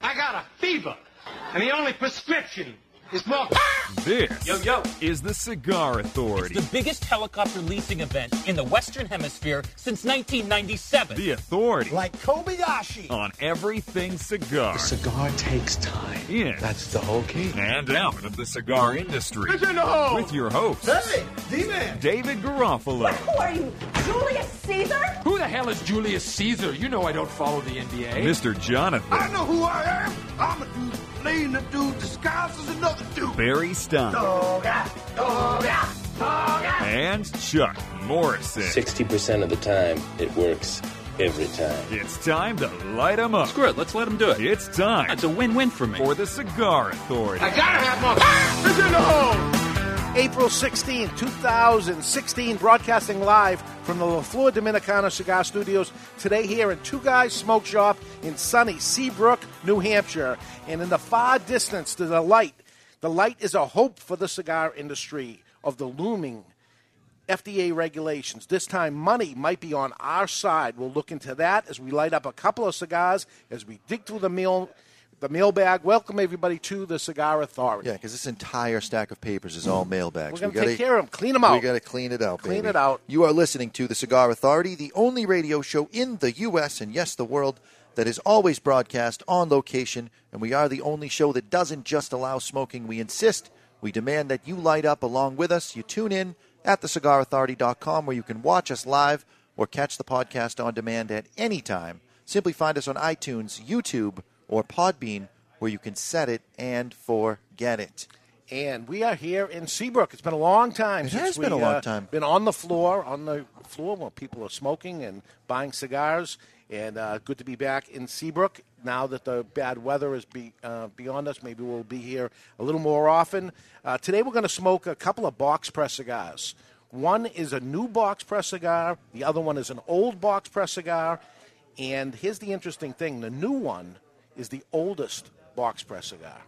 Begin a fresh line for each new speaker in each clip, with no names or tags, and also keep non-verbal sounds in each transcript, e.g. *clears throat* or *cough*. got a fever, and the only prescription is more.
This
Yo, yo.
is the Cigar Authority,
The biggest helicopter leasing event in the Western Hemisphere since 1997.
the authority
Like Kobayashi.
on everything cigar
Cigar takes time.
in
That's the whole key.
and out of the cigar industry
Fish in the hole.
with your
Oh.
host,
Hey, D-Man.
David Garofalo.
Who are you, Julius Caesar?
Who the hell is Julius Caesar? You know Oh, I don't follow the NBA.
Mr. Jonathan
I know who I am. I'm a dude playing a dude disguised as another dude.
Barry
Oh.
Stein and Chuck Morrison.
60% of the time, it works every time.
It's time to light 'em up.
Screw it, let's let him do it.
It's time
It's a win-win for me.
for the Cigar Authority.
I gotta have more. Fish in the hole.
April 16, 2016, broadcasting live from the La Flor Dominicana Cigar Studios. Today, here in Two Guys Smoke Shop in sunny Seabrook, New Hampshire. And in the far distance to the light, the light is a hope for the cigar industry of the looming FDA regulations. This time, money might be on our side. We'll look into that as we light up a couple of cigars as we dig through the meal. The mailbag. Welcome everybody to the Cigar Authority.
Yeah, because this entire stack of papers is all mailbags.
We're gonna
We gotta-
take care of 'em, clean 'em out.
We got to clean it out.
Clean
baby.
it out.
You are listening to the Cigar Authority, the only radio show in the U.S. and yes, the world that is always broadcast on location, and we are the only show that doesn't just allow smoking. We insist. We demand that you light up along with us. You tune in at thecigarauthority.com where you can watch us live or catch the podcast on demand at any time. Simply find us on iTunes, YouTube, or Podbean where you can set it and forget it.
And we are here in Seabrook. It's been a long time.
It
since
has
we,
been a long
uh,
time.
Been on the floor, on the floor where people are smoking and buying cigars. And uh, good to be back in Seabrook. Now that the bad weather is be, uh, beyond us, maybe we'll be here a little more often. Uh, today we're going to smoke a couple of box press cigars. One is a new box press cigar. The other one is an old box press cigar. And here's the interesting thing: the new one is the oldest box press cigar.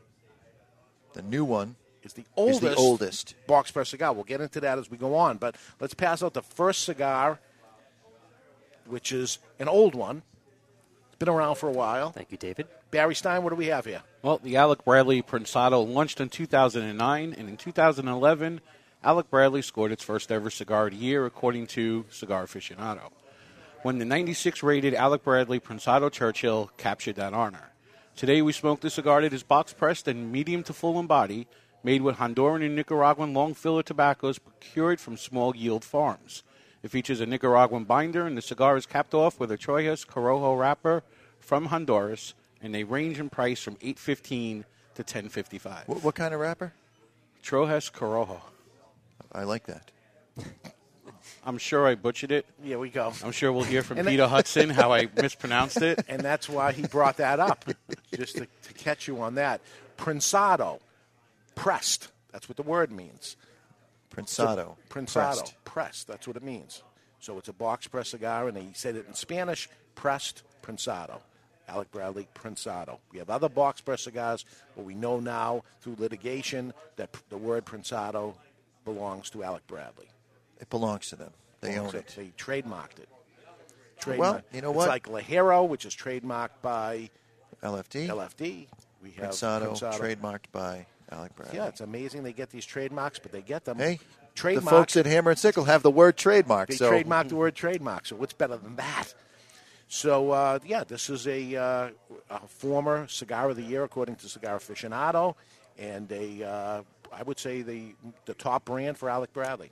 The new one.
It's the
It's
oldest,
the oldest.
box press cigar. We'll get into that as we go on, but let's pass out the first cigar, which is an old one. It's been around for a while.
Thank you, David.
Barry Stein, what do we have here?
Well, the Alec Bradley Prensado launched in 2009, and in 2011, Alec Bradley scored its first ever cigar of the year, according to Cigar Aficionado. When the 96 rated Alec Bradley Prensado Churchill captured that honor. Today, we smoke the cigar that is box pressed and medium to full in body, made with Honduran and Nicaraguan long filler tobaccos procured from small yield farms. It features a Nicaraguan binder, and the cigar is capped off with a Choyas Corojo wrapper from Honduras, and they range in price from eight fifteen to ten fifty five.
What, what kind of wrapper?
Trojas Corojo.
I like that.
I'm sure I butchered it.
Here we go.
I'm sure we'll hear from
And
Peter Hudson how
*laughs*
I mispronounced it.
And that's why he brought that up, just to, to catch you on that. Prensado, pressed. That's what the word means.
Prensado.
Prensado,
Pressed.
pressed. That's what it means. So it's a box press cigar, and he said it in Spanish: pressed prensado. Alec Bradley prensado. We have other box press cigars, but we know now through litigation that p- the word prensado belongs to Alec Bradley.
It belongs to them. They own
So
it.
They trademarked it.
Well, you know
it's
what?
like Lajero, which is trademarked by
LFD.
LFD. We have
Prensado,
Prensado.
trademarked by Alec Bradley.
Yeah, it's amazing they get these trademarks, but they get them.
Hey, the
trademarked.
folks at Hammer and Sickle have the word trademark.
They
so
trademarked the word trademark, so what's better than that? So, uh, yeah, this is a, uh, a former Cigar of the Year, according to Cigar Aficionado, and a, uh, I would say the, the top brand for Alec Bradley.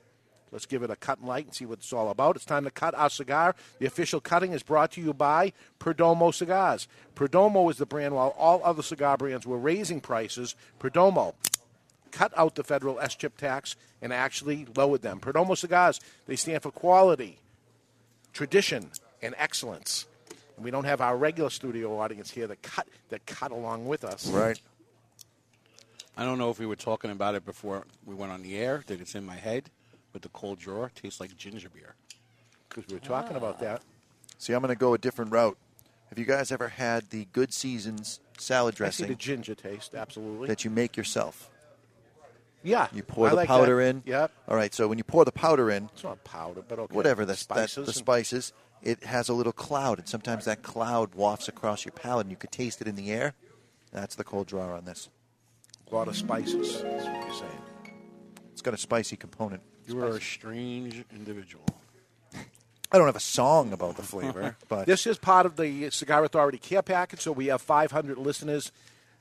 Let's give it a cut and light and see what it's all about. It's time to cut our cigar. The official cutting is brought to you by Perdomo Cigars. Perdomo is the brand, while all other cigar brands were raising prices. Perdomo, cut out the federal S chip tax and actually lowered them. Perdomo cigars, they stand for quality, tradition, and excellence. And we don't have our regular studio audience here that cut that cut along with us.
right.
I don't know if we were talking about it before we went on the air, that it's in my head, but the cold drawer tastes like ginger beer.
Because we were talking about that.
Ah. See, I'm going to go a different route. Have you guys ever had the Good Seasons salad
I see
dressing
the ginger taste, absolutely.
that you make yourself?
yeah.
You pour
I
the
like
powder
that.
in.
Yep.
All right. So when you pour the powder in,
It's not powder, but okay.
whatever the
spices.
spices, the
and-
spices, it has a little cloud, and sometimes that cloud wafts across your palate, and you can taste it in the air. That's the cold draw on this.
A lot of spices. That's what you're saying.
It's got a spicy component.
You are a strange individual.
I don't have a song about the
*laughs*
*laughs*
flavor, but
this is part of the Cigar Authority Care Package. So we have 500 listeners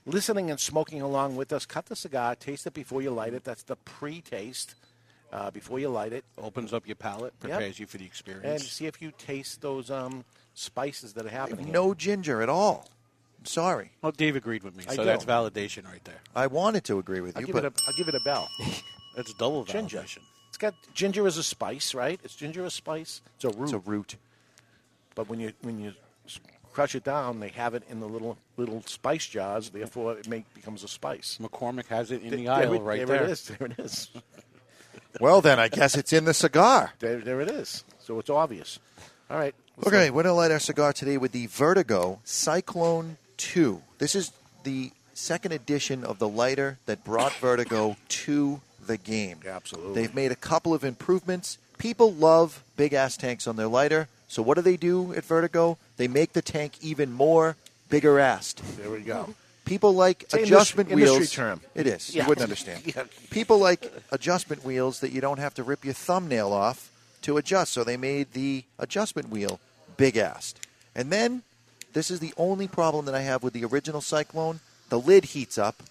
listening and smoking along with us. Cut the cigar, taste it before you light it. That's the pre-taste uh, before you light it.
Opens up your palate, prepares you for the experience.
and see if you taste those um, spices that are happening. here.
no ginger at all. I'm sorry.
Well, Dave agreed with me,
I
so that's
do.
validation right there.
I wanted to agree with
I'll
you,
give
but
it a, I'll give it a bell.
That's double validation.
ginger. It's got ginger as a spice, right? It's ginger a spice. It's a root.
it's a root.
But when you when you s- crush it down, they have it in the little little spice jars. Therefore, it make, becomes a spice.
McCormick has it in the
Th-
aisle
it-
right
there
there.
it is. There it is.
Well, then I guess it's in the cigar.
*laughs* There, there it is. So it's obvious. All right. Let's
Okay, we're gonna light our cigar today with the Vertigo Cyclone Two. This is the second edition of the lighter that brought Vertigo to the game.
Absolutely.
They've made a couple of improvements. People love big ass tanks on their lighter. So what do they do at Vertigo? They make the tank even more bigger assed.
There we go.
People like
an indus-
adjustment
industry
wheels.
term.
It is. *laughs*
Yeah.
You wouldn't understand.
*laughs* Yeah.
People like adjustment wheels that you don't have to rip your thumbnail off to adjust. So they made the adjustment wheel big assed. And then this is the only problem that I have with the original Cyclone. The lid heats up.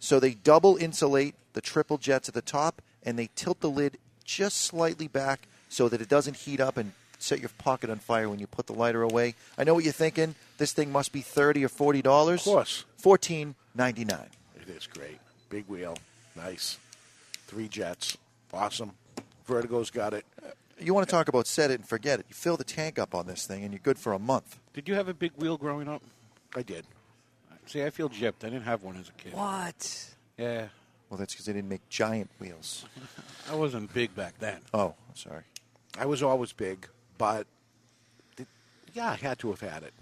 So they double insulate the triple jets at the top and they tilt the lid just slightly back so that it doesn't heat up and set your pocket on fire when you put the lighter away. I know what you're thinking. This thing must be thirty or forty dollars.
Of course.
Fourteen ninety nine.
It is great. Big wheel. Nice. Three jets. Awesome. Vertigo's got it.
You want to talk about set it and forget it. You fill the tank up on this thing and you're good for a month.
Did you have a big wheel growing up?
I did.
See, I feel gypped. I didn't have one as a kid.
What?
Yeah,
Well that's because they didn't make giant
*laughs*
wheels.
I wasn't big back then.
Oh, I'm sorry.
I was always big, but th- yeah, I had to have had it.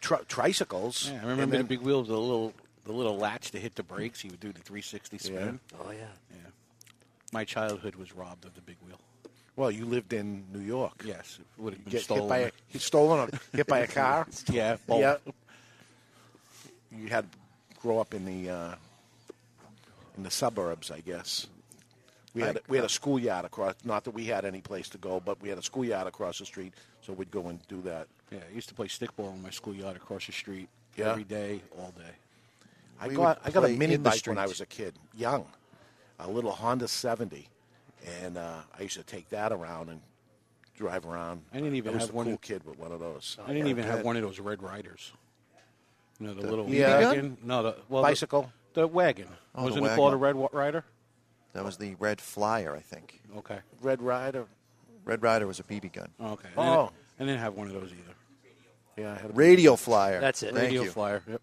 Tri- tricycles.
Yeah, I
and
remember
then-
the big wheel, with the little the little latch to hit the brakes. He would do the 360 spin.
Oh yeah.
Yeah. My childhood was robbed of the big wheel.
Well, you lived in New York.
Yes, it would have been
Get hit
stolen.
by a, he's stolen or hit by a car.
*laughs* yeah, both.
Yeah. You had to grow up in the uh, in the suburbs, I guess. We had we had
uh,
a schoolyard across. Not that we had any place to go, but we had a schoolyard across the street, so we'd go and do that.
Yeah, I used to play stickball in my schoolyard across the street
Yeah.
every day, all day.
I
We
got
would
I got a
play
mini
in the
bike when I
streets.
was a kid, young, a little Honda 70, and uh, I used to take that around and drive around.
I didn't even
I was
have
the
one-
cool kid with one of those.
I didn't even have
bet.
one of those red riders. You know, the, little
Yeah.
wagon. No, the well, the-
Bicycle?
The, wagon.
Oh,
Wasn't
the
it called a
wagon.
red wa- rider?
That was the Red Flyer, I think.
Okay.
Red Rider.
Red Rider was a BB gun.
Okay. I
Oh.
didn't, I didn't have one of those either.
Yeah, I had a
Radio Flyer.
That's it.
Thank
Radio
you.
flyer. Yep.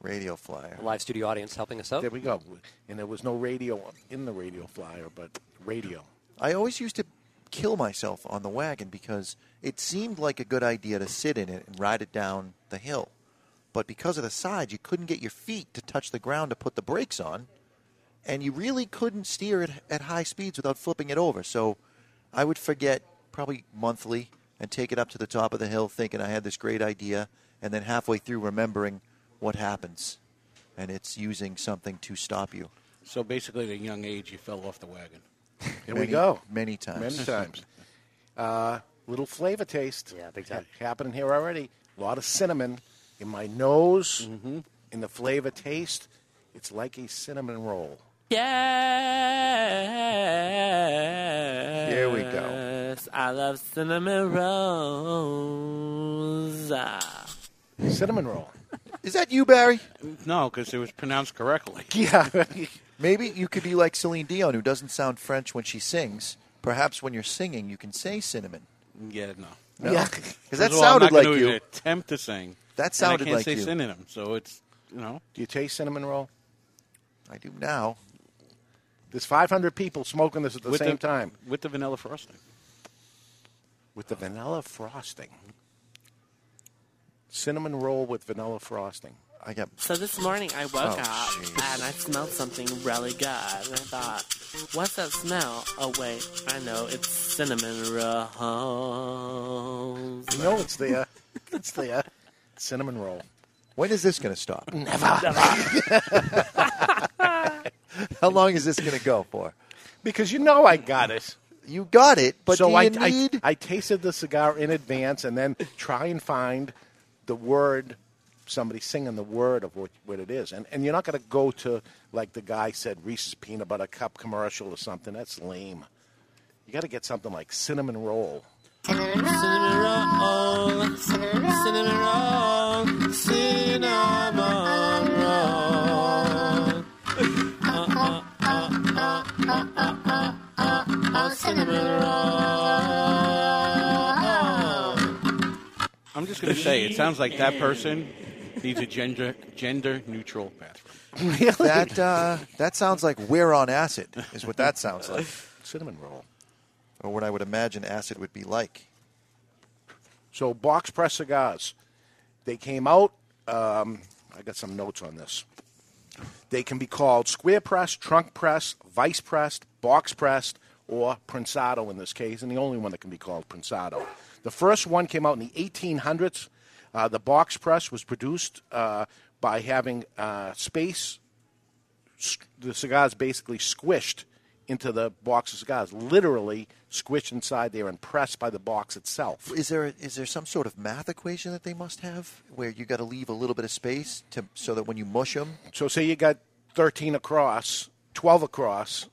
Radio Flyer.
The live studio audience helping us out.
There we go. And there was no radio in the radio flyer, but radio.
I always used to kill myself on the wagon because it seemed like a good idea to sit in it and ride it down the hill. But because of the sides, you couldn't get your feet to touch the ground to put the brakes on, and you really couldn't steer it at high speeds without flipping it over. So I would forget probably monthly and take it up to the top of the hill thinking I had this great idea, and then halfway through remembering what happens, and it's using something to stop you.
So basically, at a young age, you fell off the wagon.
There we
Many-
go.
Many times. *laughs*
Many times. Uh, little flavor taste.
Yeah, big time.
Ha- Happening here already. A lot of cinnamon in my nose, in the flavor taste. It's like a cinnamon roll.
Yes.
Here we go.
I love cinnamon rolls.
Cinnamon roll.
Is that you, Barry?
No, because it was pronounced correctly.
*laughs* Yeah.
Maybe you could be like Celine Dion, who doesn't sound French when she sings. Perhaps when you're singing, you can say cinnamon.
Yeah, no.
Yeah.
Because that
First of all, I'm
sounded
not
like
gonna even
you.
Attempt to sing.
That
and
sounded
I can't
like
say
you.
synonym, so it's you know.
Do you taste cinnamon roll?
I do now.
There's 500 people smoking this at the
with
same time
with the vanilla frosting.
with the vanilla frosting. Cinnamon roll with vanilla frosting.
I got.
So this morning I woke up
Oh, jeez.
and I smelled something really good. And I thought, what's that smell? Oh, wait, I know, it's cinnamon rolls.
You know it's there. it's there. Cinnamon roll.
When is this going to stop?
Never.
*laughs* How long is this going to go for?
Because you know I got it.
You got it, but
so
do you
I, I-
need?
I, tasted the cigar in advance and then try and find the word, somebody singing the word of what, what it is. And, and you're not going to go to, like the guy said, Reese's Peanut Butter Cup commercial or something. That's lame. You got to get something like cinnamon roll.
Cinnamon roll, cinnamon roll, cinnamon roll. Uh, uh, uh, uh, uh, uh, uh, uh, uh, cinnamon roll.
I'm just going to say, it sounds like that person needs a gender gender neutral bathroom.
Really? That uh, that sounds like we're on acid. Is what that sounds like.
Cinnamon roll.
Or what I would imagine acid would be like.
So box press cigars, they came out. Um, I got some notes on this. They can be called square press, trunk press, vice pressed, box pressed, or prensado in this case, and the only one that can be called prensado. The first one came out in the 1800s. Uh, the box press was produced uh, by having uh, space sc- the cigars basically squished into the box of cigars, literally squished inside there and pressed by the box itself.
Is there is there some sort of math equation that they must have where you got to leave a little bit of space to so that when you mush them,
So say you got 13 across, 12 across,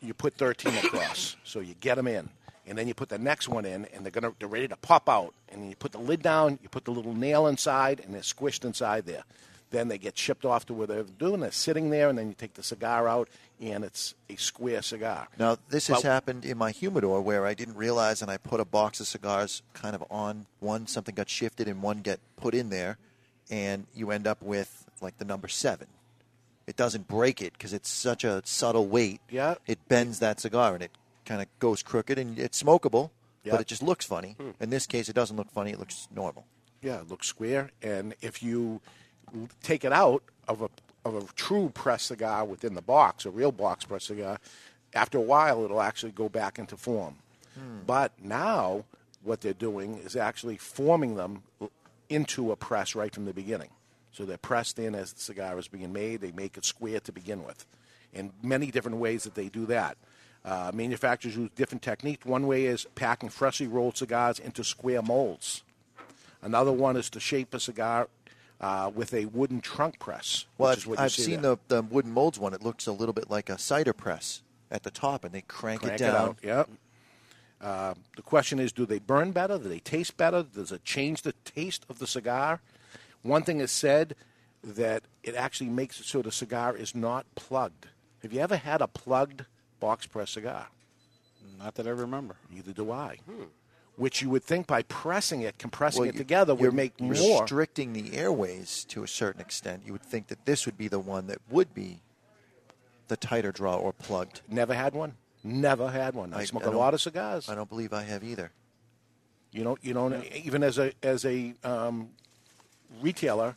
you put 13 across. So you get them in. And then you put the next one in, and they're gonna they're ready to pop out. And you put the lid down, you put the little nail inside, and they're squished inside there. Then they get shipped off to where they're doing. They're sitting there, and then you take the cigar out, and it's a square cigar.
Now, this has
Well-
happened in my humidor where I didn't realize and I put a box of cigars kind of on one, something got shifted and one got put in there, and you end up with like the number seven. It doesn't break it because it's such a subtle weight.
Yeah.
It bends that cigar and it kind of goes crooked and it's smokable,
Yeah.
but it just looks funny.
Hmm.
In this case, it doesn't look funny, it looks normal.
Yeah, it looks square. And if you l- take it out of a of a true press cigar within the box, a real box press cigar, after a while it'll actually go back into form. But now what they're doing is actually forming them l- into a press right from the beginning. So they're pressed in as the cigar is being made. They make it square to begin with, in many different ways that they do that. Uh, manufacturers use different techniques. One way is packing freshly rolled cigars into square molds. Another one is to shape a cigar uh, with a wooden trunk press.
Well,
which is
I've,
what you
I've
see
seen
there.
the, the wooden molds one. It looks a little bit like a cider press at the top, and they crank,
crank
it down.
out. Yep. Uh, the question is, do they burn better? Do they taste better? Does it change the taste of the cigar? One thing is said that it actually makes it so the cigar is not plugged. Have you ever had a plugged box press cigar?
Not that I remember.
Neither do I. Which you would think by pressing it, compressing
Well,
it
you-
together
you're
would make more.
restricting the airways to a certain extent. You would think that this would be the one that would be the tighter draw or plugged.
Never had one. Never had one. I, smoke a lot of cigars.
I don't believe I have either.
You don't. You don't. Even as a as a um, retailer,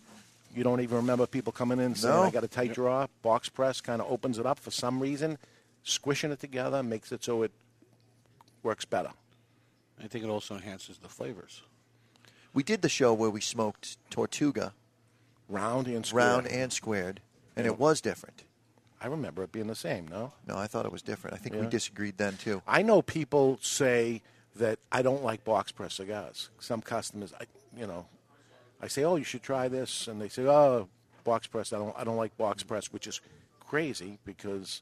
you don't even remember people coming in saying,
No.
"I got a tight draw." Box press kind of opens it up for some reason, squishing it together makes it so it works better.
I think it also enhances the flavors.
We did the show where we smoked Tortuga,
round and squared.
round and squared, and
Yeah.
it was different.
I remember it being the same. No,
No, I thought it was different. I think we
Yeah.
disagreed then too.
I know people say that I don't like box press cigars. Some customers, I, you know, I say, "Oh, you should try this," and they say, "Oh, box press. I don't. I don't like box press," which is crazy because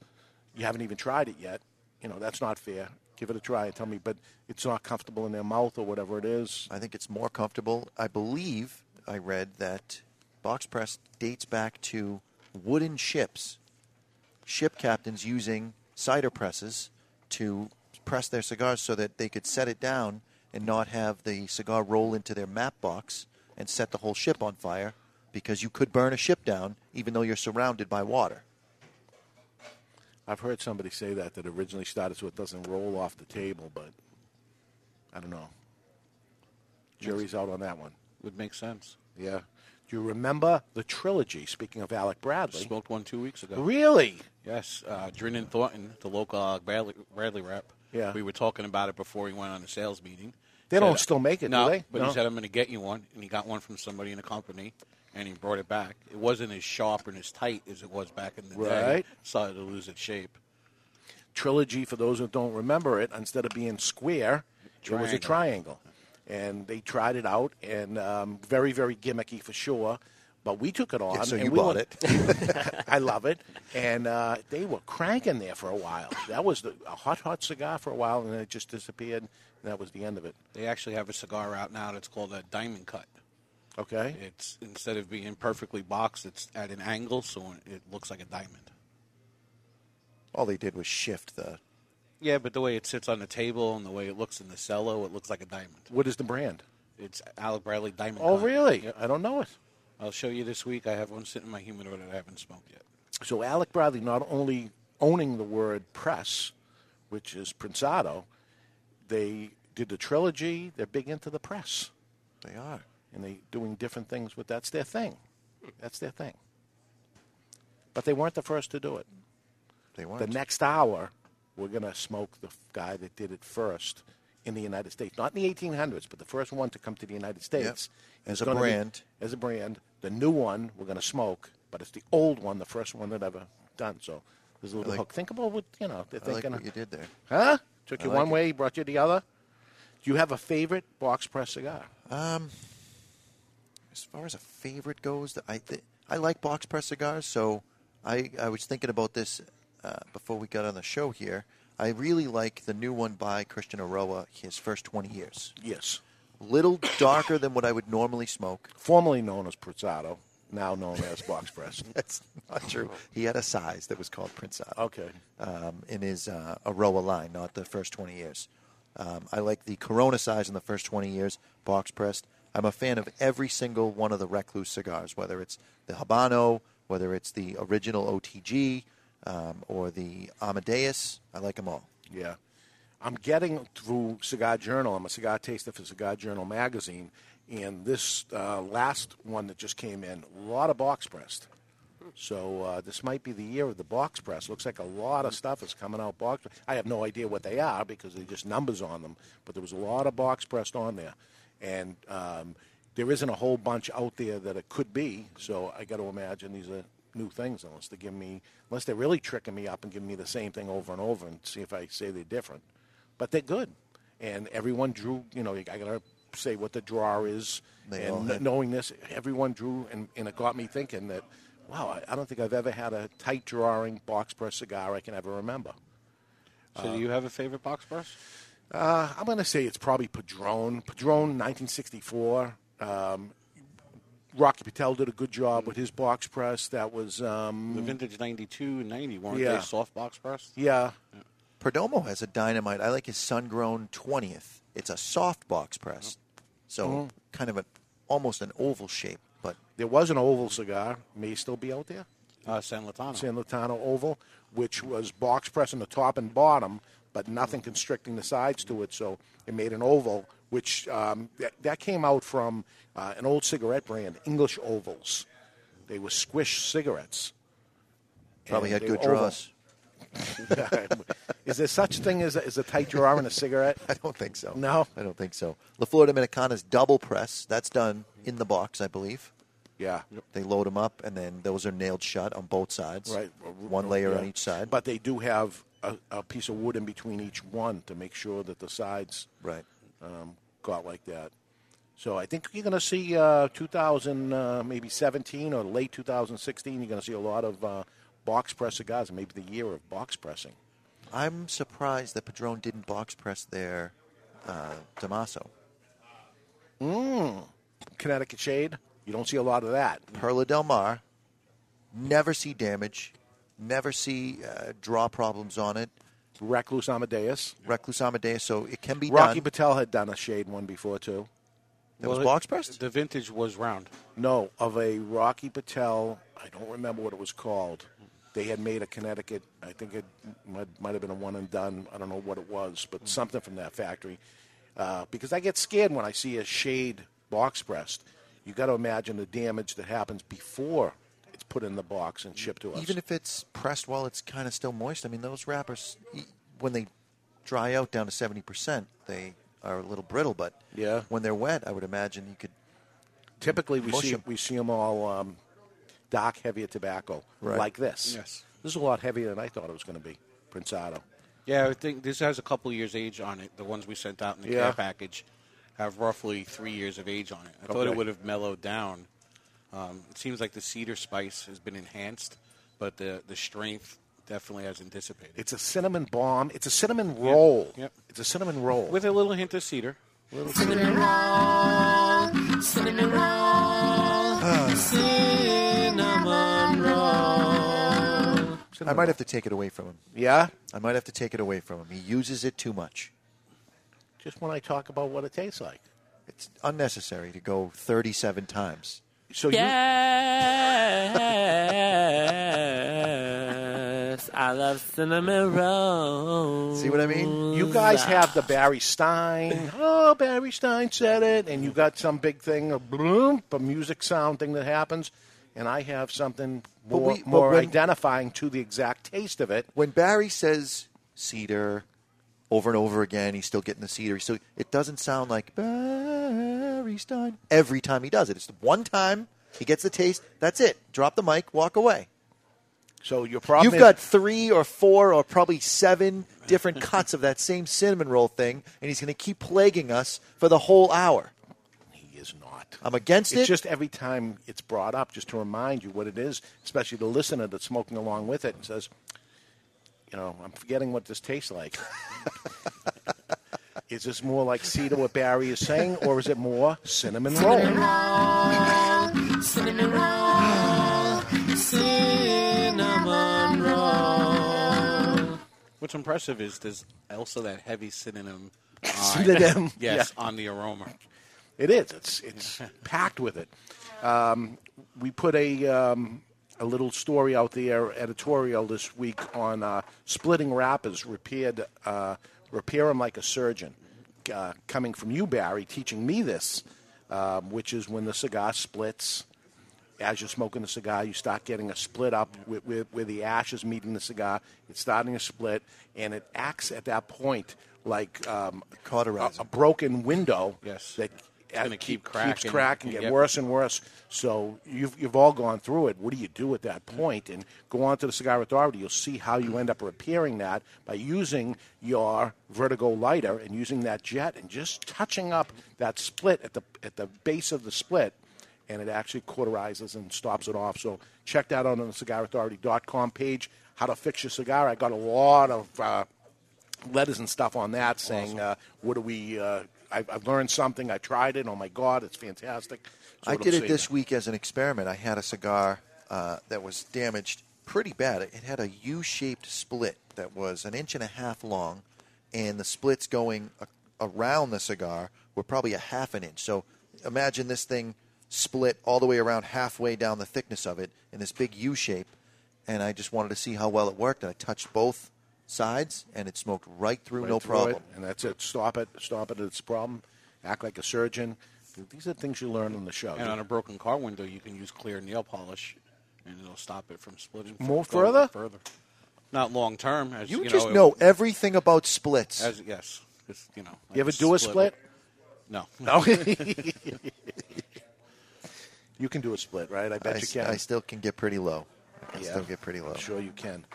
you haven't even tried it yet. You know, that's not fair. Give it a try and tell me, but it's not comfortable in their mouth or whatever it is.
I think it's more comfortable. I believe I read that box press dates back to wooden ships, ship captains using cider presses to press their cigars so that they could set it down and not have the cigar roll into their map box and set the whole ship on fire because you could burn a ship down even though you're surrounded by water.
I've heard somebody say that that originally started so it doesn't roll off the table, but I don't know. Jury's out on that one.
Would make sense.
Yeah. Do you remember the trilogy? Speaking of Alec Bradley,
Smoked one two weeks ago.
Really?
Yes. Uh, Drennan Thornton, the local uh, Bradley, Bradley rep.
Yeah.
We were talking about it before he went on a sales meeting.
They don't still make it, do
no,
they?
But
No.
he said, I'm going to get you one. And he got one from somebody in the company. and he brought it back. It wasn't as sharp and as tight as it was back in the day.
Right.
Started to lose its shape.
trilogy, for those who don't remember it, instead of being square, it was
Triangle.
a triangle. And they tried it out, and um, very, very gimmicky for sure. But we took it on.
so
and
you
we
bought
were- *laughs* I love it. And uh, they were cranking there for a while. That was the, a hot, hot cigar for a while, and then it just disappeared. And that was the end of it.
They actually have a cigar out now that's called a diamond cut.
Okay.
It's instead of being perfectly boxed, it's at an angle, so it looks like a diamond.
All they did was shift the.
Yeah, but the way it sits on the table and the way it looks in the cello, it looks like a diamond.
What is the brand?
It's Alec Bradley Diamond.
Oh,
Cut.
really?
Yep.
I don't know it.
I'll show you this week. I have one sitting in my humidor that I haven't smoked yet.
So Alec Bradley not only owning the word press, which is Prensado, they did the trilogy. They're big into the press.
They are,
and they doing different things. But that's their thing. That's their thing. But they weren't the first to do it.
They weren't.
The next hour, we're gonna smoke the f- guy that did it first in the United States, not in the 1800s, but the first one to come to the United States
As
It's
a
gonna be-
brand.
as a brand, the new one we're gonna smoke, but it's the old one, the first one that ever done. So there's a little
like-
hook. Think about what you know. They're
I like
thinking.
what you did there.
Huh? Took
I
you
like
one
it.
way, brought you the other. Do you have a favorite box press cigar?
Um, as far as a favorite goes, I th- I like box press cigars. So I I was thinking about this uh, before we got on the show here. I really like the new one by Christian Aroa. His first twenty years.
Yes.
Little darker than what I would normally smoke.
Formerly known as Prezzato, now known as box press.
*laughs* That's not true. He had a size that was called Prince Otto.
Okay.
Um, in his uh, Aroa line, not the first 20 years. Um, I like the Corona size in the first 20 years, box pressed. I'm a fan of every single one of the Recluse cigars, whether it's the Habano, whether it's the original OTG, um, or the Amadeus. I like them all.
Yeah. I'm getting through Cigar Journal. I'm a cigar taster for Cigar Journal magazine. And this uh, last one that just came in, a lot of box pressed. So uh, this might be the year of the box press. Looks like a lot of stuff is coming out box. I have no idea what they are because they're just numbers on them. But there was a lot of box pressed on there, and um, there isn't a whole bunch out there that it could be. So I got to imagine these are new things unless they give me unless they're really tricking me up and giving me the same thing over and over and see if I say they're different. But they're good, and everyone drew. You know, I got to say what the draw is,
They all
and
had-
knowing this, everyone drew, and, and it got me thinking that, wow, I, I don't think I've ever had a tight drawing box press cigar I can ever remember.
So, do you have a favorite box press?
Uh, I'm going to say it's probably Padron. Padron, 1964. Um, Rocky Patel did a good job with his box press. That was um,
The vintage 92 and 90, weren't
Yeah.
they soft box press?
Yeah.
Perdomo has a dynamite. I like his sun grown 20th. It's a soft box press, so
Mhm.
kind of an almost an oval shape, but
There was an oval cigar, may still be out there.
Uh, San Latano.
San Latano Oval, which was box press on the top and bottom, but nothing constricting the sides to it. So it made an oval, which um, that, that came out from uh, an old cigarette brand, English Ovals. They were squish cigarettes.
Probably
And
had
they
good
were oval.
draws.
is there such thing as a, as a tight drawer in a cigarette?
*laughs* I don't think so.
No,
I don't think so. La Florida Americana's double press. That's done in the box, I believe.
Yeah.
They load them up, and then those are nailed shut on both sides.
Right.
One layer on
Yeah.
each side.
But they do have a, a piece of wood in between each one to make sure that the sides
right
um, got like that. So I think you're going to see uh, 2000, uh, maybe 17 or late 2016. You're going to see a lot of uh, box press cigars, and maybe the year of box pressing.
I'm surprised that Padron didn't box press their uh, Damaso.
Mm. Connecticut shade. You don't see a lot of that.
Perla Del Mar. Never see damage. Never see uh, draw problems on it.
Recluse Amadeus.
Recluse Amadeus. So it can be
Rocky
done.
Patel had done a shade one before too.
That was box pressed.
The vintage was round.
No, of a Rocky Patel. I don't remember what it was called. They had made a Connecticut. I think it might, might have been a one and done. I don't know what it was,
Mm.
but something from that factory. Uh, because I get scared when I see a shade box pressed. You got to imagine the damage that happens before it's put in the box and shipped to us.
Even if it's pressed while it's kind of still moist, I mean, those wrappers, y- when they dry out down to 70%, they are a little brittle, but
yeah.
when they're wet, I would imagine you could
Typically, we
Mush
see
'em.
we see them all um, dark, heavier tobacco
Right.
like this.
Yes.
this is a lot heavier than I thought it was going to be. Prensado.
Yeah, I think this has a couple years age on it. The ones we sent out in the
Yeah.
care package have roughly three years of age on it. I thought
Okay.
it would have mellowed down. Um, it seems like the cedar spice has been enhanced, but the the strength definitely hasn't dissipated.
It's a cinnamon bomb. It's a cinnamon roll.
Yep.
It's a cinnamon roll with
a little hint of cedar.
Little
cinnamon
roll, cinnamon roll, cinnamon roll.
I might have to take it away from him.
Yeah?
I might have to take it away from him. He uses it too much.
Just when I talk about what it tastes like.
It's unnecessary to go 37 times.
So
Yes, I love cinnamon roll.
See what I mean?
You guys have the Barry Stein. Oh, Barry Stein said it, and you got some big thing, a bloom, a music sound thing that happens, and I have something
But
more,
we- but
more
when-
identifying to the exact taste of it.
When Barry says cedar over and over again, he's still getting the cedar. So it doesn't sound like Barry Stein every time he does it. It's the one time he gets the taste. That's it. Drop the mic, walk away.
So your problem
You've
is-
got three or four or probably seven different
*laughs*
cuts of that same cinnamon roll thing, and he's going to keep plaguing us for the whole hour.
He is not.
I'm against
it's
it.
just every time it's brought up, just to remind you what it is, especially the listener that's smoking along with it and says, you know, I'm forgetting what this tastes like. *laughs* is this more like cedar, what Barry is saying, or is it more cinnamon roll?
Cinnamon roll, cinnamon roll.
What's impressive is there's also that heavy
*laughs*
synonym. on-
Synonym,
yes,
*laughs* yeah.
on the aroma.
It is. It's it's packed with it. Um, we put a um, a little story out there, editorial this week on uh, splitting wrappers, repaired uh, repair them like a surgeon. Uh, coming from you, Barry, teaching me this, um, which is when the cigar splits. As you're smoking the cigar, you start getting a split up where, where, where the ash is meeting the cigar. It's starting to split, and it acts at that point like um, a, a broken window yes. that uh,
gonna keep cracking.
keeps cracking, get
Yep.
worse and worse. So you've, you've all gone through it. What do you do at that point? And go on to the Cigar Authority. You'll see how you end up repairing that by using your Vertigo lighter and using that jet and just touching up that split at the at the base of the split. And it actually cauterizes and stops it off. So check that out on the cigarauthority.com page. How to fix your cigar. I got a lot of uh, letters and stuff on that saying, uh, "What do we? Uh, I've, I've learned something. I tried it. Oh my God, it's fantastic." So
I
it'll
did it
say
this week as an experiment. I had a cigar uh, that was damaged pretty bad. It had a U-shaped split that was an inch and a half long, and the splits going a- around the cigar were probably a half an inch. So imagine this thing split all the way around halfway down the thickness of it in this big U shape, and I just wanted to see how well it worked. And I touched both sides, and it smoked right through,
right
no
it,
problem.
and that's it. Stop it. Stop it. It's a problem. Act like a surgeon. These are things you learn on the show.
And on a broken car window, you can use clear nail polish, and it'll stop it from splitting. from
More
going
further?
further. Not long term. As
You,
you,
just
know, it-
know everything about splits.
As, yes, it's, you know.
You ever
it's
do a split?
*laughs*
No.
*laughs* No.
you can do a split, right? I bet
I,
you
s-
can.
I still can get pretty low. I can
Yeah.
still get pretty low.
sure you can.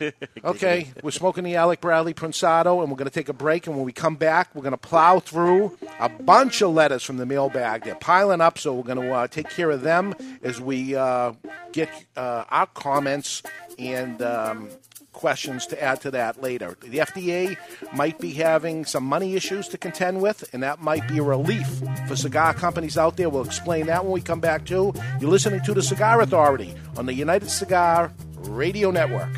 *laughs* Okay, we're smoking the Alec Bradley Prensado, and we're going to take a break. And when we come back, we're going to plow through a bunch of letters from the mailbag. They're piling up, so we're going to uh, take care of them as we uh, get uh, our comments and um, questions to add to that later. The FDA might be having some money issues to contend with, and that might be a relief for cigar companies out there. We'll explain that when we come back, too. You're listening to the Cigar Authority on the United Cigar Radio Network.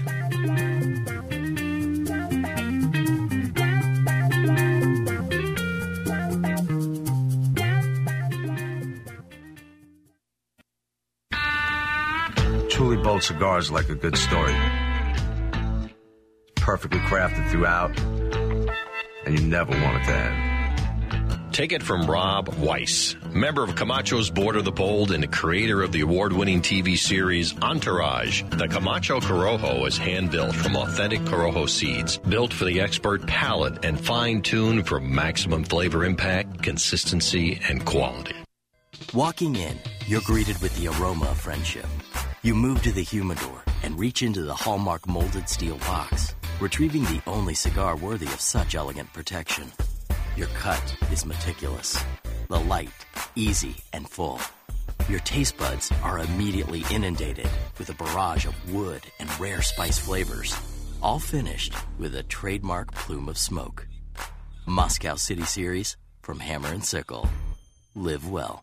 Truly Bold Cigar is like a good story. Perfectly crafted throughout, and you never want it to end.
Take it from Rob Weiss, member of Camacho's Board of the Bold and creator of the award winning TV series Entourage. The Camacho Corojo is hand built from authentic Corojo seeds, built for the expert palate and fine tuned for maximum flavor impact, consistency, and quality.
Walking in, you're greeted with the aroma of friendship. You move to the humidor and reach into the Hallmark molded steel box, retrieving the only cigar worthy of such elegant protection. Your cut is meticulous, the light, easy, and full. Your taste buds are immediately inundated with a barrage of wood and rare spice flavors, all finished with a trademark plume of smoke. Moscow City Series from Hammer and Sickle. Live well.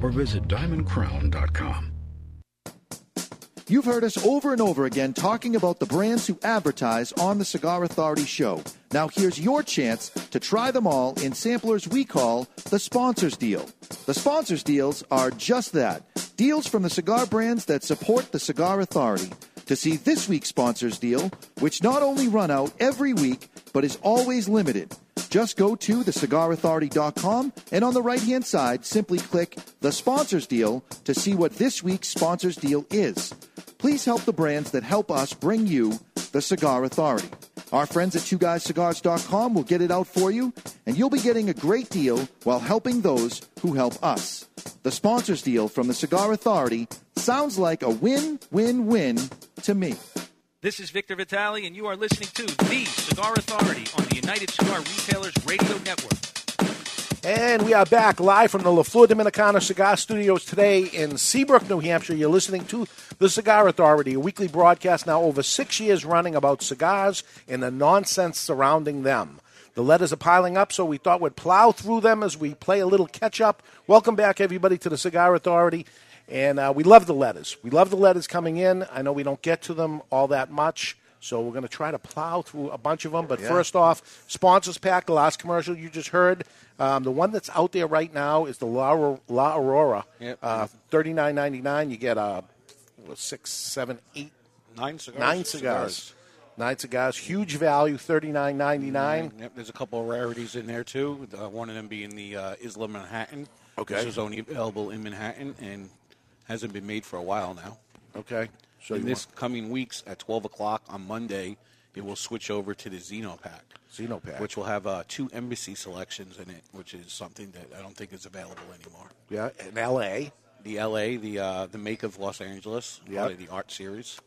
or visit diamondcrown.com.
You've heard us over and over again talking about the brands who advertise on the Cigar Authority show. Now here's your chance to try them all in samplers we call the sponsors deal. The sponsors deals are just that deals from the cigar brands that support the Cigar Authority. To see this week's sponsors deal, which not only run out every week, but is always limited, just go to thecigarauthority.com and on the right hand side, simply click the sponsors deal to see what this week's sponsors deal is please help the brands that help us bring you the Cigar Authority. Our friends at twoguyscigars.com will get it out for you, and you'll be getting a great deal while helping those who help us. The sponsors deal from the Cigar Authority sounds like a win win win to me.
This is Victor Vitale, and you are listening to The Cigar Authority on the United Cigar Retailers Radio Network.
And we are back live from the La Flor Dominicana Cigar Studios today in Seabrook, New Hampshire. You're listening to The Cigar Authority, a weekly broadcast now over six years running about cigars and the nonsense surrounding them. The letters are piling up, so we thought we'd plow through them as we play a little catch up. Welcome back, everybody, to The Cigar Authority. And uh, we love the letters. We love the letters coming in. I know we don't get to them all that much. So we're going to try to plow through a bunch of them. But
Yeah.
first off, sponsors pack, the last commercial you just heard. Um, the one that's out there right now is the La, La Aurora.
Yep.
Uh, Thirty nine ninety nine. You get uh, six, seven, eight,
Nine cigars.
nine cigars. Nine cigars. Huge value. Thirty nine ninety nine.
Yep, there's a couple of rarities in there too. Uh, one of them being the uh, Isla Manhattan.
Okay.
This is only available in Manhattan and hasn't been made for a while now.
Okay. So
in
you
this coming weeks at 12 o'clock on Monday, it will switch over to the Xeno pack.
Xeno pack.
Which will have uh, two embassy selections in it, which is something that I don't think is available anymore.
Yeah, in L.A.
The LA, the uh, the make of Los Angeles,
Yep.
part of the art series.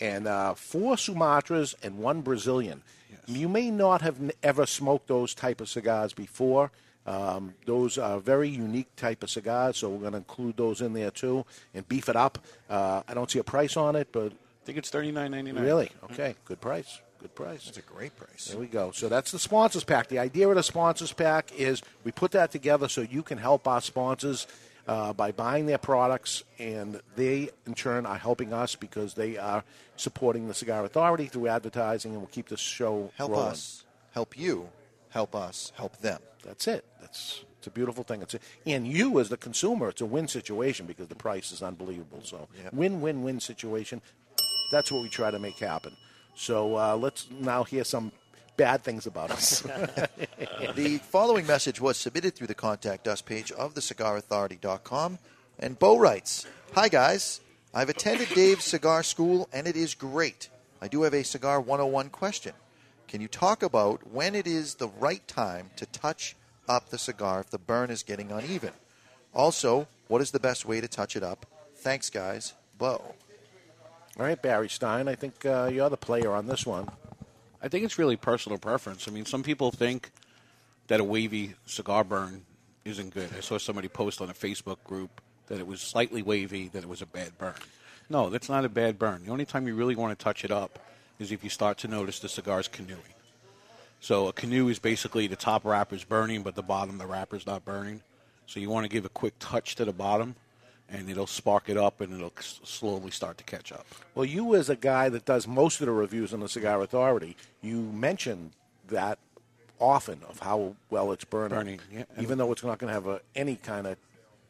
and uh, four Sumatras and one Brazilian. You may not have n- ever smoked those type of cigars before. Um, those are very unique type of cigars, so we're going to include those in there too and beef it up. Uh, I don't see a price on it, but
I think it's thirty nine ninety nine.
Really? Okay. Good price. Good price. That's a
great price.
There we go. So that's the sponsors pack. The idea of the sponsors pack is we put that together so you can help our sponsors uh, by buying their products, and they in turn are helping us because they are supporting the Cigar Authority through advertising, and we'll keep this show
Help
rolling.
us, help you, help us, help them.
That's it. That's it's a beautiful thing. It's a, and you as the consumer, it's a win situation because the price is unbelievable. So win-win-win situation. That's what we try to make happen. So uh, let's now hear some bad things about us.
the following message was submitted through the contact us page of thecigarauthority.com. And Bo writes Hi, guys. I've attended Dave's cigar school, and it is great. I do have a Cigar 101 question. Can you talk about when it is the right time to touch up the cigar if the burn is getting uneven? Also, what is the best way to touch it up? Thanks, guys. Bo.
All right, Barry Stein. I think uh, you're the player on this one.
I think it's really personal preference. I mean, some people think that a wavy cigar burn isn't good. I saw somebody post on a Facebook group that it was slightly wavy, that it was a bad burn. No, that's not a bad burn. The only time you really want to touch it up is if you start to notice the cigar's canoeing. So a canoe is basically the top wrapper's burning, but the bottom the wrapper's not burning. So you want to give a quick touch to the bottom, and it'll spark it up, and it'll s- slowly start to catch up.
Well, you as a guy that does most of the reviews on the Cigar Authority, you mentioned that often of how well it's burning,
Burning, yeah.
even though it's not going to have a, any kind of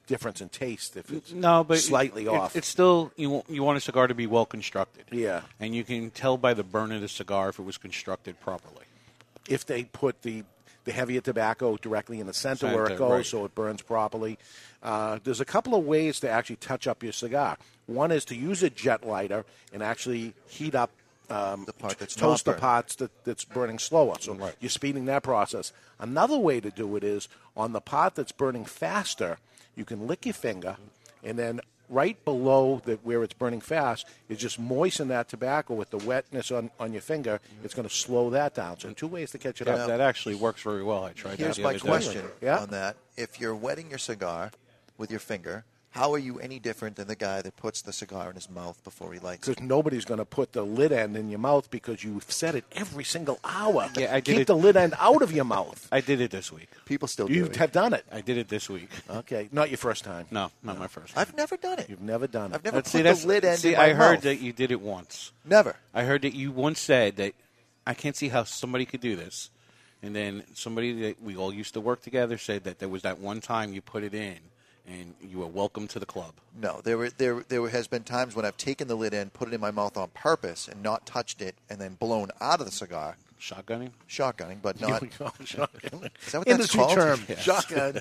difference in taste if it's
No, but
slightly
it-
off.
It's still you. Want, you want a cigar to be well constructed.
Yeah.
and you can tell by the burn of the cigar if it was constructed properly.
if they put the the heavier tobacco directly in the center, where it
Center,
goes,
right.
so it burns properly. Uh, there's a couple of ways to actually touch up your cigar. One is to use a jet lighter and actually heat up um, the part
that's
toast
not
the
burning.
parts that, that's burning slower. So you're speeding that process. Another way to do it is on the part that's burning faster, you can lick your finger, and then right below the, where it's burning fast is just moisten that tobacco with the wetness on, on your finger. It's going to slow that down. So two ways to catch it
That,
up.
that actually works very well. I tried
Here's
that. the
my
other day.
question on that. If you're wetting your cigar with your finger, how are you any different than the guy that puts the cigar in his mouth before he lights it?
because nobody's going to put the lid end in your mouth because you've said it every single hour.
Yeah, I did
Keep
it-
the lid end out of your mouth.
I did it this week.
People still
you have done it.
I did it this week.
Okay, not your first time.
No, not my first.
I've never done it.
*laughs* You've never done it.
I've never
Let's
put
that's-
the lid end
see,
in my
I heard
mouth.
that you did it once.
Never.
I heard that you once said that I can't see how somebody could do this. And then somebody that we all used to work together said that there was that one time you put it in and you were welcome to the club.
No, there were there there has been times when I've taken the lid end, put it in my mouth on purpose, and not touched it, and then blown out of the cigar.
Shotgunning.
Shotgunning,
*laughs*
but not.
we
Is
go, shotgunning.
that what
Industry
that's called?
term,
Yes. *laughs*
shotgun.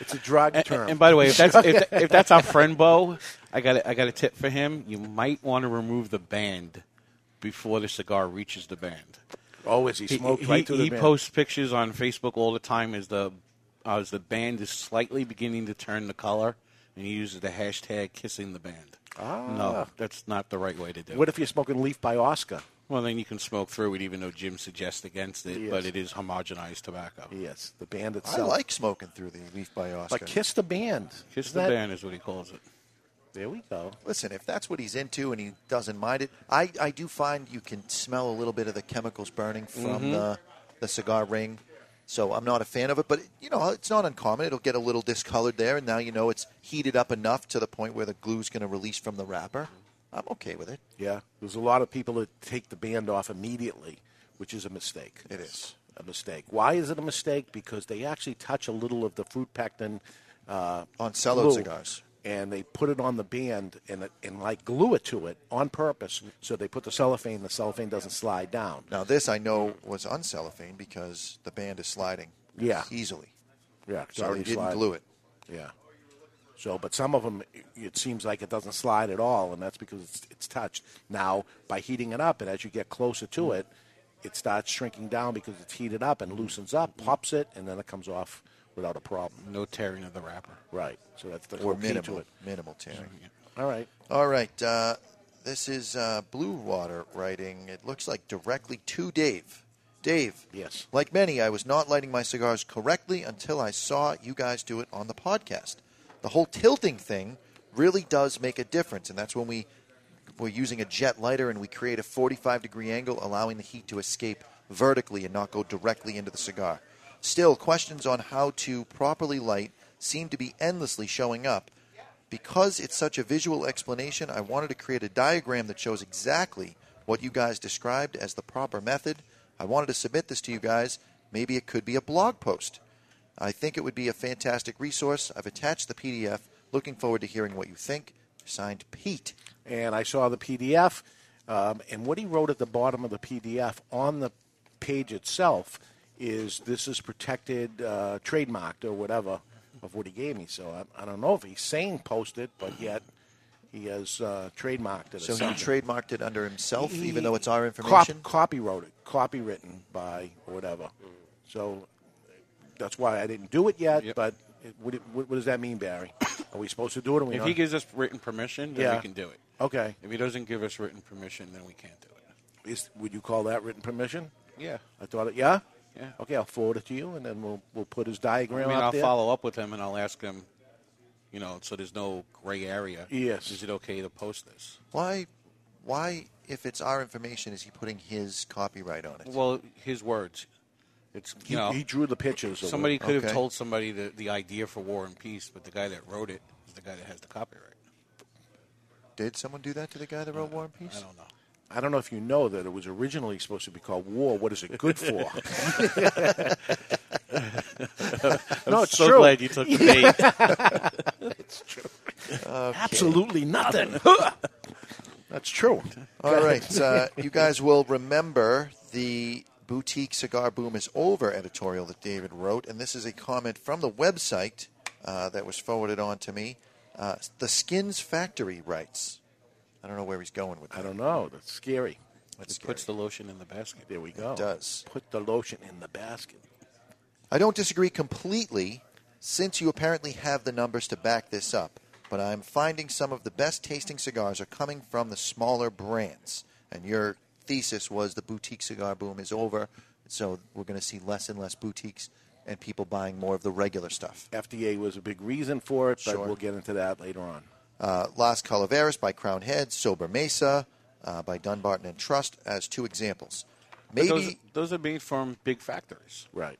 It's a drug
And,
term.
and by the way, if that's
*laughs*
if, if that's our friend Bo, I got a, I got a tip for him. You might want to remove the band before the cigar reaches the band.
Oh, is he smoked right through the
he
band?
posts pictures on Facebook all the time as the as the band is slightly beginning to turn the color, and he uses the hashtag kissing the band.
Ah.
No, that's not the right way to do it.
What if you're smoking leaf by Oscar?
Well, then you can smoke through it, even though Jim suggests against it,
Yes.
but it is homogenized tobacco.
Yes, the band
I like smoking through the leaf by Oscar.
But kiss the band.
Kiss
Isn't
the
that-
band is what he calls it.
There we go.
Listen, if that's what he's into and he doesn't mind it, I, I do find you can smell a little bit of the chemicals burning from
Mhm.
the, the cigar ring. So I'm not a fan of it, but you know it's not uncommon. It'll get a little discolored there, and now you know it's heated up enough to the point where the glue's going to release from the wrapper. I'm okay with it.
Yeah, there's a lot of people that take the band off immediately, which is a mistake. It is a mistake. Why is it a mistake? Because they actually touch a little of the fruit pectin uh,
on cello
glue,
cigars.
and they put it on the band and it, and like glue it to it on purpose. So they put the cellophane. The cellophane doesn't slide down.
Now this I know was uncellophane because the band is sliding
Yeah.
easily.
Yeah, it's
so they
already
didn't
sliding.
glue it.
Yeah. So, but some of them, it seems like it doesn't slide at all, and that's because it's, it's touched. Now, by heating it up, and as you get closer to it, it starts shrinking down because it's heated up and loosens
Mm-hmm.
up, pops it, and then it comes off without a problem.
No tearing of the wrapper.
Right. So that's the
or
whole key
minimal,
to it.
minimal tearing.
All right.
All right. Uh, this is uh, Blue Water writing. It looks like directly to Dave. Dave.
Yes.
Like many, I was not lighting my cigars correctly until I saw you guys do it on the podcast. The whole tilting thing really does make a difference, and that's when we we're using a jet lighter and we create a 45 degree angle, allowing the heat to escape vertically and not go directly into the cigar. Still, questions on how to properly light seem to be endlessly showing up. Because it's such a visual explanation, I wanted to create a diagram that shows exactly what you guys described as the proper method. I wanted to submit this to you guys. Maybe it could be a blog post. I think it would be a fantastic resource. I've attached the PDF. Looking forward to hearing what you think. Signed, Pete.
and I saw the PDF. Um, and what he wrote at the bottom of the PDF on the page itself is this is protected, uh, trademarked, or whatever of what he gave me. So I, I don't know if he's saying post it, but yet he has uh, trademarked it.
So he trademarked it under himself, even though it's our
Cop,
information.
copy wrote it, copywritten by or whatever. So that's why I didn't do it yet. But it, what, it- what, what does that mean, Barry? Are we supposed to do it? Or we
If
not?
he gives us written permission, then
Yeah.
we can do it.
Okay.
If he doesn't give us written permission, then we can't do it.
Is, would you call that written permission?
Yeah.
I thought it. Yeah.
Yeah.
Okay, I'll forward it to you, and then we'll we'll put his diagram
I mean,
out
I'll
there.
follow up with him and I'll ask him, You know, so there's no gray area.
Yes.
Is it okay to post this?
Why, why, if it's our information, is he putting his copyright on it?
Well, his words. It's
He-
you know,
he drew the pictures of
Somebody
it.
could have
Okay.
told somebody the, the idea for War and Peace, but the guy that wrote it is the guy that has the copyright.
Did someone do that to the guy that wrote War and Peace?
I don't know.
Uh, I don't know if you know that it was originally supposed to be called War. What is it good for? *laughs*
I'm
no, it's
so
true.
glad you took the
*laughs*
bait.
it's true.
Okay.
Absolutely nothing. That's true.
All right. Uh, you guys will remember the Boutique Cigar Boom is Over editorial that David wrote. And this is a comment from the website uh, that was forwarded on to me. Uh, the Skins Factory writes. I don't know where he's going with that. I
don't know. That's scary.
That's
It puts the lotion in the basket.
There we go.
does.
Put the lotion in the basket.
I don't disagree completely, since you apparently have the numbers to back this up, but I'm finding some of the best tasting cigars are coming from the smaller brands. And your thesis was the boutique cigar boom is over, so we're going to see less and less boutiques and people buying more of the regular stuff.
FDA was a big reason for it, but
Sure.
we'll get into that later on.
uh, Las Calaveras by Crown Head, Sober Mesa uh, by Dunbarton and Trust as two examples.
But
Maybe
those- those are made from big factories.
Right.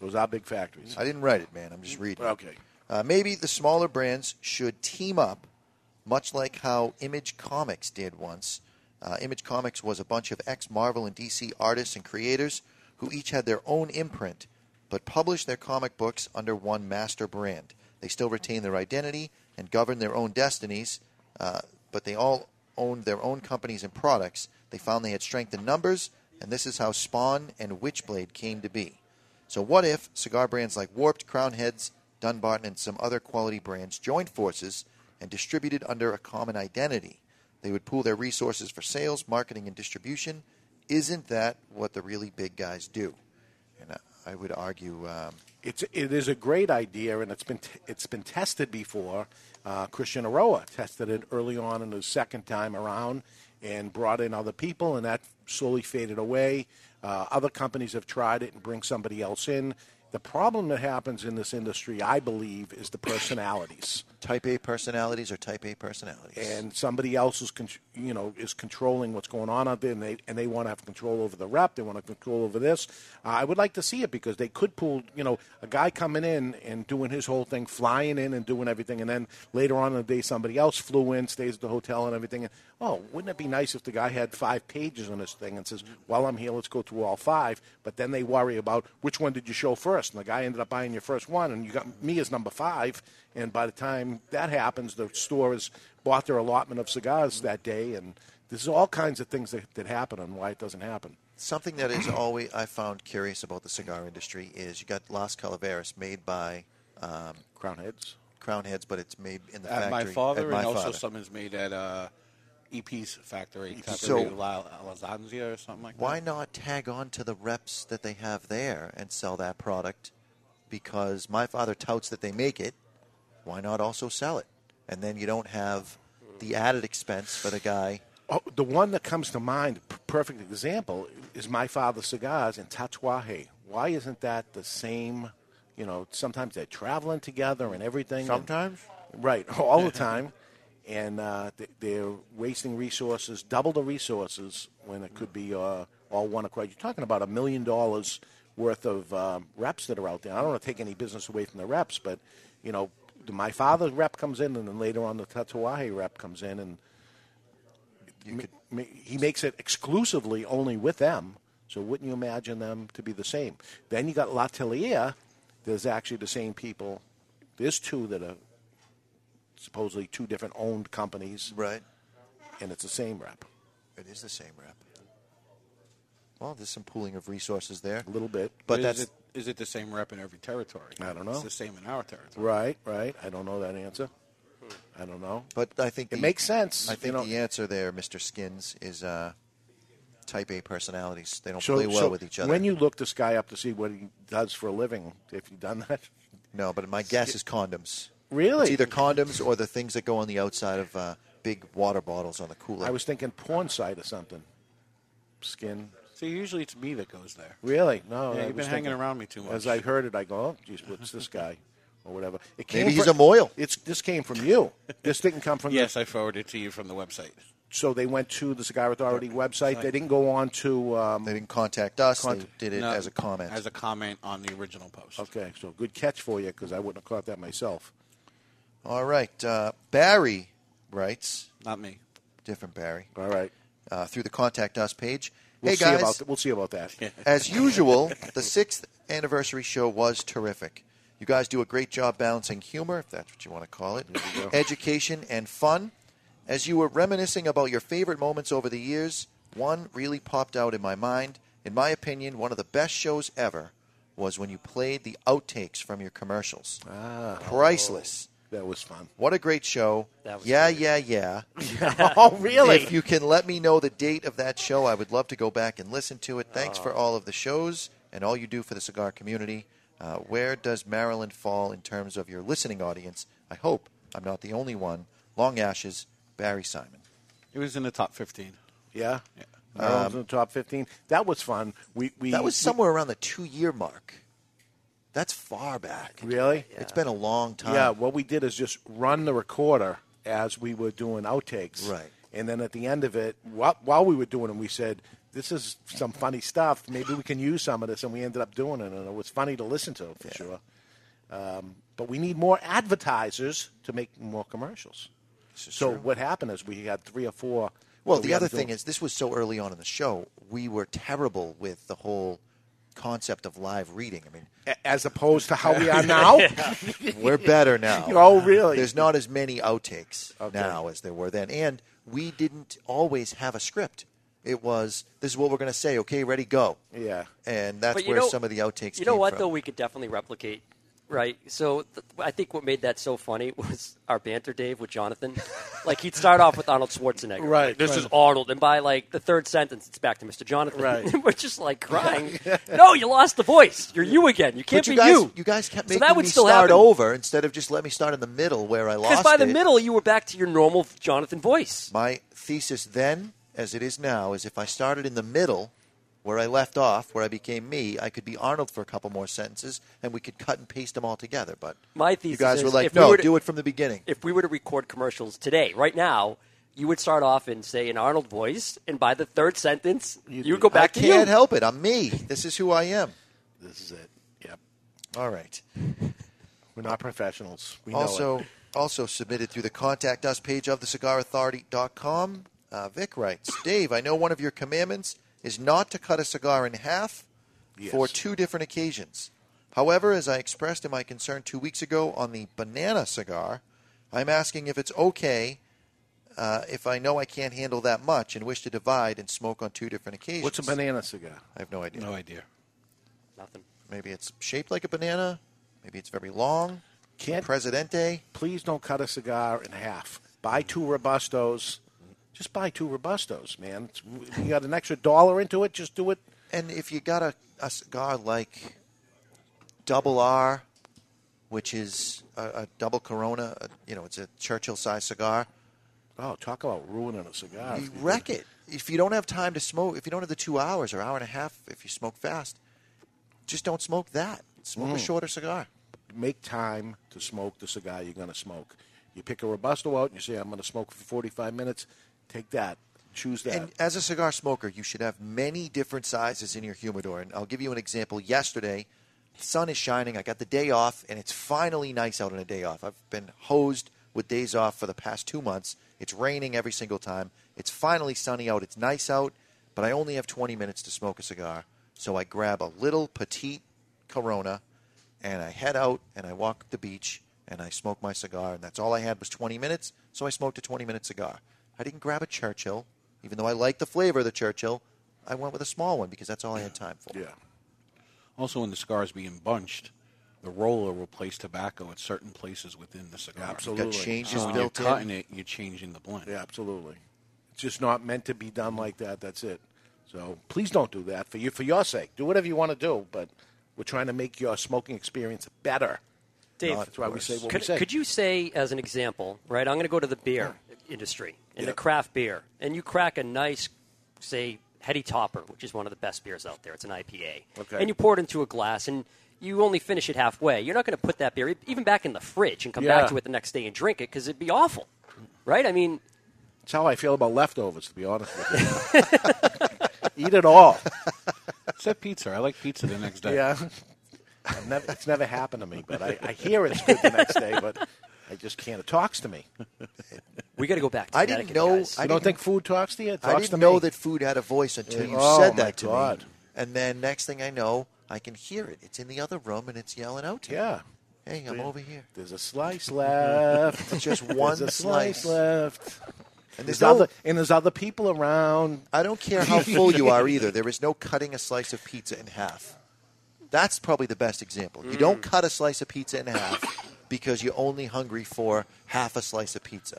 Those are big factories.
I didn't write it, man. I'm just reading.
Okay.
Uh, maybe the smaller brands should team up, much like how Image Comics did once. Uh, Image Comics was a bunch of ex Marvel and DC artists and creators who each had their own imprint, but published their comic books under one master brand. They still retain their identity and govern their own destinies, uh, but they all owned their own companies and products. They found they had strength in numbers, and this is how Spawn and Witchblade came to be. So what if cigar brands like Warped, Crown Heads, Dunbarton, and some other quality brands joined forces and distributed under a common identity? They would pool their resources for sales, marketing, and distribution. Isn't that what the really big guys do? And I, I would argue, um,
It's it is a great idea, and it's been t- it's been tested before. Uh, Christian Aroa tested it early on in his second time around, and brought in other people, and that slowly faded away. Uh, other companies have tried it and bring somebody else in. The problem that happens in this industry, I believe, is the personalities.
type A personalities are type A personalities.
and somebody else is con- you know is controlling what's going on out there, and they and they want to have control over the rep, they want to control over this. Uh, I would like to see it because they could pull you know a guy coming in and doing his whole thing, flying in and doing everything, and then later on in the day somebody else flew in, stays at the hotel and everything. And, oh, wouldn't it be nice if the guy had five pages on his thing and says, "While I'm here, let's go through all five. But then they worry about which one did you show first, and the guy ended up buying your first one, and you got me as number five. And by the time that happens, the store has bought their allotment of cigars that day, and there's all kinds of things that, that happen and why it doesn't happen.
Something that is always I found curious about the cigar industry is you got Las Calaveras made by um,
Crown Heads.
Crown Heads, but it's made in the
at
factory.
my father,
at my
and also
father.
some is made at uh, EP's factory,
E So-
so, La, Lazanzia or something like
why
that.
not tag on to the reps that they have there and sell that product? Because my father touts that they make it. Why not also sell it? And then you don't have the added expense for the guy.
Oh, the one that comes to mind, p- perfect example, is my father's cigars in Tatuaje. Why isn't that the same? You know, sometimes they're traveling together and everything. and-
Sometimes?
right, *laughs* all the time. And uh, th- they're wasting resources, double the resources when it could be uh, all one across. You're talking about a million dollars worth of um, reps that are out there. I don't want to take any business away from the reps, but you know, my father's rep comes in, and then later on the Tatuaje rep comes in, and ma- ma- he makes it exclusively only with them. So wouldn't you imagine them to be the same? Then you got Latelier. There's actually the same people. There's two that are supposedly two different owned companies.
Right.
And it's the same rep.
It is the same rep. Well, there's some pooling of resources there. A
little bit.
But
is
that's
it, is it the same rep in every territory?
I don't know.
It's the same in our territory.
Right, right. I don't know that answer. I don't know.
But I think
it
the-
makes sense.
I
you
think
know.
the answer there, Mr. Skins, is uh, type A personalities. They don't
So-
play well
so
with each other.
When you look this guy up to see what he does for a living, if you've done that,
no, but my guess is condoms.
Really?
It's either condoms or the things that go on the outside of uh, big water bottles on the cooler.
I was thinking porn site or something. Skin.
So usually it's me that goes there.
Really? No.
Yeah,
I
you've
was
been hanging
thinking-
around me too much.
As I heard it, I go, oh, geez, what's this guy? or whatever. It
Maybe he's
from,
a Moyle.
It's this came from you. This didn't come from.
Yes, I forwarded it to you from the website.
So they went to the Cigar Authority website. They didn't go on to. Um,
they didn't contact us.
They did it No. as a comment. As a comment on the original post.
Okay, so good catch for you because I wouldn't have caught that myself.
All right. Uh, Barry writes.
Not me.
Different Barry.
All right.
Uh, through the Contact Us page.
We'll
hey,
see
guys.
about th- we'll see about that.
*laughs* As usual, the sixth anniversary show was terrific. You guys do a great job balancing humor, if that's what you want to call it,
we go.
education, and fun. As you were reminiscing about your favorite moments over the years, one really popped out in my mind. In my opinion, one of the best shows ever was when you played the outtakes from your commercials. Ah, Priceless.
That was fun.
What a great show. yeah, yeah, yeah,
*laughs* Oh, really?
If you can let me know the date of that show, I would love to go back and listen to it. Thanks
Ah.
for all of the shows and all you do for the cigar community. Uh, where does Maryland fall in terms of your listening audience? I hope I'm not the only one. Long Ashes, Barry Simon.
It was in the top 15.
Yeah. Maryland's in the top fifteen. That was fun. We, we
That was
we-
somewhere around the two year mark. That's far back.
Really?
It's been a long time.
Yeah, what we did is just run the recorder as we were doing outtakes.
Right.
And then at the end of it, while, while we were doing it, we said, this is some funny stuff. Maybe we can use some of this. And we ended up doing it. And it was funny to listen to, for sure. Um, but we need more advertisers to make more commercials. So what happened is we had three or four.
Well,
that we
the
had
other
to do.
thing is, this was so early on in the show, we were terrible with the whole concept of live reading. I mean,
A- as opposed to how we
*laughs*
are now.
We're better now.
*laughs* Oh, really?
There's not as many outtakes now as there were then. And we didn't always have a script. It was, this is what we're going to say. Okay, ready, go.
Yeah.
And that's
But you
where
know-
some of the outtakes
You know
came
what,
from.
though? We could definitely replicate, right? So th- I think what made that so funny *laughs* was our banter, Dave, with Jonathan. like, he'd start off with Arnold Schwarzenegger.
Right,
Like, this
right.
is Arnold. And by, like, the third sentence, it's back to Mr. Jonathan. *laughs*
Right.
We're just, like,
*laughs*
crying. no, you lost the voice. You're you again. You can't
but you
be
guys,
you.
guys kept
So
making
that would
me
still
start
happen.
over instead of just let me start in the middle where I
Because
lost
by the
it.
middle, you were back to your normal Jonathan voice.
My thesis then, as it is now, is if I started in the middle where I left off, where I became me, I could be Arnold for a couple more sentences and we could cut and paste them all together. But
My thesis
you guys
is
were like,
if we
no,
were to-
do it from the beginning.
If we were to record commercials today, right now, you would start off in, say, an Arnold voice, and by the third sentence, you, would go back
I
to you.
can't help it. I'm me. This is who I am.
This is it. Yep.
All right.
We're not professionals. We know
also,
it.
also submitted through the contact us page of thecigarauthority.com. Uh, Vic writes, Dave, I know one of your commandments is not to cut a cigar in half for two different occasions. However, as I expressed in my concern two weeks ago on the banana cigar, I'm asking if it's okay uh, if I know I can't handle that much and wish to divide and smoke on two different occasions.
What's a banana cigar?
I have no idea.
No idea.
Nothing.
Maybe it's shaped like a banana. Maybe it's very long.
Can't
Presidente.
Please don't cut a cigar in half. Buy two robustos. Just buy two robustos, man. It's, you got an extra dollar into it. Just do it.
And if you got a, a cigar like Double R, which is a, a double Corona, a, you know, it's a Churchill-sized cigar.
Oh, talk about ruining a cigar.
You wreck it if you don't have time to smoke. If you don't have the two hours or hour and a half, if you smoke fast, just don't smoke that. Smoke a
Mm.
shorter cigar.
Make time to smoke the cigar you're going to smoke. You pick a robusto out and you say, "I'm going to smoke for 45 minutes." Take that. Choose that.
And as a cigar smoker, you should have many different sizes in your humidor. And I'll give you an example. Yesterday, the sun is shining. I got the day off, and it's finally nice out on a day off. I've been hosed with days off for the past two months. It's raining every single time. It's finally sunny out. It's nice out, but I only have 20 minutes to smoke a cigar. So I grab a little petite Corona, and I head out and I walk the beach and I smoke my cigar, and that's all I had was 20 minutes, so I smoked a 20 minute cigar. I didn't grab a Churchill, even though I like the flavor of the Churchill. I went with a small one because that's all I had time for.
Yeah.
Also, when the cigar is being bunched, the roller will place tobacco at certain places within the cigar.
absolutely. Got changes
so when
built in.
you're cutting it, you're changing the blend.
Yeah, absolutely. It's just not meant to be done like that. That's it. So please don't do that for you for your sake. Do whatever you want to do, but we're trying to make your smoking experience better.
Dave,
Not- that's why we say what
could,
we say.
could you say, as an example, right? I'm going to go to the beer industry in
Yep.
the craft beer, and you crack a nice, say, Heady Topper, which is one of the best beers out there. It's an IPA,
Okay.
and you pour it into a glass, and you only finish it halfway. You're not going to put that beer e- even back in the fridge and come
Yeah.
back to it the next day and drink it because it'd be awful, right? I mean,
That's how I feel about leftovers, to be honest with you. *laughs* Eat it all.
Except pizza. I like pizza the next day.
Yeah. I've never, it's *laughs* never happened to me, but I, I hear it's good the next day, but I just can't. It talks to me.
We got to go back
to I didn't Connecticut, know- guys. I
I don't
didn't-
think food talks to you? It
I
talks
didn't
to
know
me.
that food had a voice until
Yeah.
you
Oh,
said
my
that to
God.
me. And then next thing I know, I can hear it. It's in the other room and it's yelling out to me.
Yeah.
Hey, I'm
Yeah.
over here.
There's a slice *laughs* *laughs* left.
It's just one
there's a
slice.
slice. left.
And
And
there's
there's,
no-
other and there's other people around.
I don't care
*laughs*
how full you are either. There is no cutting a slice of pizza in half. That's probably the best example. You don't
Mm.
cut a slice of pizza in half because you're only hungry for half a slice of pizza.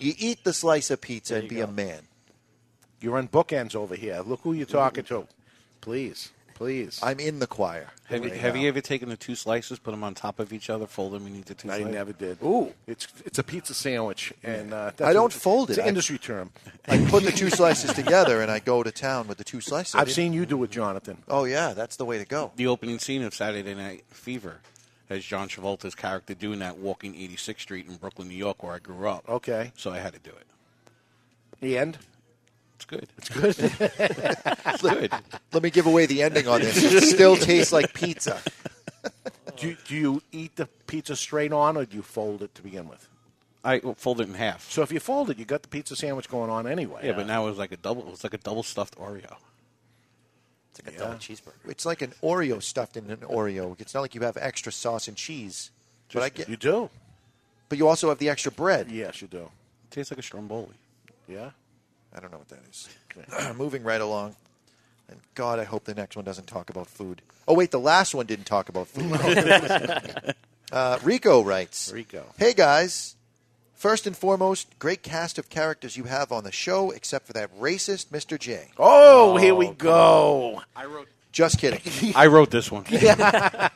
You eat the slice of pizza and be a man.
You're on bookends over here. Look who you're talking to. Please, please.
I'm in the choir.
Have, you,
Right
have
now.
you ever taken the two slices, put them on top of each other, fold them, and eat the two
I
slices?
never did.
Ooh.
It's it's a pizza sandwich, and uh, that's
I don't
what-
fold it.
It's an
I-
industry term.
I put the two slices together and I go to town with the two slices.
I've seen
you do it, Jonathan.
Oh yeah, that's the way to go.
The opening scene of Saturday Night Fever has John Travolta's character doing that walking 86th Street in Brooklyn, New York, where I grew up.
Okay.
So I had to do it.
The end.
It's good. It's
good.
*laughs* it's good.
Let me give away the ending on this. It still tastes like pizza.
Do, do you eat the pizza straight on, or do you fold it to begin with?
I fold it in half.
So if you fold it, you got the pizza sandwich going on anyway.
Yeah, but now it was like a double. It was like a double stuffed Oreo.
It's like a double cheeseburger.
It's like an Oreo stuffed in an Oreo. It's not like you have extra sauce and cheese. but
Just-
I get
you do.
But you also have the extra bread.
Yes, you do.
tastes like a stromboli.
Yeah.
I don't know what that
*laughs*
is. *clears throat* Moving right along. And God, I hope the next one doesn't talk about food. Oh wait, the last one didn't talk about
*laughs*
food. *laughs* uh, Rico writes.
Rico.
Hey guys. First and foremost, great cast of characters you have on the show, except for that racist Mr. J.
Oh, here we go.
I wrote. Just kidding.
*laughs* I wrote
*laughs*
this one.
Uh,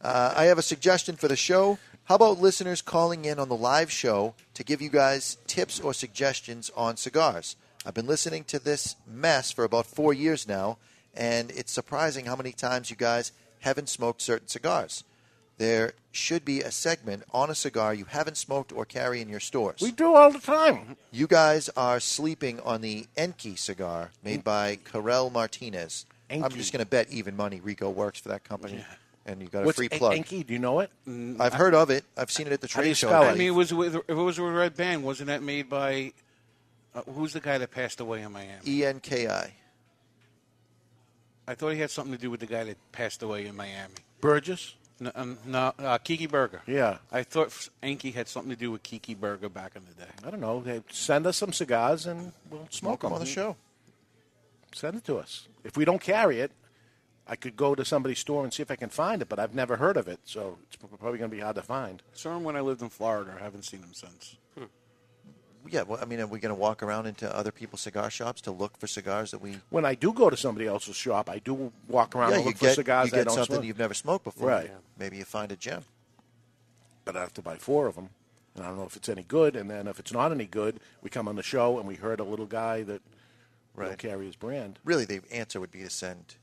I have a suggestion for the show. How about listeners calling in on the live show to give you guys tips or suggestions on cigars? I've been listening to this mess for about four years now, and it's surprising how many times you guys haven't smoked certain cigars. There should be a segment on a cigar you haven't smoked or carry in your stores. We
do all the time.
You guys are sleeping on the Enki cigar made by Karel Martinez. I'm
Enki.
just going to bet even money Rico works for that company, and you got a
What's
free
en-
plug.
Enki? Do you know it?
I've heard of it. I've seen it at the
How do you
trade show.
spell
I
it?
I mean, it was with, if it was with Red Band, wasn't that made by uh, who's the guy that passed away in Miami?
E N K I.
I thought he had something to do with the guy that passed away in Miami.
Burgess.
No, um, no uh, Kiki Burger.
Yeah.
I thought Anki had something to do with Kiki Burger back in the day.
I don't know. They send us some cigars and we'll smoke them
on the show.
Send it to us. If we don't carry it, I could go to somebody's store and see if I can find it, but I've never heard of it, so it's p- probably going to be hard to find.
Saw him when I lived in Florida. I haven't seen him since.
Hmm.
Yeah, well, I mean, are we going to walk around into other people's cigar shops to look for cigars that we?
When I do go to somebody else's shop, I do walk around
yeah,
and
you
look
get
for cigars
you
that I
get
don't
something
smoke.
you've never smoked before.
Right.
Maybe you find a gem.
But I have to buy four of them, and I don't know if it's any good. And then if it's not any good, we come on the show and we heard a little guy that will
Right.
carry his brand.
Really, the answer would be to send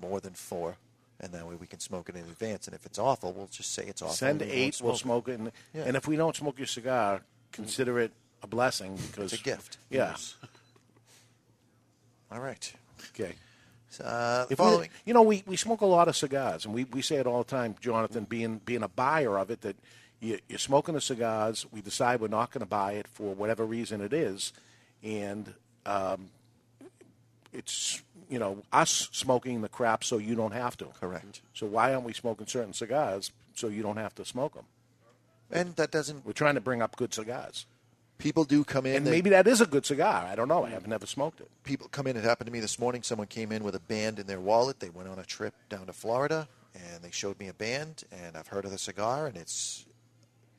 more than four, and that way we can smoke it in advance. And if it's awful, we'll just say it's awful.
Send
and we won't
eight, we'll smoke it. And,
Yeah.
and if we don't smoke your cigar, consider it a blessing because
It's a gift.
Yeah.
Yes. *laughs* All right.
Okay.
Uh,
If we-
following.
you know, we, we smoke a lot of cigars, and we, we say it all the time, Jonathan, being being a buyer of it, that you, you're smoking the cigars. We decide we're not going to buy it for whatever reason it is, and um, it's you know us smoking the crap so you don't have to.
Correct.
So why aren't we smoking certain cigars so you don't have to smoke them?
And that doesn't.
We're trying to bring up good cigars.
People do come in.
And
they-
maybe that is a good cigar. I don't know. I have never smoked it.
Hmm. people come in. It happened to me this morning. Someone came in with a band in their wallet. They went on a trip down to Florida, and they showed me a band. And I've heard of the cigar, and it's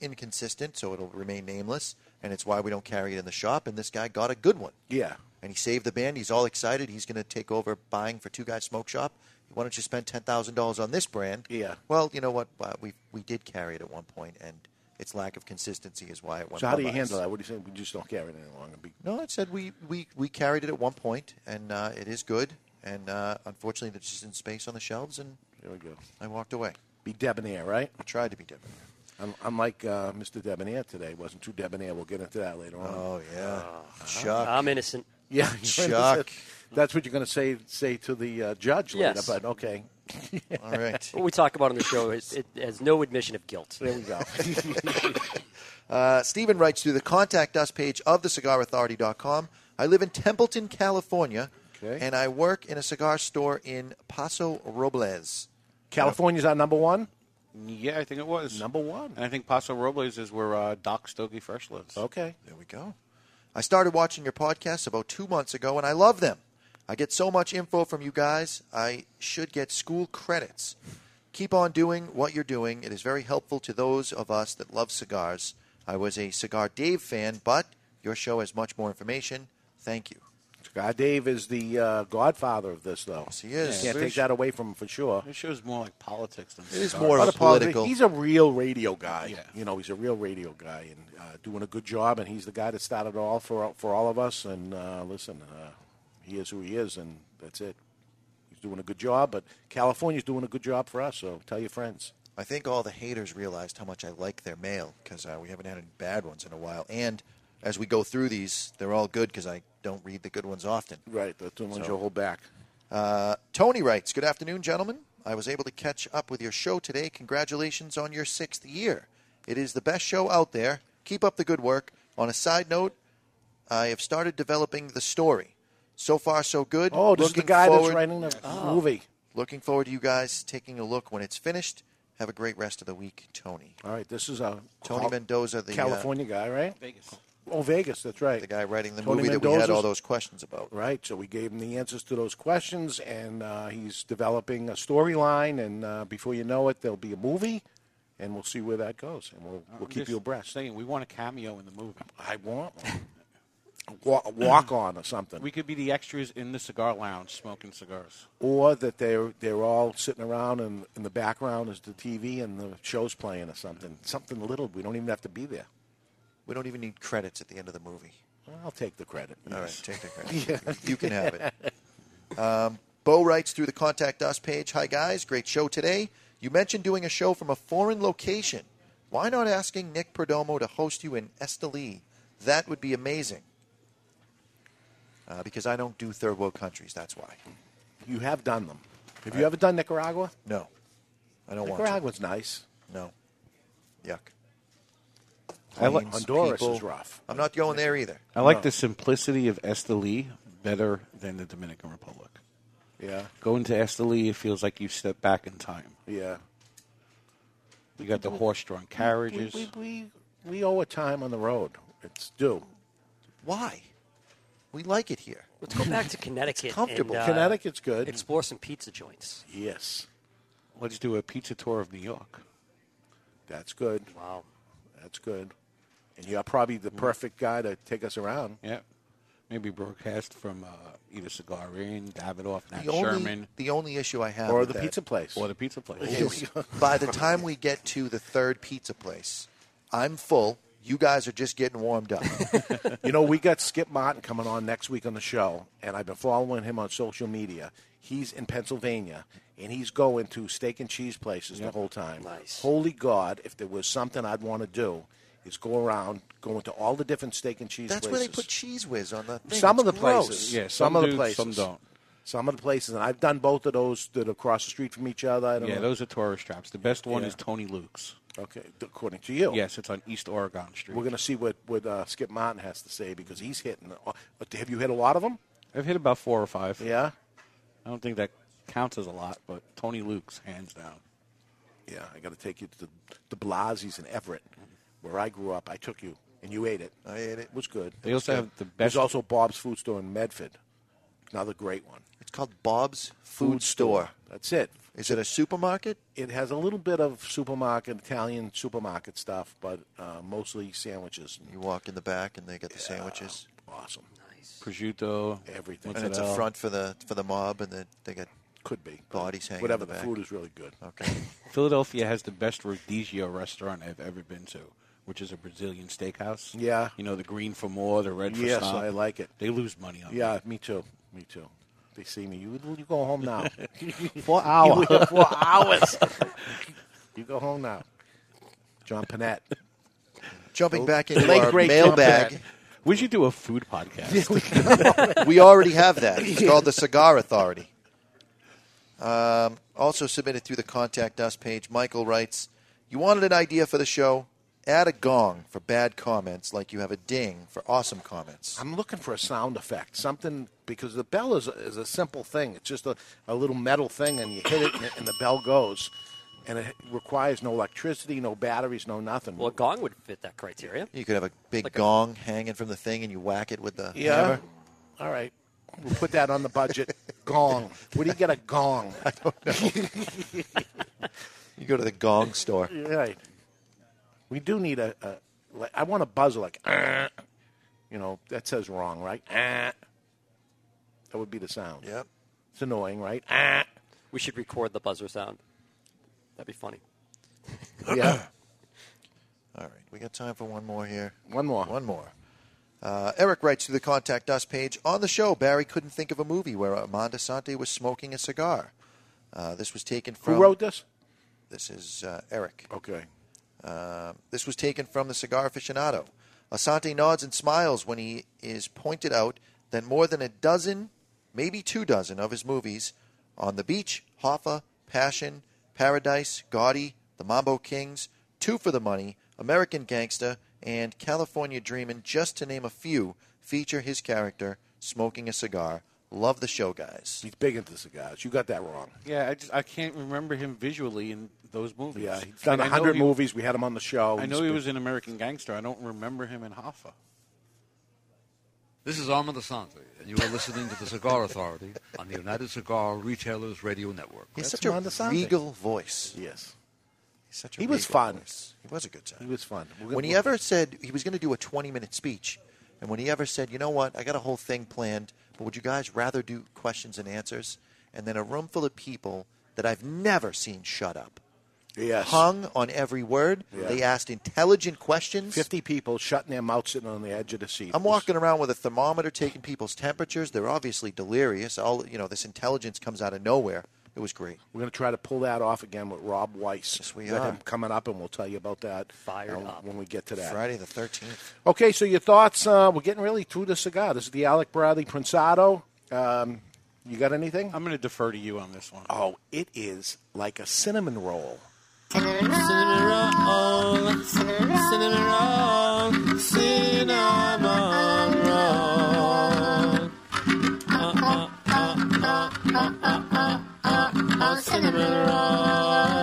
inconsistent, so it'll remain nameless. And it's why we don't carry it in the shop. And this guy got a good one.
Yeah.
And he saved the band. He's all excited. He's going to take over buying for Two Guys Smoke Shop. Why don't you spend ten thousand dollars on this brand?
Yeah.
Well, you know what? Uh, We we did carry it at one point, and its lack of consistency is why it went.
So how do you
bye-byes.
handle that? What do you say? We just don't carry it any longer. Be-
No, it said we, we, we carried it at one point, and uh, it is good, And uh, unfortunately, there's just in space on the shelves, and
there we go.
I walked away.
Be debonair, right?
I tried to be debonair.
I'm, I'm like uh, Mr. Debonair today. Wasn't too debonair. We'll get into that later on.
Oh yeah, Chuck.
Uh, I'm innocent.
*laughs* Yeah,
Chuck.
*laughs* That's what you're going to say say to the uh, judge
Yes.
later. But okay,
*laughs* All right.
What we talk about on the show is it has no admission of guilt.
There we go.
*laughs* Uh, Stephen writes through the contact us page of the thecigarauthority.com. I live in Templeton, California,
Okay.
and I work in a cigar store in Paso Robles.
California's our number one.
Yeah, I think it was
number one.
And I think Paso Robles is where uh, Doc Stogie Fresh lives.
Okay,
there we go. I started watching your podcasts about two months ago, and I love them. I get so much info from you guys. I should get school credits. Keep on doing what you're doing. It is very helpful to those of us that love cigars. I was a Cigar Dave fan, but your show has much more information. Thank you.
God, Dave is the uh, godfather of this, though. Yes,
he is.
Can't take that away from him for sure.
This show's more like politics than
It is
cigars.
more of a political. He's a real radio guy. You know, he's a real radio guy and uh, doing a good job. And he's the guy that started it all for for all of us. And uh, listen, uh, he is who he is, and that's it. He's doing a good job, but California's doing a good job for us. So tell your friends.
I think all the haters realized how much I like their mail because uh, we haven't had any bad ones in a while. And as we go through these, they're all good because I don't read the good ones often.
Right, that's the ones you'll hold back.
Uh, Tony writes Good afternoon, gentlemen. I was able to catch up with your show today. Congratulations on your sixth year. It is the best show out there. Keep up the good work. On a side note, I have started developing the story. So far, so good.
Oh, this is the guy that's writing the
Oh.
movie.
Looking forward to you guys taking a look when it's finished. Have a great rest of the week, Tony.
All right, this is a
Tony Mendoza, the uh,
California guy, right? Vegas. Oh, Vegas. That's right. The
guy writing the movie that we had all those questions about.
Right. So we gave him the answers to those questions, and uh, he's developing a storyline. And uh, before you know it, there'll be a movie, and we'll see where that goes. And we'll,
Uh, I'm
we'll keep
just
you abreast.
Saying we want a cameo in the movie.
I want one. Wa- Walk on or something,
We could be the extras in the cigar lounge smoking cigars.
or that they're they're all sitting around, and in the background is the TV and the show's playing or something. Something little. We don't even have to be there.
We don't even need credits at the end of the movie.
I'll take the credit.
All right, take the
*laughs* Yeah.
credit.
*laughs*
You can have it. Um, Bo writes through the Contact Us page Hi, guys. Great show today. You mentioned doing a show from a foreign location. Why not asking Nick Perdomo to host you in Esteli? That would be amazing. Uh, because I don't do third world countries, that's why.
*laughs* You have done them. Have you ever done Nicaragua?
No. I don't want to.
Nicaragua's nice.
No. Yuck.
I like-
Planes,
Honduras
people.
is rough.
I'm not going there either.
I like the simplicity of Esteli better than the Dominican Republic.
Yeah.
Going to Esteli, it feels like you step back in time.
Yeah.
You got the
Mm-hmm.
horse-drawn carriages.
We, we, we, we owe a time on the road. It's due.
Why? We like it here.
Let's go back to Connecticut.
comfortable.
And, uh,
Connecticut's good.
Explore some pizza joints.
Yes.
Let's do a pizza tour of New York.
That's good. Wow. That's good. And you're probably the perfect guy to take us around.
Yeah. Mm-hmm. Maybe broadcast from uh, either Cigar Inn, Davidoff, Nat
The only,
Sherman.
the only issue I have
Or
with
the
that
pizza place. Or the pizza
*laughs*
place.
is
Yeah.
by the time we get to the third pizza place, I'm full. You guys are just getting warmed up.
*laughs* you know, we got Skip Martin coming on next week on the show, and I've been following him on social media. He's in Pennsylvania, and he's going to steak and cheese places the whole time. Nice. Holy God, if there was something I'd want to do, is go around, go into all the different steak and cheese
That's
places.
where they put cheese whiz on the thing.
Some of
It's
the
gross.
places.
Yeah,
some,
some
of the
do,
places.
some don't.
Some of the places. And I've done both of those that are across the street from each other. I don't
Yeah,
know.
those are tourist traps. The best one
Yeah.
is Tony Luke's.
Okay, according to you.
Yes, it's on East Oregon Street.
We're going to see what, what uh, Skip Martin has to say because he's hitting. uh, Have you hit a lot of them?
I've hit about four or five.
Yeah.
I don't think that counts as a lot, but Tony Luke's hands down.
Yeah, I got to take you to the Blasies in Everett, where I grew up. I took you, and you ate it.
I ate it.
It was good.
They
It was
also
good.
have the best-
There's also Bob's Food Store in Medford. Another great one.
It's called Bob's Food, Store.
That's it.
Is it a supermarket?
It has a little bit of supermarket, Italian supermarket stuff, but uh, mostly sandwiches.
You walk in the back and they get the sandwiches.
Awesome.
Prosciutto,
Everything.
And it's a
mozzarella.
front for the for the mob, and then they get
could be
*laughs*
bodies hanging.
Whatever,
in the,
the
back.
food is really good. *laughs*
Okay.
Philadelphia has the best Rodizio restaurant I've ever been to, which is a Brazilian steakhouse.
Yeah.
You know, the green for more, the red for
Yes,
stop.
I like it.
They lose money on
Yeah, me too. Me too. They see me. You, you go
*laughs*
home now.
For *laughs* hour.
For
*laughs*
hours. you go home now. John Panette.
*laughs* Jumping back
The
into
late,
our
great
mailbag.
John Panette.
We should do a food podcast.
*laughs* we already have that. It's called the Cigar Authority. Um, also submitted through the Contact Us page, Michael writes You wanted an idea for the show? Add a gong for bad comments, like you have a ding for awesome comments.
I'm looking for a sound effect, something because the bell is a, is a simple thing. It's just a, a little metal thing, and you hit it, and, and the bell goes, and it requires no electricity, no batteries, no nothing.
Well, a gong would fit that criteria.
You could have a big gong hanging from the thing and you whack it with the
Yeah.
hammer.
All right, we'll put that on
*laughs*
the budget. gong. Where do you get a gong? I don't *laughs* know.
You go to the gong store.
right. We do need a. a like, I want a buzzer like, "Ah." you know, that says wrong, right? "Ah." That would be the sound.
Yep.
It's annoying, right? "Ah."
We should record the buzzer sound. That'd be funny.
Yeah. *clears throat*
All right, we got time for one more here.
One more.
One more. Uh, Eric writes to the Contact Us page on the show. Barry couldn't think of a movie where Armando Sante was smoking a cigar. Uh, this was taken from.
Who wrote this?
This is uh, Eric.
Okay.
Uh, this was taken from the Cigar Aficionado. Asante nods and smiles when he is pointed out that more than a dozen, maybe two dozen, of his movies on the beach, Hoffa, Passion, Paradise, Gaudi, The Mambo Kings, Two for the Money, American Gangsta, and California Dreamin', just to name a few, feature his character smoking a cigar. Love the show, guys.
He's big into cigars. You got that wrong.
Yeah, I just I can't remember him visually in those movies.
Yeah, he's
And
done
I know
100
he-
movies. We had him on the show.
I
He's
know he
been-
was in American Gangster. I don't remember him in Hoffa.
This is Armand Asante, and you are listening to the Cigar Authority on the United Cigar Retailers Radio Network.
He's such a regal voice.
Yes.
He's such a
He was
regal
fun.
voice. He was a good time.
He was fun. We're gonna-
when he ever said he was going to do a 20 minute speech, and when he ever said, you know what, I got a whole thing planned, but would you guys rather do questions and answers? And then a room full of people that I've never seen shut up.
Yes.
Hung on every word.
Yeah.
They asked intelligent questions.
50 people shutting their mouths sitting on the edge of the seat.
I'm walking around with a thermometer taking people's temperatures. They're obviously delirious. All you know, this intelligence comes out of nowhere. It was great.
We're going to try to pull that off again with Rob Weiss.
we
Got
are.
him coming up, and we'll tell you about that Fired up. when we get to that.
Friday the 13th.
Okay, so your thoughts. Uh, we're getting really through the cigar. This is the Alec Bradley Prensado. Um, you got anything? I'm
going to defer to you on this one.
Oh, it is like a cinnamon roll.
Cinnamon roll, cinnamon roll, cinnamon roll. Uh, uh, uh, uh, uh, uh, uh, uh, uh, cinnamon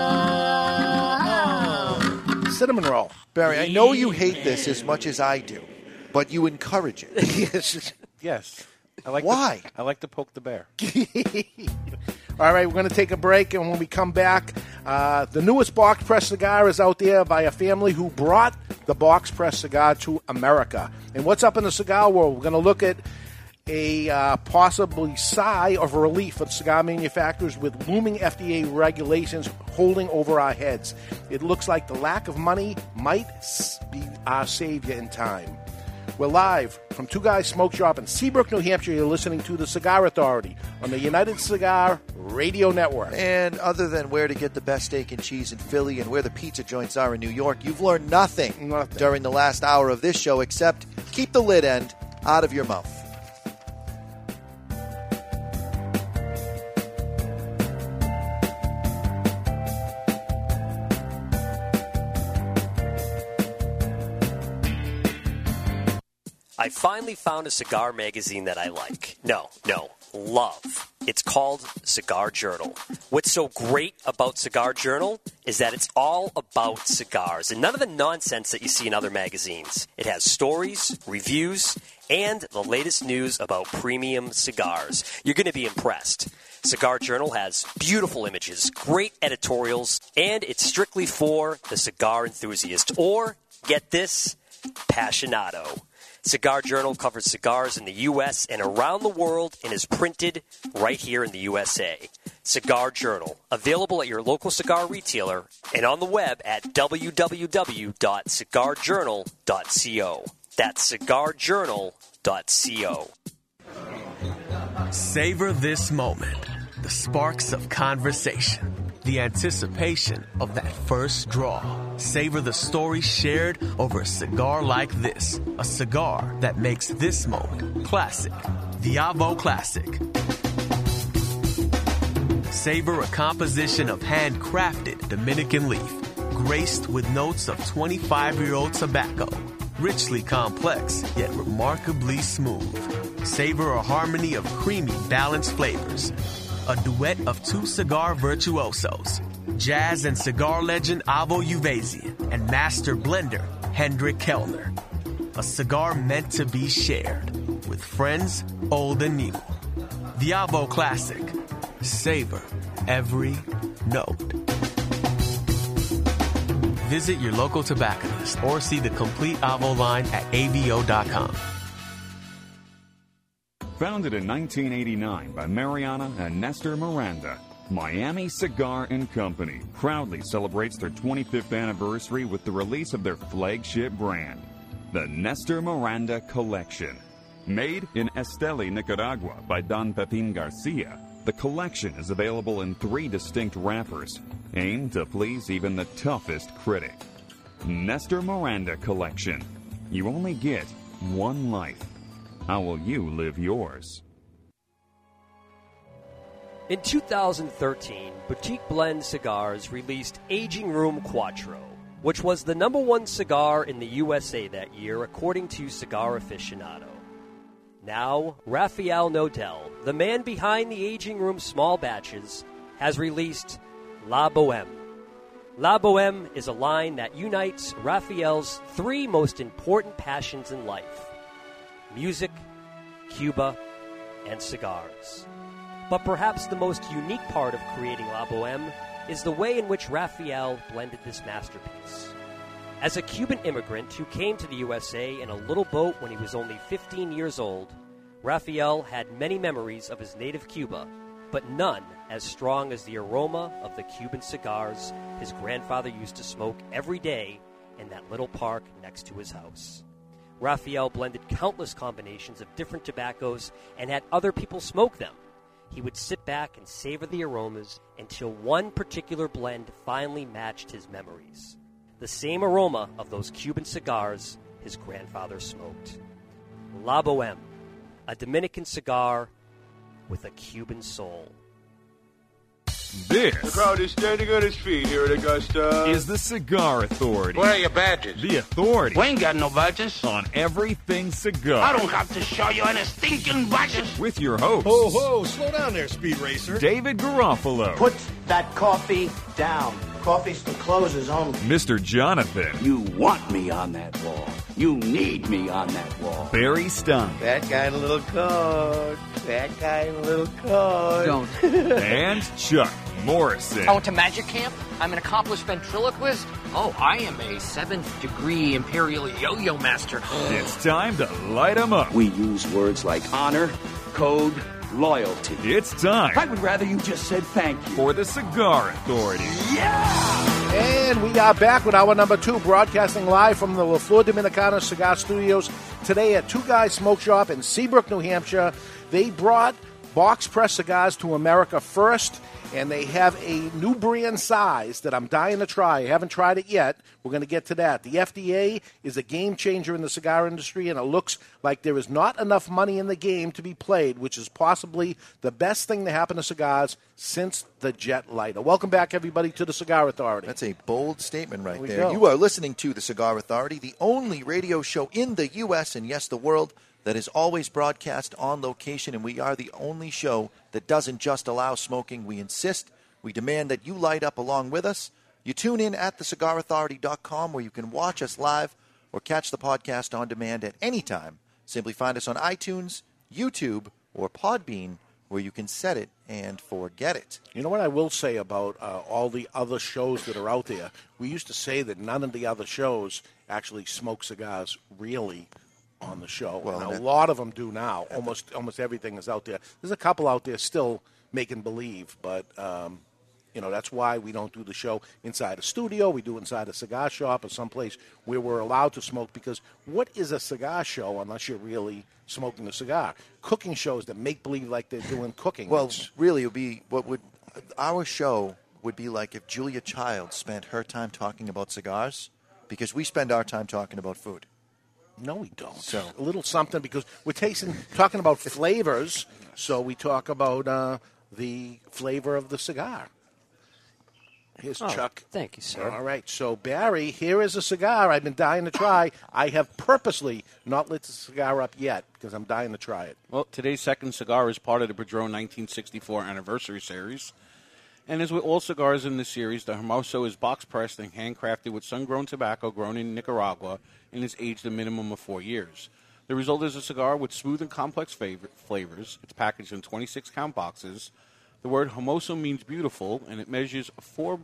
roll.
Cinnamon roll.
Oh. Barry, I know you hate this as much as I do, but you encourage it.
yes.
Yes. I like
Why?
To, I like to poke the bear.
*laughs* All right, we're going to take a break, and when we come back, uh, the newest box press cigar is out there by a family who brought the box press cigar to America. And what's up in the cigar world? We're going to look at a uh, possibly sigh of relief for the cigar manufacturers with looming FDA regulations holding over our heads. It looks like the lack of money might s- be our savior in time. We're live from Two Guys Smoke Shop in Seabrook, New Hampshire. You're listening to the Cigar Authority on the United Cigar Radio Network.
And other than where to get the best steak and cheese in Philly and where the pizza joints are in New York, you've learned nothing, during the last hour of this show except keep the lid end out of your mouth.
I finally found a cigar magazine that I like. No, no, love. It's called Cigar Journal. What's so great about Cigar Journal is that it's all about cigars and none of the nonsense that you see in other magazines. It has stories, reviews, and the latest news about premium cigars. You're going to be impressed. Cigar Journal has beautiful images, great editorials, and it's strictly for the cigar enthusiast or, get this, passionado. Cigar Journal covers cigars in the U.S. and around the world and is printed right here in the USA. Cigar Journal, available at your local cigar retailer and on the web at www.cigarjournal.co. That's cigarjournal.co.
Savor this moment the sparks of conversation, the anticipation of that first draw. Savor the story shared over a cigar like this, a cigar that makes this moment classic. The Avo Classic. Savor a composition of handcrafted Dominican leaf, graced with notes of 25 year old tobacco, richly complex yet remarkably smooth. Savor a harmony of creamy, balanced flavors. A duet of two cigar virtuosos, jazz and cigar legend Avo Uvesian and master blender Hendrik Kellner. A cigar meant to be shared with friends old and new. The Avo Classic. Savor every note. Visit your local tobacconist or see the complete Avo line at avo.com.
Founded in 1989 by Mariana and Nestor Miranda, Miami Cigar and Company proudly celebrates their 25th anniversary with the release of their flagship brand, the Nestor Miranda Collection. Made in Esteli, Nicaragua by Don Pepin Garcia, the collection is available in three distinct wrappers, aimed to please even the toughest critic. Nestor Miranda Collection. You only get one life. How will you live yours?
In 2013, Boutique Blend Cigars released Aging Room Quattro, which was the number one cigar in the USA that year, according to Cigar Aficionado. Now, Rafael Nodell, the man behind the Aging Room small batches, has released La Boheme. La Boheme is a line that unites Rafael's three most important passions in life music, Cuba, and cigars. But perhaps the most unique part of creating La Boheme is the way in which Raphael blended this masterpiece. As a Cuban immigrant who came to the USA in a little boat when he was only 15 years old, Raphael had many memories of his native Cuba, but none as strong as the aroma of the Cuban cigars his grandfather used to smoke every day in that little park next to his house. Raphael blended countless combinations of different tobaccos and had other people smoke them. He would sit back and savor the aromas until one particular blend finally matched his memories. The same aroma of those Cuban cigars his grandfather smoked. La Boheme, a Dominican cigar with a Cuban soul.
This
The crowd is standing on its feet here at Augusta.
is the Cigar Authority.
Where are your badges?
The Authority.
We ain't got no badges.
On everything cigar.
I don't have to show you any stinking badges.
With your host.
Ho, ho, slow down there, Speed Racer.
David Garofalo.
Put that coffee down. Coffee's for closers only.
Mr. Jonathan.
You want me on that wall. You need me on that wall. *laughs*
Barry Stein.
That guy in a little coat. That guy in a little coat.
and Chuck Morrison.
I went to Magic Camp. I'm an accomplished ventriloquist. Oh, I am a seventh degree imperial yo yo master. *gasps*
It's time to light 'em up.
We use words like honor, code, loyalty.
It's time.
I would rather you just said thank you.
For the Cigar Authority.
And we are back with our number two, broadcasting live from the La Flor Dominicana Cigar Studios today at Two Guys Smoke Shop in Seabrook, New Hampshire. They brought box press cigars to America first, and they have a new brand size that I'm dying to try. I haven't tried it yet. We're going to get to that. The FDA is a game changer in the cigar industry, and it looks like there is not enough money in the game to be played, which is possibly the best thing to happen to cigars since the jet lighter. Welcome back, everybody, to the Cigar Authority.
That's a bold statement right
we
there.
go.
You are listening to The Cigar Authority, the only radio show in the U.S. and yes, the world that is always broadcast on location. And we are the only show that doesn't just allow smoking. We insist, we demand that you light up along with us. You tune in at thecigarauthority.com where you can watch us live or catch the podcast on demand at any time. Simply find us on iTunes, YouTube, or Podbean where you can set it and forget it.
You know what I will say about uh, all the other shows that are out there? We used to say that none of the other shows actually smoke cigars really on the show.
Well,
and a
that-
lot of them do now. Almost almost everything is out there. There's a couple out there still making believe, but um, You know, that's why we don't do the show inside a studio. We do it inside a cigar shop or someplace where we're allowed to smoke because what is a cigar show unless you're really smoking a cigar? Cooking shows that make believe like they're doing cooking.
Well,
It's-
really, it would be what would our show would be like if Julia Child spent her time talking about cigars because we spend our time talking about food.
No, we don't. So a little something because we're tasting, talking about flavors. So we talk about uh, the flavor of the cigar. Here's
Oh,
Chuck.
Thank you, sir.
All right. So Barry, here is a cigar I've been dying to try. I have purposely not lit the cigar up yet because I'm dying to try it.
Well, today's second cigar is part of the Padron 1964 anniversary series. And as with all cigars in this series, the Hermoso is box pressed and handcrafted with sun grown tobacco grown in Nicaragua and is aged a minimum of four years. The result is a cigar with smooth and complex favor- flavors. It's packaged in 26 count boxes. The word Hermoso means beautiful, and it measures 4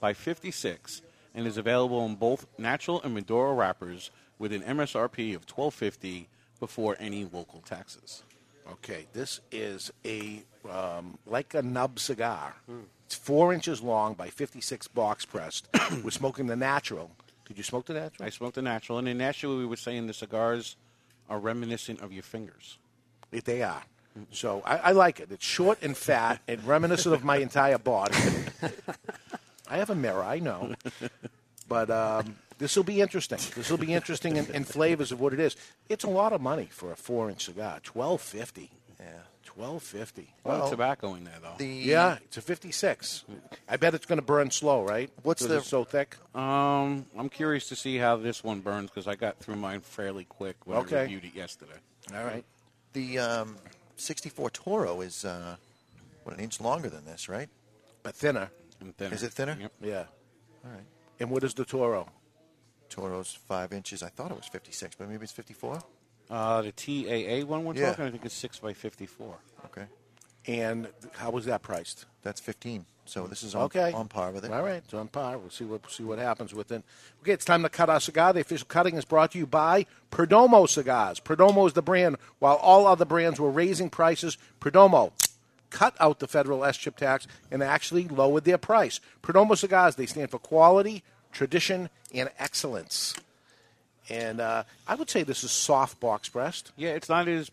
by 56 and is available in both natural and Maduro wrappers with an MSRP of 1250 before any local taxes.
Okay, this is a um, like a nub cigar.
Hmm.
It's four inches long by 56 box pressed. *coughs* We're smoking the natural. Did you smoke the natural?
I smoked the natural, and in Nashua we were saying the cigars are reminiscent of your fingers.
If they are. So I, I like it. It's short and fat and reminiscent of my entire body. I have a mirror, I know. But um, this will be interesting. This will be interesting in, in flavors of what it is. It's a lot of money for a four inch cigar. Twelve fifty. Yeah. Twelve fifty.
A lot of tobacco in there, though.
The-
yeah, it's a fifty six. I bet it's going to burn slow, right? Because it's so thick?
Um, I'm curious to see how this one burns because I got through mine fairly quick when
Okay.
I reviewed it yesterday.
All right.
The um, 64 Toro is uh, what an inch longer than this, right?
But thinner.
And thinner.
Is it thinner?
Yeah.
All right.
And what is the Toro?
Toro's five inches. I thought it was 56, but maybe it's 54.
Uh, the TAA one we're
Yeah.
talking, I think it's six by fifty-four.
Okay.
And how was that priced?
That's 15. So this is on,
okay.
on par with it.
All right, it's on par. We'll see what see what happens with it. Okay, it's time to cut our cigar. The official cutting is brought to you by Perdomo Cigars. Perdomo is the brand. While all other brands were raising prices, Perdomo cut out the federal S chip tax and actually lowered their price. Perdomo Cigars. They stand for quality, tradition, and excellence. And uh, I would say this is soft box pressed.
Yeah, it's not as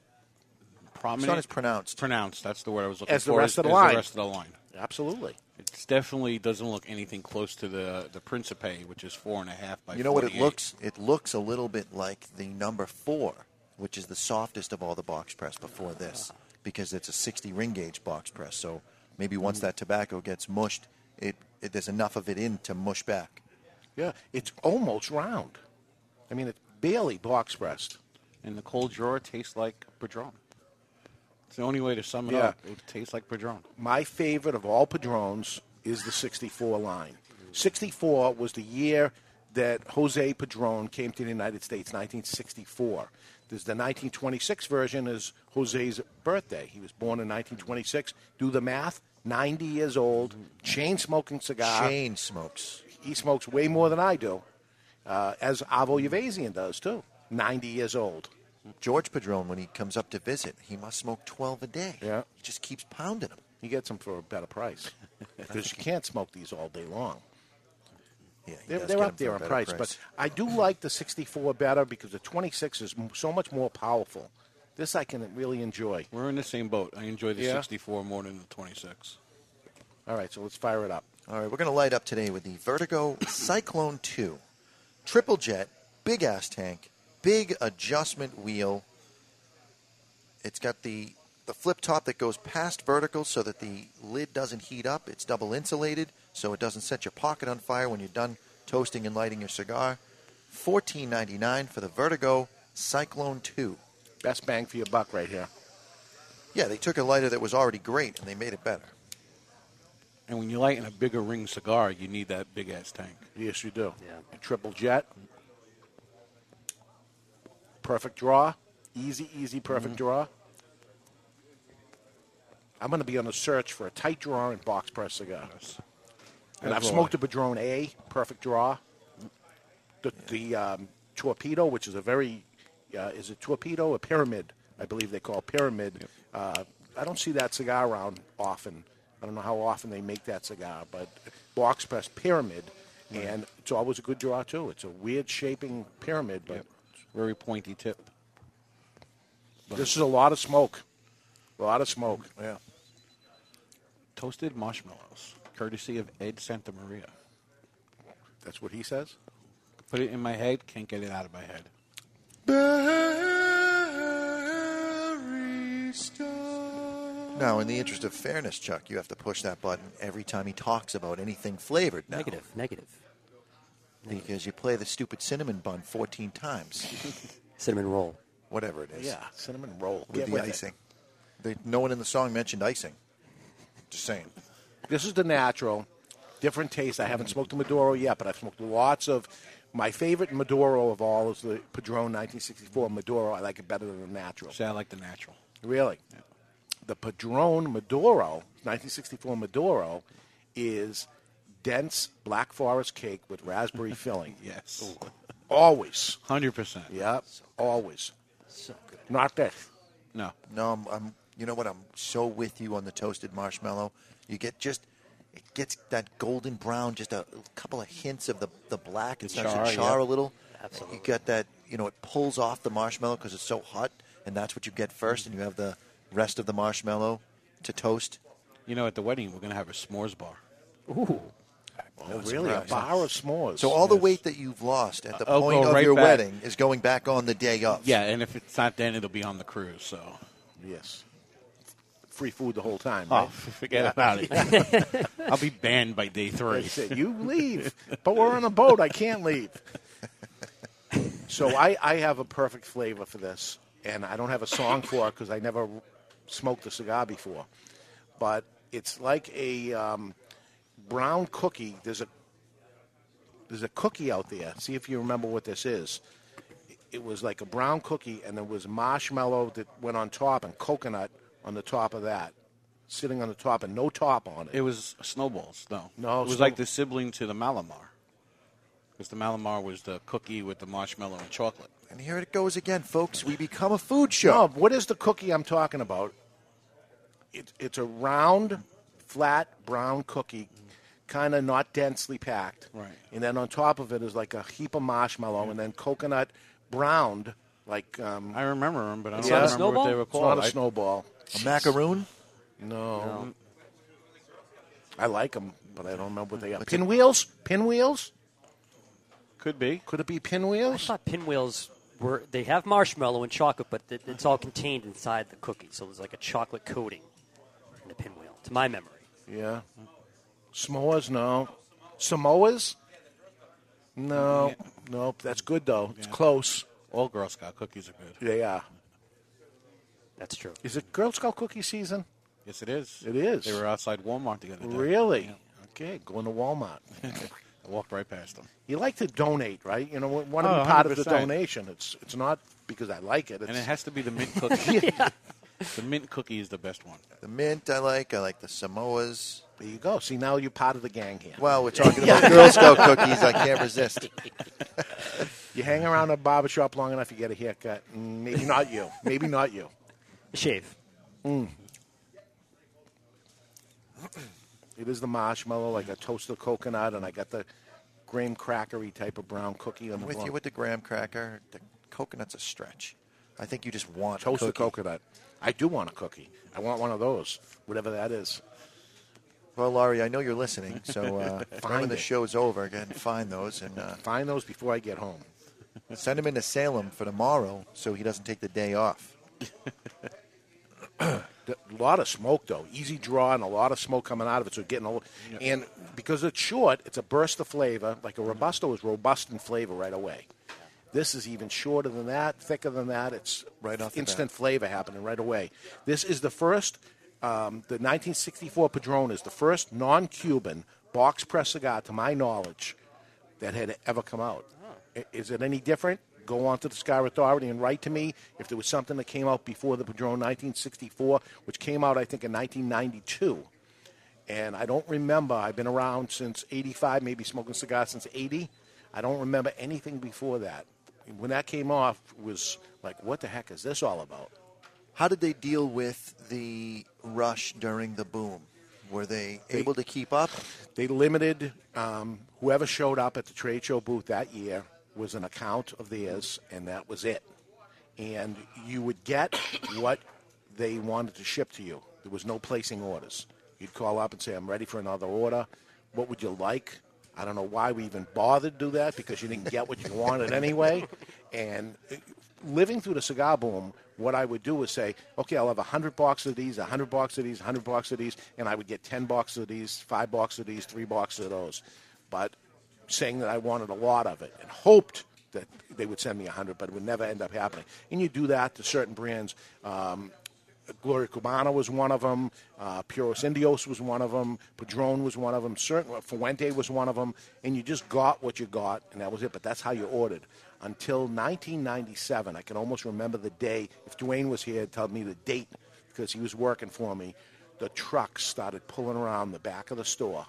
prominent.
as
pronounced.
Pronounced. That's the word I was looking
As the
for.
rest
is-
of the
is
line.
The rest of the line.
Absolutely.
It definitely doesn't look anything close to the the Principe, which is four and a half by.
You know what it
48.
looks? It looks a little bit like the number four, which is the softest of all the box press before this, because it's a 60 ring gauge box press. So maybe once
Mm.
that tobacco gets mushed, it, it there's enough of it in to mush back.
Yeah, it's almost round. I mean, it's barely box pressed.
And the cold drawer tastes like Padron. It's the only way to sum it
Yeah.
up. It tastes like Padron.
my favorite of all Padrones is the 64 line. 64 was the year that Jose Padron came to the United States, 1964. There's the 1926 version is Jose's birthday. He was born in 1926. Do the math, 90 years old, chain smoking cigar.
Chain smokes.
He smokes way more than I do, uh, as Avo Yavazian does too. 90 years old.
George Padron, when he comes up to visit, he must smoke 12 a day. Yeah. He just keeps pounding them.
He gets them for a better price
*laughs*
because you can't smoke these all day long.
Yeah,
they're,
does
they're
get
up
'em
there
for a
on
better
price,
price.
but I do like the 64 better because the 26 is m- so much more powerful. This I can really enjoy.
We're in the same boat. I enjoy the
Yeah.
64 more than the 26.
All right, so let's fire it up.
All right, we're going to light up today with the Vertigo Cyclone 2. Triple jet, big ass tank, big adjustment wheel. It's got the, the flip top that goes past vertical so that the lid doesn't heat up. It's double insulated so it doesn't set your pocket on fire when you're done toasting and lighting your cigar. $14.99 for the Vertigo Cyclone 2.
Best bang for your buck right here.
Yeah, they took a lighter that was already great and they made it better.
And when you're lighting a bigger ring cigar, you need that big ass tank.
Yes, you do. Yeah. triple jet. Perfect draw. Easy, easy, perfect
Mm-hmm.
draw. I'm going to be on the search for a tight draw and box press cigar. And
As
I've
will
smoked a Padron A, perfect draw. The, the um, torpedo, which is a very, uh, is it torpedo or pyramid? I believe they call pyramid. Uh, I don't see that cigar around often. I don't know how often they make that cigar, but box press pyramid, and it's always a good draw too. It's a weird shaping pyramid, but
very pointy tip.
This is a lot of smoke, a lot of smoke. Yeah.
Toasted marshmallows, courtesy of Ed Santamaria.
That's what he says?
Put it in my head, can't get it out of my head.
Now, in the interest of fairness, Chuck, you have to push that button every time he talks about anything flavored. Now. Negative,
negative.
Because you play the stupid cinnamon bun 14 times.
cinnamon roll.
Whatever it is.
Yeah, cinnamon roll.
With
Get
the
with it.
icing. They, no one in the song mentioned icing. Just saying.
This is the natural, different taste. I haven't smoked a Maduro yet, but I've smoked lots of. My favorite Maduro of all is the Padron 1964 Maduro. I like it better than the natural.
See, I like the natural.
Really? The Padron Maduro, 1964 Maduro, is dense black forest cake with
*laughs*
raspberry filling.
Yes.
Always.
100%.
Yep. Always. Not this.
No.
No, I'm, I'm. You know what? I'm so with you on the toasted marshmallow. You get just. It gets that golden brown, just a couple of hints of the, the black. It
The
starts
char,
to char
yeah.
a little.
Absolutely.
You get that, you know, it pulls off the marshmallow because it's so hot, and that's what you get first, and you have the rest of the marshmallow to toast.
You know, at the wedding, we're going to have a s'mores bar.
Ooh. Oh,
That's
really? A
right.
bar of s'mores.
So all the weight that you've lost at the
I'll
point
go
of
right
your
back.
wedding is going back on the day of.
Yeah, and if it's not then, it'll be on the cruise, so.
Yes. Free food the whole time.
Oh,
Right?
forget
Yeah.
about
Yeah.
it. *laughs* I'll be banned by day three.
They said, you leave, but we're on a boat. I can't leave. *laughs* So I, I have a perfect flavor for this, and I don't have a song for it because I never smoked a cigar before. But it's like a um, brown cookie. There's a there's a cookie out there. See if you remember what this is. It was like a brown cookie, and there was marshmallow that went on top and coconut on the top of that, sitting on the top, and no top on it.
It was snowballs, though.
No,
it was
snow-
like the sibling to the Malamar, because the Malamar was the cookie with the marshmallow and chocolate.
And here it goes again, folks. We become a food show.
No, what is the cookie I'm talking about? It, it's a round, flat brown cookie, kind of not densely packed. Right. And then on top of it is like a heap of marshmallow, and then coconut browned, like. Um,
I remember them, but I
It's
don't
not a
remember what they
snowball?
were
It's not
called.
a
I-
snowball.
A macaroon?
No.
No.
I like them, but I don't remember what they are. Pinwheels? Pinwheels?
Could be.
Could it be pinwheels? I
thought pinwheels were. They have marshmallow and chocolate, but it, it's all contained inside the cookie. So there's like a chocolate coating in the pinwheel, to my memory.
Yeah. Samoas, no. Samoas? No. Nope. That's good, though. It's close.
All Girl Scout cookies are good.
They are.
That's true.
Is it Girl Scout cookie season?
Yes, it is.
It is.
They were outside Walmart the other day.
Really? Okay, going to Walmart.
I walked right past them.
You like to donate, right? You know, one
Oh,
of the part of the
100%.
donation. It's it's not because I like it. It's,
And it has to be the mint cookie. The mint cookie is the best one.
The mint I like. I like the Samoas.
There you go. See, now you're part of the gang here.
Well, we're
*laughs*
talking about Girl Scout cookies. I can't resist.
You hang around a barber shop long enough, you get a haircut. Mm, Maybe not you. Maybe not you.
Shave.
Mm. It is the marshmallow, like a toasted coconut, and I got the graham crackery type of brown cookie. On
I'm
the
with
bottom.
you with the graham cracker. The coconut's a stretch. I think you just want
Toasted
a cookie.
coconut. I do want a cookie. I want one of those, whatever that is.
Well, Laurie, I know you're listening, so
*laughs*
uh,
Find
when the
it.
show's over, go ahead and find those and uh,
find those before I get home.
Send him into Salem for tomorrow, so he doesn't take the day off.
A lot of smoke though, easy draw, and a lot of smoke coming out of it. So getting old, and because it's short, it's a burst of flavor. Like a robusto is robust in flavor right away. This is even shorter than that, thicker than that. It's right
off the
instant flavor happening right away. This is the first. Um, the 1964 Padron is the first non-Cuban box press cigar, to my knowledge, that had ever come out.
Oh.
I- Is it any different? Go on to the Sky Authority and write to me if there was something that came out before the Padron 1964, which came out, I think, in 1992. And I don't remember. I've been around since 85, maybe smoking cigars since 80. I don't remember anything before that. When that came off, it was like, what the heck is this all about?
How did they deal with the rush during the boom? Were they
They-
able to keep up?
They limited um, whoever showed up at the trade show booth that year was an account of theirs, and that was it. And you would get what they wanted to ship to you. There was no placing orders. You'd call up and say, "I'm ready for another order. What would you like?" I don't know why we even bothered to do that because you didn't get what you wanted anyway. And uh, living through the cigar boom, what I would do was say, okay, I'll have 100 boxes of these, 100 boxes of these, 100 boxes of these, and I would get 10 boxes of these, 5 boxes of these, 3 boxes of those. But saying that I wanted a lot of it and hoped that they would send me 100, but it would never end up happening. And you do that to certain brands. Um, Gloria Cubana was one of them. Uh, Puros Indios was one of them. Padron was one of them. Certain uh, Fuente was one of them. And you just got what you got, and that was it. But that's how you ordered. Until 1997, I can almost remember the day. If Dwayne was here, he'd tell me the date because he was working for me. The trucks started pulling around the back of the store.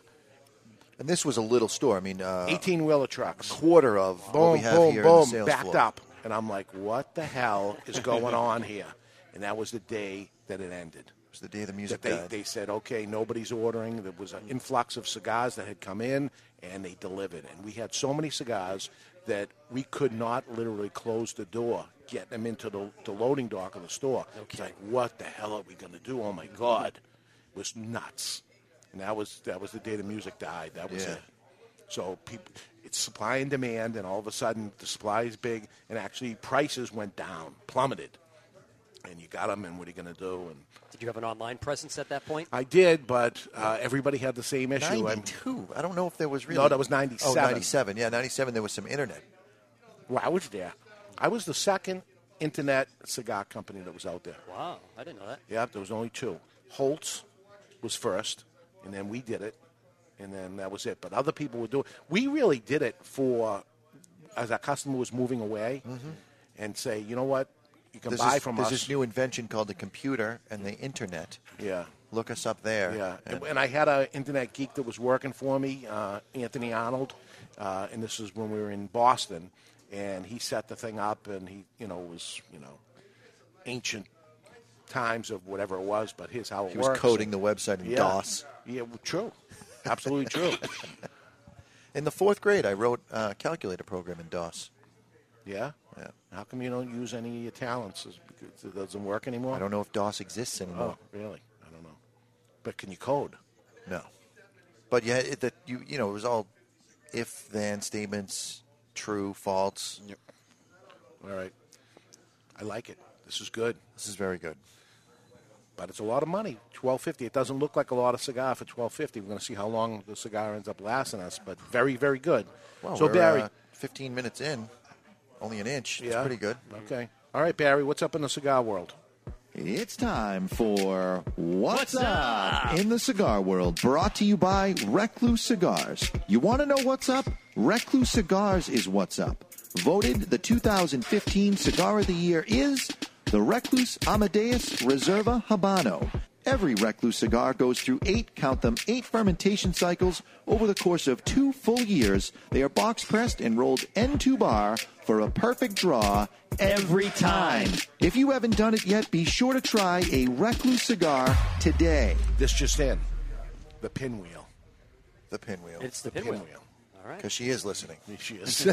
And this was a little store. I mean, uh,
18 wheeler trucks.
quarter of what
boom,
we have
boom,
here in the
boom,
sales
backed
floor.
up. And I'm like, what the hell is going on here? And that was the day that it ended. It
was the day the music
that they,
died.
they said, okay, nobody's ordering. There was an influx of cigars that had come in, and they delivered. And we had so many cigars that we could not literally close the door, get them into the, the loading dock of the store. It's like, what the hell are we going to do? Oh my God. It was nuts. And that was, that was the day the music died. That was
Yeah.
it. So people, it's supply and demand, and all of a sudden the supply is big, and actually prices went down, plummeted, and you got them. And what are you going to do? And
Did you have an online presence at that point?
I did, but uh, everybody had the same issue. and-
Ninety-two. I don't know if there was really.
No, that was
Oh,
97.
97. Yeah, 97. There was some internet.
Well, I was there. I was the second internet cigar company that was out there.
Wow, I didn't know that.
Yep, there was only two. Holtz was first, and then we did it, and then that was it. But other people were doing. We really did it for as our customer was moving away, and say, you know what, you can
There's
buy
Mm-hmm. this,
from
there's
us.
this new invention called the computer and the internet.
Yeah.
Look us up there.
Yeah, and,
And
and I had an internet geek that was working for me, uh, Anthony Arnold, uh, and this is when we were in Boston, and he set the thing up, and he, you know, was you know, ancient times of whatever it was, but here's how it
he was
works.
coding the website in
Yeah.
DOS.
Yeah, well, true,
*laughs*
absolutely true.
In the fourth grade, I wrote a calculator program in DOS.
Yeah.
Yeah.
How come you don't use any of your talents? Is because it doesn't work anymore.
I don't know if DOS exists anymore.
Oh, really? I don't know. But can you code?
No. But yeah, it, that you you know it was all if then statements, true, false.
All right. I like it. This is good.
This is very good.
But it's a lot of money. Twelve fifty. It doesn't look like a lot of cigar for twelve fifty. We're going to see how long the cigar ends up lasting us. But very, very good.
Well,
so
we're,
Barry,
uh, fifteen minutes in, only an inch. It's
yeah, Mm-hmm.
pretty good.
Okay. All right, Barry. What's up in the cigar world?
It's time for What's, up? in the Cigar World, brought to you by Recluse Cigars. You want to know what's up? Recluse Cigars is what's up. Voted the 2015 Cigar of the Year is the Recluse Amadeus Reserva Habano. Every Recluse cigar goes through eight, count them, eight fermentation cycles over the course of two full years. They are box pressed and rolled end to bar for a perfect draw every time. If you haven't done it yet, be sure to try a Recluse cigar today.
This just in. The pinwheel.
The pinwheel.
It's the pinwheel.
All right.
Because she is listening.
She is.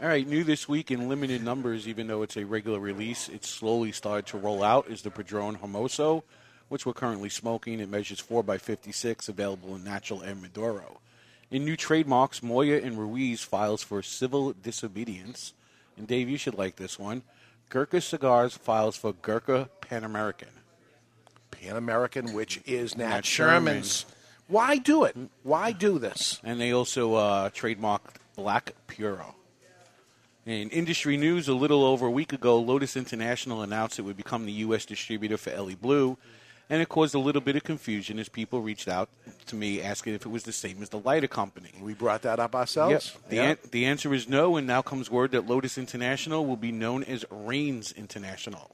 All
right, new this week in limited numbers, even though it's a regular release, it's slowly started to roll out, is the Padron Hermoso, which we're currently smoking. It measures 4x56, available in natural and Maduro. In new trademarks, Moya and Ruiz files for civil disobedience. And Dave, you should like this one. Gurkha Cigars files for Gurkha Pan American.
Pan American, which is Nat,
Nat
Sherman's. Why do it? Why do this?
And they also uh, trademarked Black Puro. In industry news, a little over a week ago, Lotus International announced it would become the U.S. distributor for Ellie Blue, and it caused a little bit of confusion as people reached out to me asking if it was the same as the lighter company.
We brought that up ourselves.
The,
Yeah.
an- the answer is no, and now comes word that Lotus International will be known as Rains International.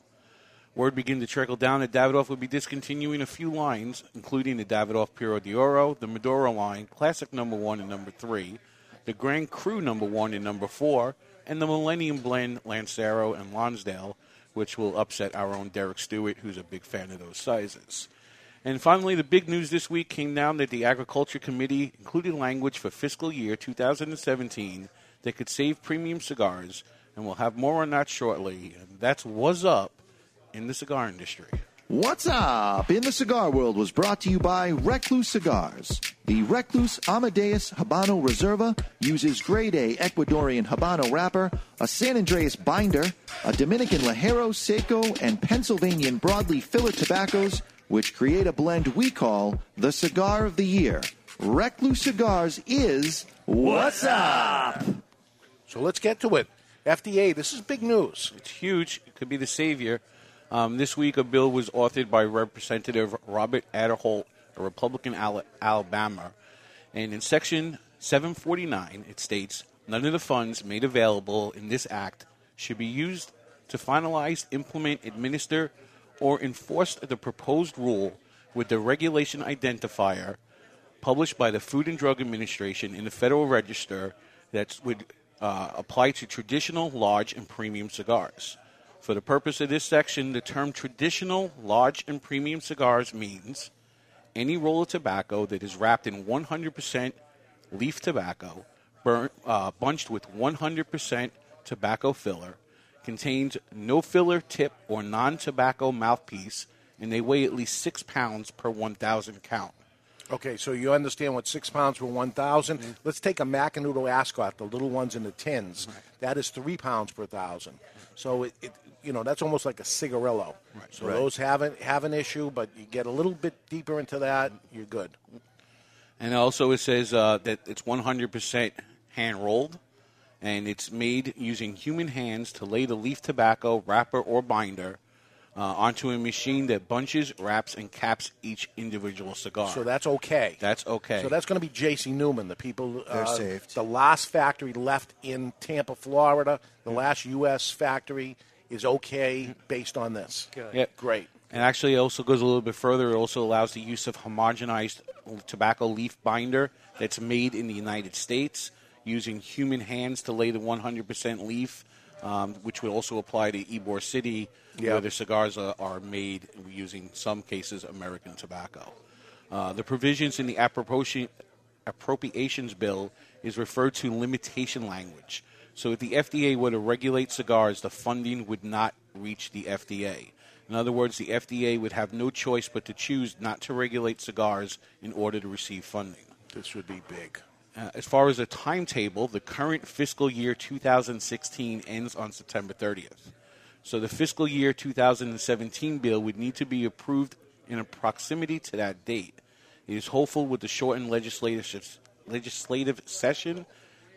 Word began to trickle down that Davidoff would be discontinuing a few lines, including the Davidoff Puro de Oro, the Medora line, Classic Number 1 and Number 3, the Grand Cru Number 1 and Number 4, and the Millennium Blend Lancero and Lonsdale, which will upset our own Derek Stewart, who's a big fan of those sizes. And finally, the big news this week came down that the Agriculture Committee included language for fiscal year 2017 that could save premium cigars, and we'll have more on that shortly. That's what's up in the cigar industry.
What's up? In the Cigar World was brought to you by Recluse Cigars. The Recluse Amadeus Habano Reserva uses grade A Ecuadorian Habano wrapper, a San Andreas binder, a Dominican Lajero Seco, and Pennsylvanian broadleaf filler tobaccos, which create a blend we call the Cigar of the Year. Recluse Cigars is What's Up?
So let's get to it. FDA, this is big news.
It's huge. It could be the savior. Um, this week, a bill was authored by Representative Robert Adderholt, a Republican Al- Alabama. And in Section 749, it states none of the funds made available in this act should be used to finalize, implement, administer, or enforce the proposed rule with the regulation identifier published by the Food and Drug Administration in the Federal Register that would uh, apply to traditional, large, and premium cigars. For the purpose of this section, the term traditional, large, and premium cigars means any roll of tobacco that is wrapped in 100% leaf tobacco, burnt, uh, bunched with 100% tobacco filler, contains no filler tip or non tobacco mouthpiece, and they weigh at least six pounds per 1,000 count.
Okay, so you understand what six pounds were 1,000.
Mm-hmm.
Let's take a Macanudo Ascot, the little ones in the tins. That is three pounds per thousand. So, it, it, you know, that's almost like a cigarillo. Right. So
Right.
those have, an, have an issue, but you get a little bit deeper into that, you're good.
And also, it says uh, that it's 100% hand rolled, and it's made using human hands to lay the leaf tobacco, wrapper, or binder uh, onto a machine that bunches, wraps, and caps each individual cigar.
So that's okay.
That's okay.
So that's going to be J.C. Newman, the people. uh,
They're saved.
The last factory left in Tampa, Florida. The
Mm-hmm.
last U.S. factory is okay based on this. Good.
Yeah.
Great.
And actually, it also goes a little bit further. It also allows the use of homogenized tobacco leaf binder that's made in the United States using human hands to lay the 100% leaf, um, which would also apply to Ybor City,
Yeah.
where the cigars are, are made using, in some cases, American tobacco. Uh, the provisions in the appropriation, appropriations bill is referred to limitation language. So if the FDA were to regulate cigars, the funding would not reach the FDA. In other words, the FDA would have no choice but to choose not to regulate cigars in order to receive funding.
This would be big.
Uh, as far as a timetable, the current fiscal year 2016 ends on September 30th. So the fiscal year 2017 bill would need to be approved in a proximity to that date. It is hopeful with the shortened legislative, legislative session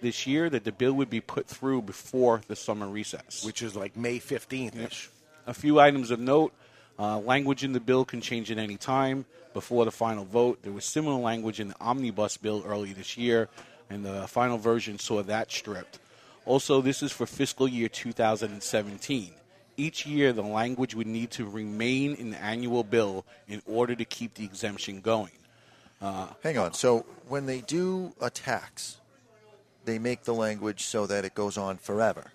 this year that the bill would be put through before the summer recess. Which
is like May 15th ish.
A few items of note uh, language in the bill can change at any time before the final vote. There was similar language in the omnibus bill early this year, and the final version saw that stripped. Also, this is for fiscal year 2017. Each year, the language would need to remain in the annual bill in order to keep the exemption going. Uh,
Hang on. So when they do a tax, they make the language so that it goes on forever.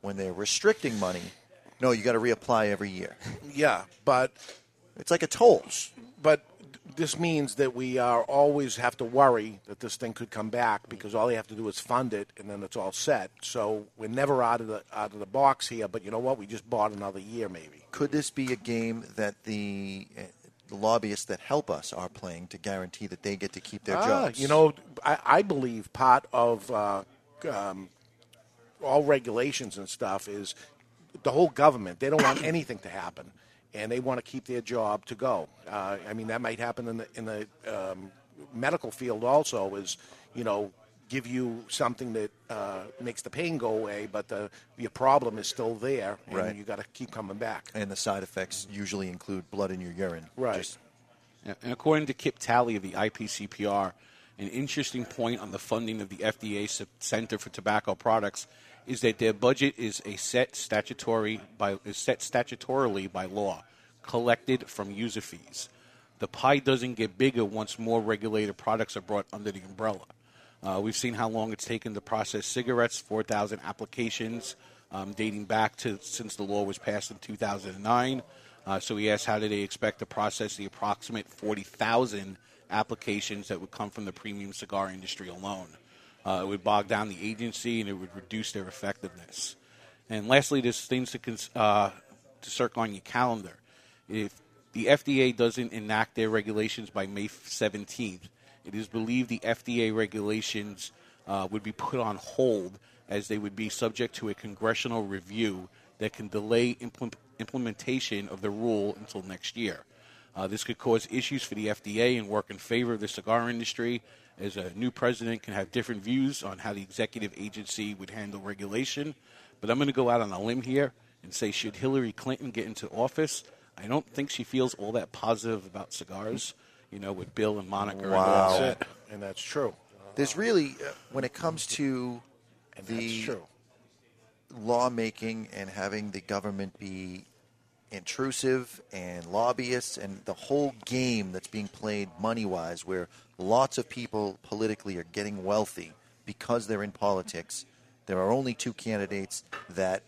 When they're restricting money, no, you got to reapply every year.
Yeah, but
it's like a toll.
But this means that we are always have to worry that this thing could come back because all you have to do is fund it and then it's all set. So we're never out of the out of the box here. But you know what? We just bought another year, maybe.
Could this be a game that the, uh, the lobbyists that help us are playing to guarantee that they get to keep their
Ah,
jobs?
You know, I, I believe part of uh, um, all regulations and stuff is the whole government. They
*coughs*
don't want anything to happen, and they want to keep their job to go. Uh, I mean, that might happen in the in the um, medical field also. Is you know. Give you something that uh, makes the pain go away, but the your problem is still there, and
Right.
you got to keep coming back.
and the side effects usually include blood in your urine.
Right.
Yeah, And according to Kip Talley of the IPCPR, an interesting point on the funding of the FDA S- Center for Tobacco Products is that their budget is a set statutory by is set statutorily by law, collected from user fees. The pie doesn't get bigger once more regulated products are brought under the umbrella. Uh, we've seen how long it's taken to process cigarettes, 4,000 applications um, dating back to since the law was passed in 2009. Uh, so we asked how do they expect to process the approximate 40,000 applications that would come from the premium cigar industry alone. Uh, it would bog down the agency and it would reduce their effectiveness. And lastly, there's things to, cons- uh, to circle on your calendar. If the FDA doesn't enact their regulations by May 17th, it is believed the FDA regulations uh, would be put on hold as they would be subject to a congressional review that can delay implement- implementation of the rule until next year. Uh, this could cause issues for the FDA and work in favor of the cigar industry, as a new president can have different views on how the executive agency would handle regulation. But I'm going to go out on a limb here and say, should Hillary Clinton get into office, I don't think she feels all that positive about cigars. You know, with Bill and Monica. and all
That's
that.
it. And that's true.
There's really, uh, when it comes to
that's
the
true.
lawmaking and having the government be intrusive and lobbyists and the whole game that's being played money wise, where lots of people politically are getting wealthy because they're in politics, there are only two candidates that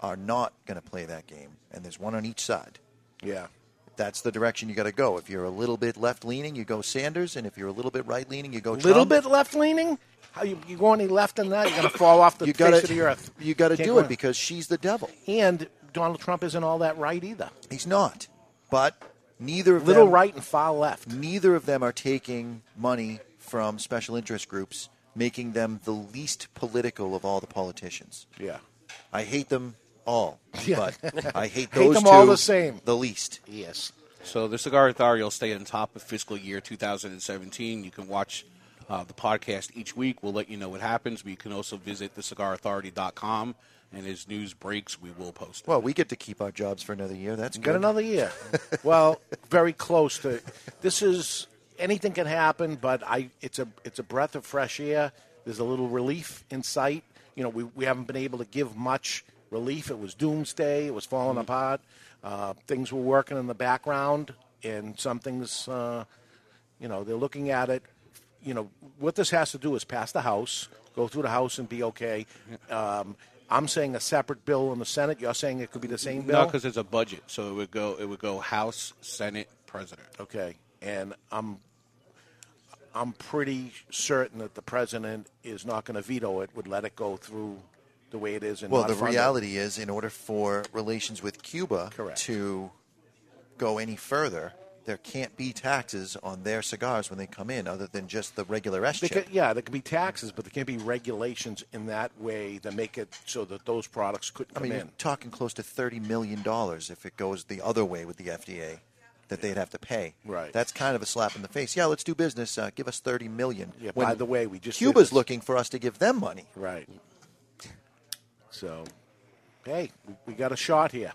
are not going to play that game, and there's one on each side.
Yeah.
That's the direction you got to go. If you're a little bit left leaning, you go Sanders, and if you're a little bit right leaning, you go
A
Trump.
little bit left leaning? How you, you go any left in that? You're going to fall off the
You
face
gotta-
of the earth.
you gotta
Can't
do
go
it
in.
because she's the devil.
And Donald Trump isn't all that right either.
He's not. But neither of
Little
them,
right and far left.
Neither of them are taking money from special interest groups, making them the least political of all the politicians.
Yeah.
I hate them all, *laughs*
Yeah. *laughs*
but I hate *laughs*
Hate
those
them all
two
the same.
The least.
Yes.
So the Cigar Authority will stay on top of fiscal year 2017. You can watch uh, the podcast each week. We'll let you know what happens, but you can also visit thecigarauthority.com, and as news breaks, we will post.
Well, we get to keep our jobs for another year. That's
You
good.
got another year. well, very close to. This is anything can happen, but I it's a it's a breath of fresh air. There's a little relief in sight. You know, we we haven't been able to give much relief. It was doomsday. It was falling apart. Uh, things were working in the background, and some things. Uh, you know, they're looking at it. You know, what this has to do is pass the House, go through the House, and be okay. Um, I'm saying a separate bill in the Senate. You're saying it could be the same bill.
No, because it's a budget, so it would go. It would go House, Senate, President.
Okay, and I'm I'm pretty certain that the president is not going to veto it. Would let it go through the way it is. And
Well,
not
the
fund it.
reality is, in order for relations with Cuba to go any further, there can't be taxes on their cigars when they come in, other than just the regular S
There
chip.
can, yeah, there can be taxes, but there can't be regulations in that way that make it so that those products couldn't
I
come
mean, you're
in.
talking close to thirty million dollars if it goes the other way with the FDA, that they'd have to pay.
Right.
That's kind of a slap in the face. Yeah, let's do business. Uh, give us thirty million.
Yeah, by the way, we just did
Cuba's
this.
looking for us to give them money.
Right. So, hey, we, we got a shot here.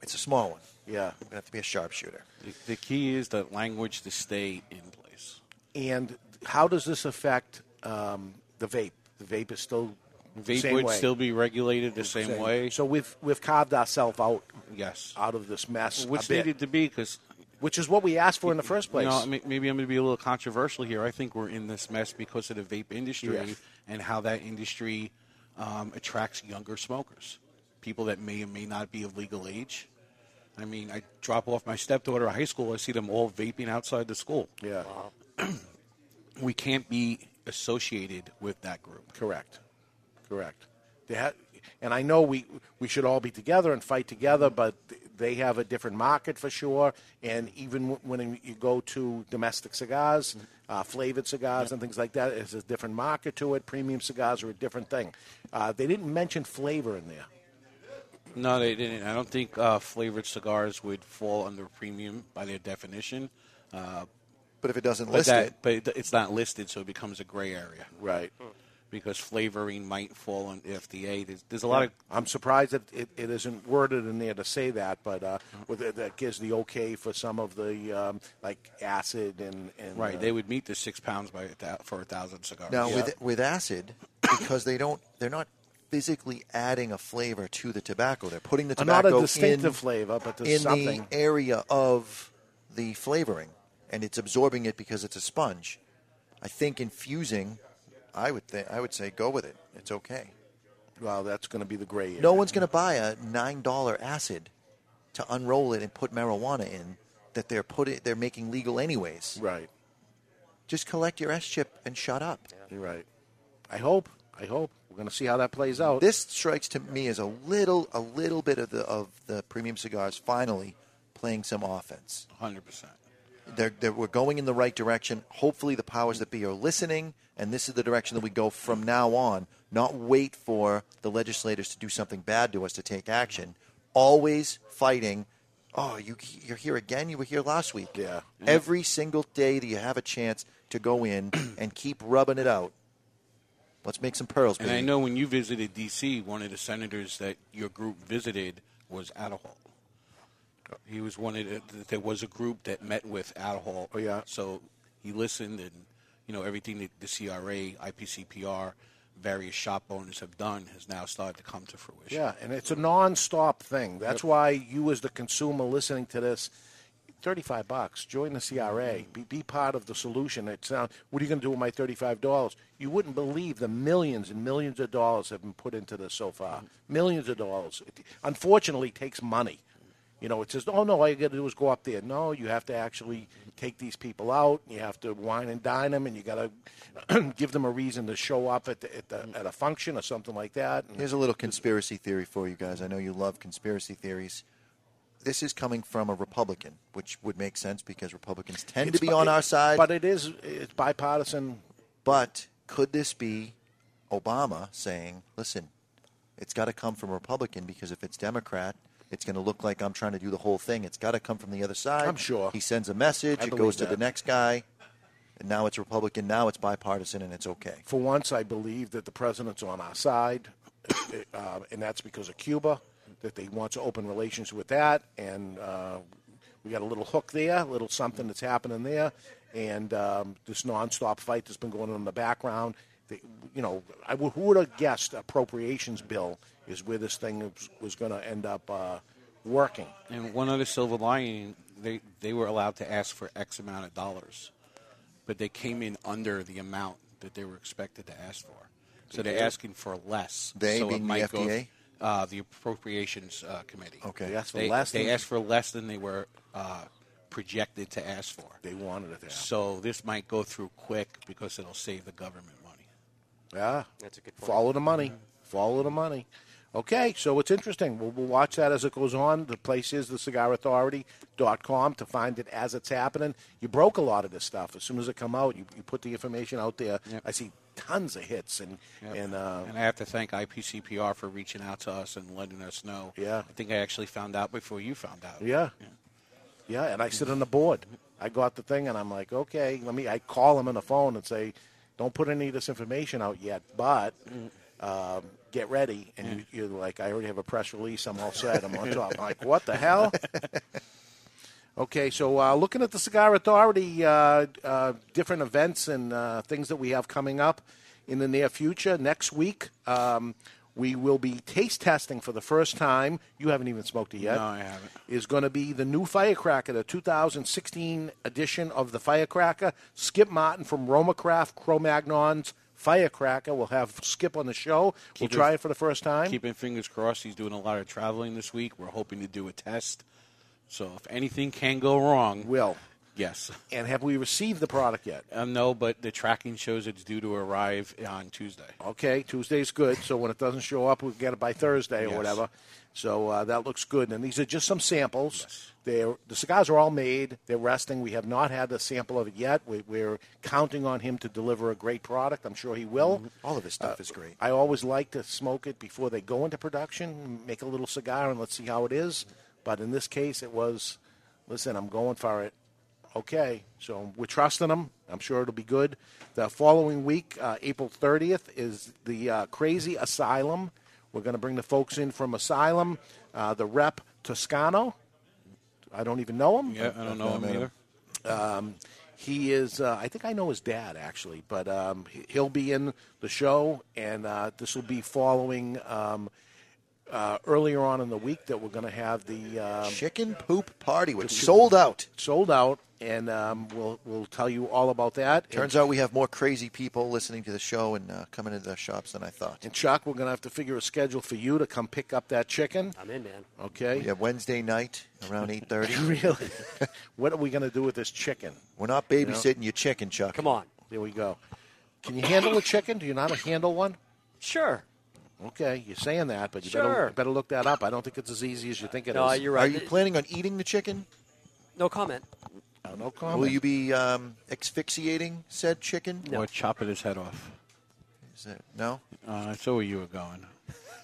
It's a small one.
Yeah,
we have to be a sharpshooter.
The, the key is the language to stay in place.
And how does this affect um, the vape? The vape is still the
Vape
same
would
way.
still be regulated the same,
Same.
way,
So we've we've carved ourselves out.
Yes.
Out of this mess. a
which
bit,
needed to be because
which is what we asked for in the first place.
You know, I mean, maybe I'm going to be a little controversial here. I think we're in this mess because of the vape industry
Yeah.
and how that industry um, attracts younger smokers, people that may or may not be of legal age. I mean, I drop off my stepdaughter at high school. I see them all vaping outside the school.
Yeah.
*clears throat* we can't be associated with that group.
Correct. Correct. They ha- and I know we we should all be together and fight together, but they have a different market for sure. And even w- when you go to domestic cigars, uh, flavored cigars, and things like that, it's a different market to it. Premium cigars are a different thing. Uh, they didn't mention flavor in there.
No, they didn't. I don't think uh, flavored cigars would fall under premium by their definition. Uh,
but if it doesn't
but
list
that,
it-
but it, it's not listed, so it becomes a gray area,
right?
Because flavoring might fall on FDA. There's, there's a lot of
I'm surprised that it, it isn't worded in there to say that, but uh, with it- that gives the okay for some of the um, like acid and, and
right.
uh,
They would meet the six pounds by a thou- for a thousand cigars.
Now with with
*coughs*
acid, because they don't, they're not physically adding a flavor to the tobacco. They're putting the
Uh, not a
tobacco
distinctive
in,
flavor, but there's
in
something.
the area of the flavoring, and it's absorbing it because it's a sponge. I think infusing, I would think, I would say go with it. It's okay.
Well, that's going to be the gray.
No one's going to buy a nine dollar acid to unroll it and put marijuana in that they're put they're making legal anyways.
Right.
Just collect your S chip and shut up.
You're right. I hope. I hope we're going to see how that plays out.
This strikes to me as a little a little bit of the of the premium cigars finally playing some offense.
Hundred percent.
They're, they're, we're going in the right direction. Hopefully, the powers that be are listening, and this is the direction that we go from now on. Not wait for the legislators to do something bad to us to take action. Always fighting. Oh, you you're here again. You were here last week.
Yeah.
Every single day that you have a chance to go in *clears throat* and keep rubbing it out. Let's make some pearls.
And
baby.
I know when you visited D.C., one of the senators that your group visited was Adderall. He was one of the, there was a group that met with Adderall. Oh yeah. So he listened, and you know everything that the CRA, IPCPR, various shop owners have done has now started to come to fruition.
Yeah, and it's a non-stop thing. That's
Yep.
why you, as the consumer listening to this, thirty-five bucks. Join the CRA. Be, be part of the solution. It's not. What are you going to do with my thirty-five dollars? You wouldn't believe the millions and millions of dollars have been put into this so far. Millions of dollars. It, unfortunately, takes money. You know, it says, "Oh no, all you got to do is go up there." No, you have to actually take these people out. You have to wine and dine them, and you got to *clears throat* give them a reason to show up at the, at, the, at a function or something like that. And-
Here's a little conspiracy theory for you guys. I know you love conspiracy theories. This is coming from a Republican, which would make sense because Republicans tend
It's
to be
bi-
on our side.
But it is it's bipartisan.
But could this be Obama saying, listen, it's got to come from a Republican because if it's Democrat, it's going to look like I'm trying to do the whole thing. It's got to come from the other side.
I'm sure.
He sends a message,
I
it
believe
goes to
that.
the next guy, and now it's Republican, now it's bipartisan, and it's okay.
For once, I believe that the president's on our side, *coughs* uh, and that's because of Cuba, that they want to open relations with that, and uh, we got a little hook there, a little something that's happening there, and um, this nonstop fight that's been going on in the background. They, you know, I would, who would have guessed appropriations bill is where this thing was, was going to end up uh, working?
And one other silver lining, they, they were allowed to ask for X amount of dollars, but they came in under the amount that they were expected to ask for. So they're
Okay.
asking for less.
They
so it
being the
might go-
FDA?
uh, the Appropriations uh, Committee.
Okay. They asked for
they,
less
They
than-
asked for less than they were uh, projected to ask for.
They wanted it.
So this might go through quick because it'll save the government money.
Yeah,
That's a good point.
Follow the money. Follow the money. Okay, so it's interesting. We'll, we'll watch that as it goes on. The place is thecigarauthority.com to find it as it's happening. You broke a lot of this stuff. As soon as it come out, you, you put the information out there. I see tons of hits and and uh,
And I have to thank IPCPR for reaching out to us and letting us know.
Yeah.
I think I actually found out before you found out.
yeah, yeah. And I sit on the board. I got the thing, and I'm like, okay, let me. I call them on the phone and say, don't put any of this information out yet, but. Um, get ready, and you, you're like, I already have a press release. I'm all set. I'm on top. I'm like, what the
*laughs*
hell? Okay, so uh, looking at the Cigar Authority, uh, uh, different events and uh, things that we have coming up in the near future. Next week, um, we will be taste testing for the first time. You haven't even smoked it yet.
No, I haven't.
Is going to be the new Firecracker, the 2016 edition of the Firecracker. Skip Martin from Roma Craft, Cro Magnon's Firecracker. We'll have Skip on the show. we'll
Keep
try
it-
it for the first time.
Keeping fingers crossed, he's doing a lot of traveling this week. We're hoping to do a test. So if anything can go wrong,
will
yes.
And have we received the product yet?
Um, no, but the tracking shows it's due to arrive on Tuesday.
Okay, Tuesday's good. So when it doesn't show up, we can get it by Thursday or
Yes.
whatever. So uh, that looks good. And these are just some samples. They're, the cigars are all made. They're resting. We have not had a sample of it yet. We, we're counting on him to deliver a great product. I'm sure he
Mm-hmm.
will.
All of his
Uh,
stuff is great.
I always like to smoke it before they go into production, make a little cigar, and let's see how it is. But in this case, it was, listen, I'm going for it. Okay, so we're trusting them. I'm sure it'll be good. The following week, uh, April 30th, is the uh, Crazy Asylum. We're going to bring the folks in from Asylum, uh, the rep Toscano. I don't even know him.
Yeah, I don't know him either.
Um, he is. Uh, I think I know his dad actually, but um, he- he'll be in the show, and uh, this will be following um, uh, earlier on in the week that we're going to have the um,
chicken poop party, which
the-
sold out.
Sold out, and um, we'll we'll tell you all about that.
Turns
And-
out we have more crazy people listening to the show and uh, coming into the shops than I thought.
And Chuck, we're going to have to figure a schedule for you to come pick up that chicken.
I'm in, man.
Okay.
Yeah, Wednesday night
*laughs*
around eight thirty.
really? What are we going to do with this chicken?
We're not babysitting your chicken, Chuck.
Come on.
There we go. Can you handle a chicken? Do you know how to handle one?
Sure.
Okay, you're saying that, but you
Sure.
better, better look that up. I don't think it's as easy as you think it is.
No, you're right. Are you
planning on eating the chicken?
No comment.
no
Will you be um, asphyxiating said chicken?
Or chopping his head off.
Is that no?
Uh, I saw where you were going.
*laughs*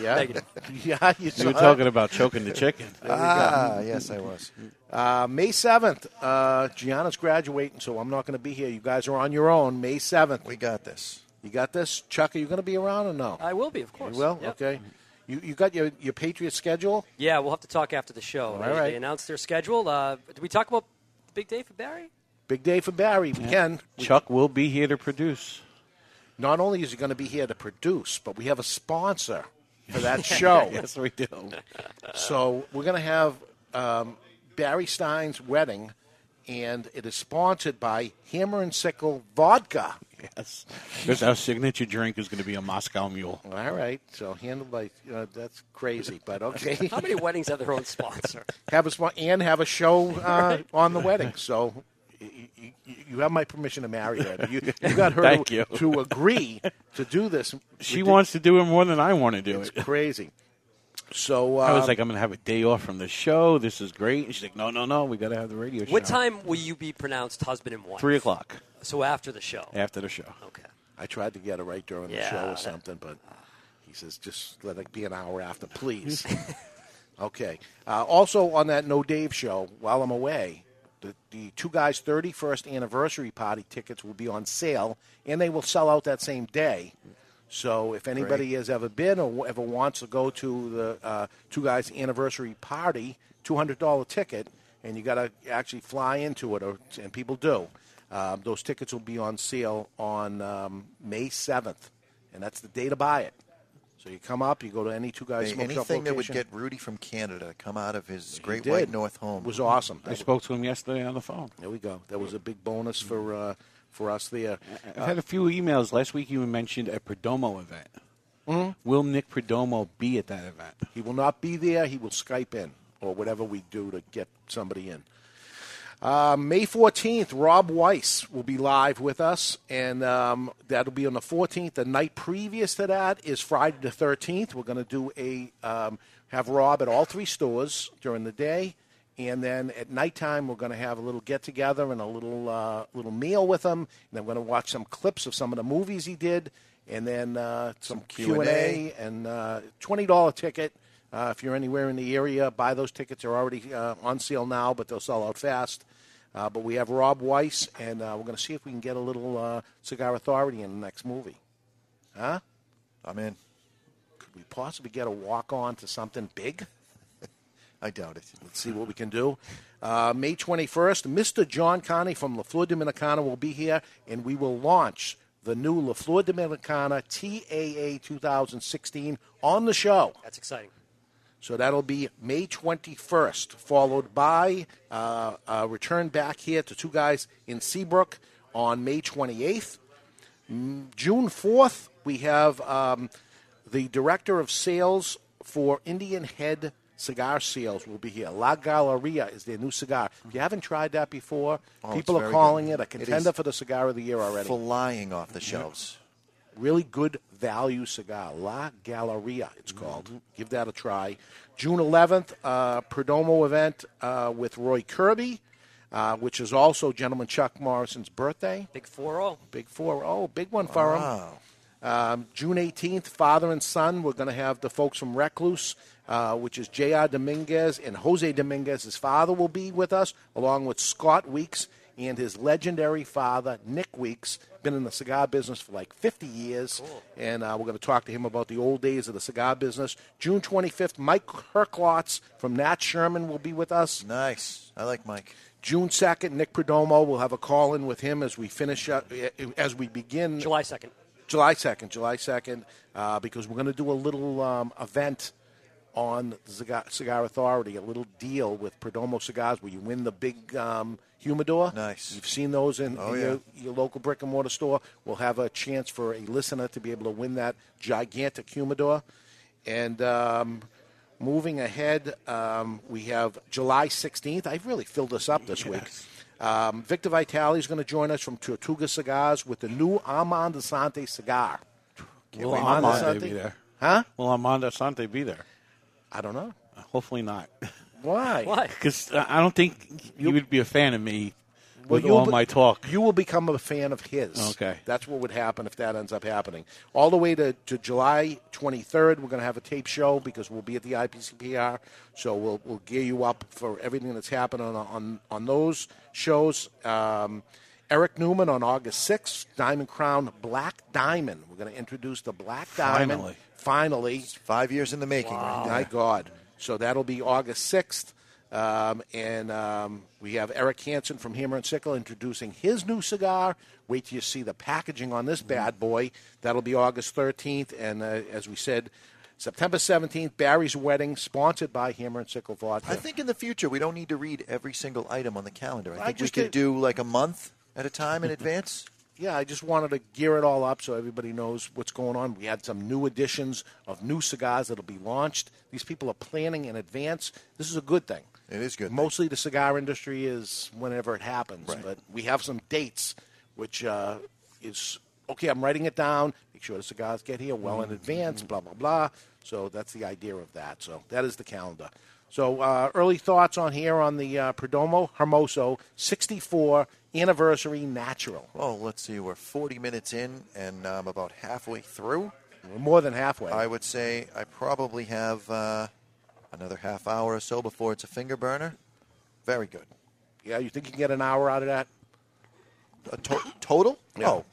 Yeah.
Negative.
*laughs* yeah, you,
You
saw
were
it.
talking about choking the
*laughs*
chicken.
There we go.
Ah, yes, I was.
Uh, May seventh, uh, Gianna's graduating, so I'm not going to be here. You guys are on your own. May seventh. We
got this.
You got this, Chuck. Are you going to be around or no?
I will be, of course.
You will.
Yep.
Okay. You you got your your Patriot schedule?
Yeah, we'll have to talk after the show.
All
they,
right.
they announced their schedule. Uh, did we talk about the big day for Barry?
Big day for Barry. We can.
Chuck will be here to produce.
Not only is he going to be here to produce, but we have a sponsor
*laughs*
for that show.
yes, we do.
So we're going to have um, Barry Stein's wedding, and it is sponsored by Hammer and Sickle Vodka.
Yes. Because our signature drink is going to be a Moscow Mule.
All right. So handled by uh, that's crazy, but okay.
How
*laughs*
many weddings have their own sponsor?
have a spon- and have a
*laughs*
show uh,
Right.
on the wedding. So y- y- y- you have my permission to marry her. You, you got
*laughs*
her
Thank
to,
you.
to agree to do this.
She wants to do it more than I want to do
It's
it.
crazy. So uh,
I was like, I'm going to have a day off from the show. This is great. And she's like, no, no, no. we got to have the radio show.
What time will you be pronounced husband and wife?
Three o'clock
So after the show.
after the show.
Okay.
I tried to get her right during the
Yeah,
show or
that-
something, but he says just let it be an hour
*laughs*
after, please. okay. Uh, also on that No Dave show, while I'm away, the, the two guys' 31st anniversary party tickets will be on sale, and they will sell out that same day. So if anybody
Great.
has ever been or ever wants to go to the uh, two guys' anniversary party, two hundred dollar ticket, and you got to actually fly into it, or, and people do. Um, those tickets will be on sale on um, May seventh, and that's the day to buy it. So you come up, you go to any two guys.
Hey,
smoke shop
anything that would
location.
get Rudy from Canada to come out of his Great
did.
White North home
It was awesome.
I spoke to him yesterday on the phone.
There we go. That was a big bonus for uh, for us there.
Uh,
I've had a few emails. Last week you mentioned a Perdomo event. Will Nick Perdomo be at that event?
Uh, hmm? He will not be there. He will Skype in or whatever we do to get somebody in. Uh, May 14th, Rob Weiss will be live with us, and um, that'll be on the 14th. The night previous to that is Friday the 13th. We're going to do a um, have Rob at all three stores during the day, and then at nighttime we're going to have a little get together and a little uh, little meal with him. And I'm going to watch some clips of some of the movies he did, and then uh, some Q and A
Q&A.
and uh, twenty dollar ticket. Uh, if you're anywhere in the area, buy those tickets. They're already uh, on sale now, but they'll sell out fast. Uh, but we have Rob Weiss, and uh, we're going to see if we can get a little uh, Cigar Authority in the next movie. Huh?
I'm in.
Could we possibly get a walk on to something big? *laughs*
I doubt it.
Let's see what we can do. Uh, May 21st, Mr. John Connie from La Flor Dominicana will be here, and we will launch the new La Flor Dominicana TAA 2016 on the show.
That's exciting.
So that'll be May 21st, followed by uh, a return back here to two guys in Seabrook on May 28th. Mm, June 4th, we have um, the director of sales for Indian Head Cigar Sales will be here. La Galleria is their new cigar. If you haven't tried that before,
Oh,
people
it's
are
very
calling
good.
it a
It
contender
is
for the cigar of the year already.
Flying off the shelves.
Really good value cigar. La Galleria, it's called. Give that a try. June 11th, uh, Perdomo event uh, with Roy Kirby, uh, which is also Gentleman Chuck Morrison's birthday.
Big 4 0.
Big 4 0. Big one for him. Um, June 18th, father and son, we're going to have the folks from Recluse, uh, which is J.R. Dominguez and Jose Dominguez. His father will be with us, along with Scott Weeks and his legendary father, Nick Weeks. Been in the cigar business for like 50 years. And uh, we're going to talk to him about the old days of the cigar business. June 25th, Mike Herklotz from Nat Sherman will be with us.
Nice. I like Mike.
June eh, 2nd, Nick Perdomo. We'll have a call in with him as we finish up, as we begin. July
2nd.
July 2nd, July 2nd, uh, because we're going to do a little um, event on the Cigar, Cigar Authority, a little deal with Perdomo Cigars where you win the big um, humidor. Nice. You've seen those in,
Oh,
in
yeah.
your, your local brick and mortar store. We'll have a chance for a listener to be able to win that gigantic humidor. And um, moving ahead, um, we have July 16th. I've really filled this up this week. Um, Victor Vitale is going to join us from Tortuga Cigars with the new Armand Asante cigar.
Will
Armand
Armando
Asante?
be there?
Huh?
Will Armando Sante be there? Uh,
I don't know.
Hopefully not. *laughs*
Why?
Because I don't think you would be a fan of me with
you'll
all
be-
my talk.
You will become a fan of his.
Okay.
That's what would happen if that ends up happening. All the way to, to July 23rd, we're going to have a tape show because we'll be at the IPCPR. So we'll, we'll gear you up for everything that's happened on, on, on those shows. Um, Eric Newman on August 6th, Diamond Crown Black Diamond. We're going to introduce the Black Diamond.
Finally.
Finally. five years in the making.
right there.
My God. So that'll be August 6th. Um, and um, we have Eric Hansen from Hammer and Sickle introducing his new cigar. Wait till you see the packaging on
Mm-hmm.
this bad boy. That'll be August 13th. And uh, as we said, September 17th, Barry's Wedding, sponsored by Hammer and Sickle Vodka.
I think in the future we don't need to read every single item on the calendar. I
I
think we
just
could
did-
do like a month at a time in advance.
*laughs* Yeah, I just wanted to gear it all up so everybody knows what's going on. We had some new editions of new cigars that'll be launched. These people are planning in advance. This is a good thing. It is good. Mostly the cigar industry is whenever it happens, but we have some dates, which uh, is okay. I'm writing it down. Make sure the cigars get here well
Mm-hmm.
in advance. Blah blah blah. So that's the idea of that. So that is the calendar. So uh, early thoughts on here on the uh, Perdomo Hermoso 64 anniversary natural.
Oh, let's see. We're 40 minutes in, and I'm about halfway through.
more than halfway.
I would say I probably have uh, another half hour or so before it's a finger burner. Very good.
Yeah, you think you can get an hour out of that?
A to- total? Oh,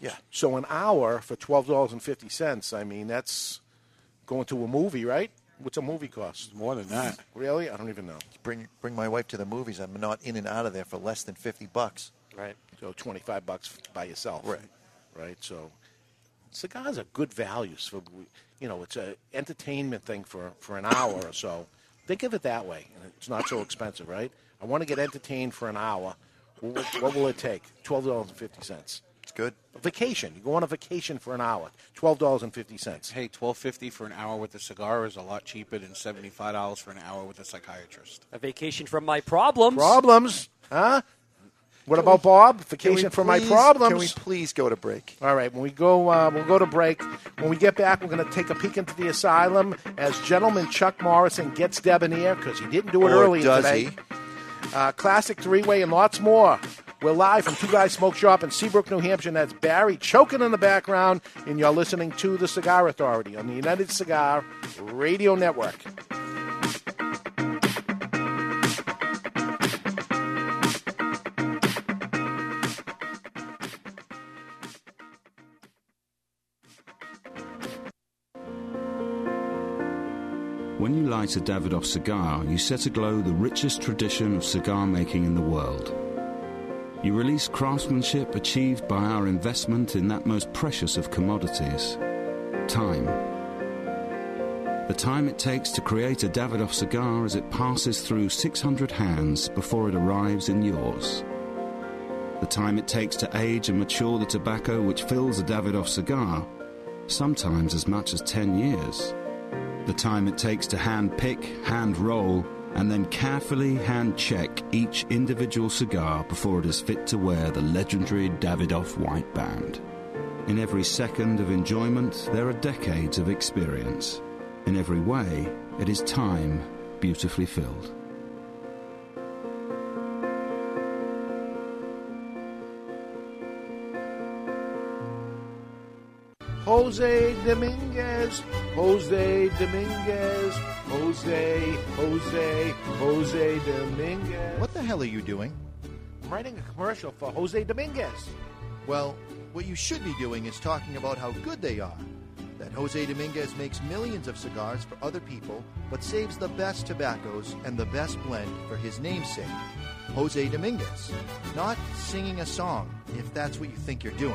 yeah. So an hour for twelve dollars and fifty cents. I mean, that's going to a movie, right? What's a movie cost?
More than that.
Really? I don't even know.
Bring bring my wife to the movies. I'm not in and out of there for less than 50 bucks.
Right. So twenty five bucks by yourself.
Right.
Right. So cigars are good values for you know it's a entertainment thing for for an hour or so. Think of it that way, and it's not so expensive, right? I want to get entertained for an hour. What, what will it take? Twelve dollars and fifty cents. It's
good.
vacation. You go on a vacation for an hour. Twelve dollars and fifty cents.
Hey, twelve fifty for an hour with a cigar is a lot cheaper than seventy five dollars for an hour with a psychiatrist.
A vacation from my problems.
Problems, huh? What about Bob? Vacation for my problems.
Can we please go to break?
All right. When we go, uh, we'll go to break. When we get back, we're going to take a peek into the asylum as gentleman Chuck Morrison gets debonair because he didn't do it
Or
earlier
does
today.
he?
Uh, classic three way and lots more. We're live from Two Guys Smoke Shop in Seabrook, New Hampshire. and That's Barry choking in the background, and you're listening to the Cigar Authority on the United Cigar Radio Network.
When you light a Davidoff cigar, you set aglow the richest tradition of cigar making in the world. You release craftsmanship achieved by our investment in that most precious of commodities time. The time it takes to create a Davidoff cigar as it passes through 600 hands before it arrives in yours. The time it takes to age and mature the tobacco which fills a Davidoff cigar, sometimes as much as 10 years the time it takes to hand pick, hand roll, and then carefully hand check each individual cigar before it is fit to wear the legendary Davidoff white band. In every second of enjoyment, there are decades of experience. In every way, it is time beautifully filled.
Jose Dominguez, Jose Dominguez, Jose, Jose, Jose Dominguez.
What the hell are you doing?
I'm writing a commercial for Jose Dominguez.
Well, what you should be doing is talking about how good they are. That Jose Dominguez makes millions of cigars for other people, but saves the best tobaccos and the best blend for his namesake, Jose Dominguez. Not singing a song, if that's what you think you're doing.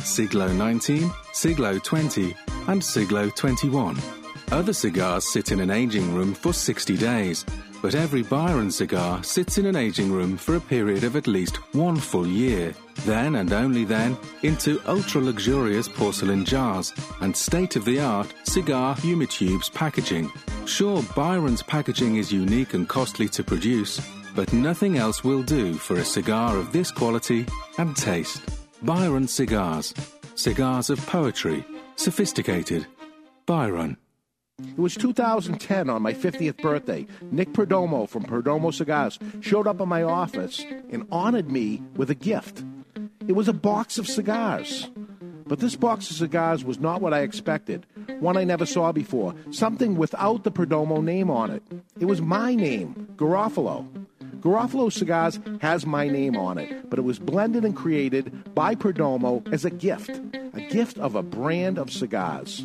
Siglo 19, Siglo 20, and Siglo 21. Other cigars sit in an aging room for 60 days, but every Byron cigar sits in an aging room for a period of at least one full year, then and only then into ultra luxurious porcelain jars and state of the art cigar humitubes packaging. Sure, Byron's packaging is unique and costly to produce, but nothing else will do for a cigar of this quality and taste. Byron cigars. Cigars of poetry. Sophisticated. Byron.
It was 2010 on my 50th birthday. Nick Perdomo from Perdomo Cigars showed up at my office and honored me with a gift. It was a box of cigars. But this box of cigars was not what I expected, one I never saw before, something without the Perdomo name on it. It was my name, Garofalo. Garofalo Cigars has my name on it, but it was blended and created by Perdomo as a gift, a gift of a brand of cigars.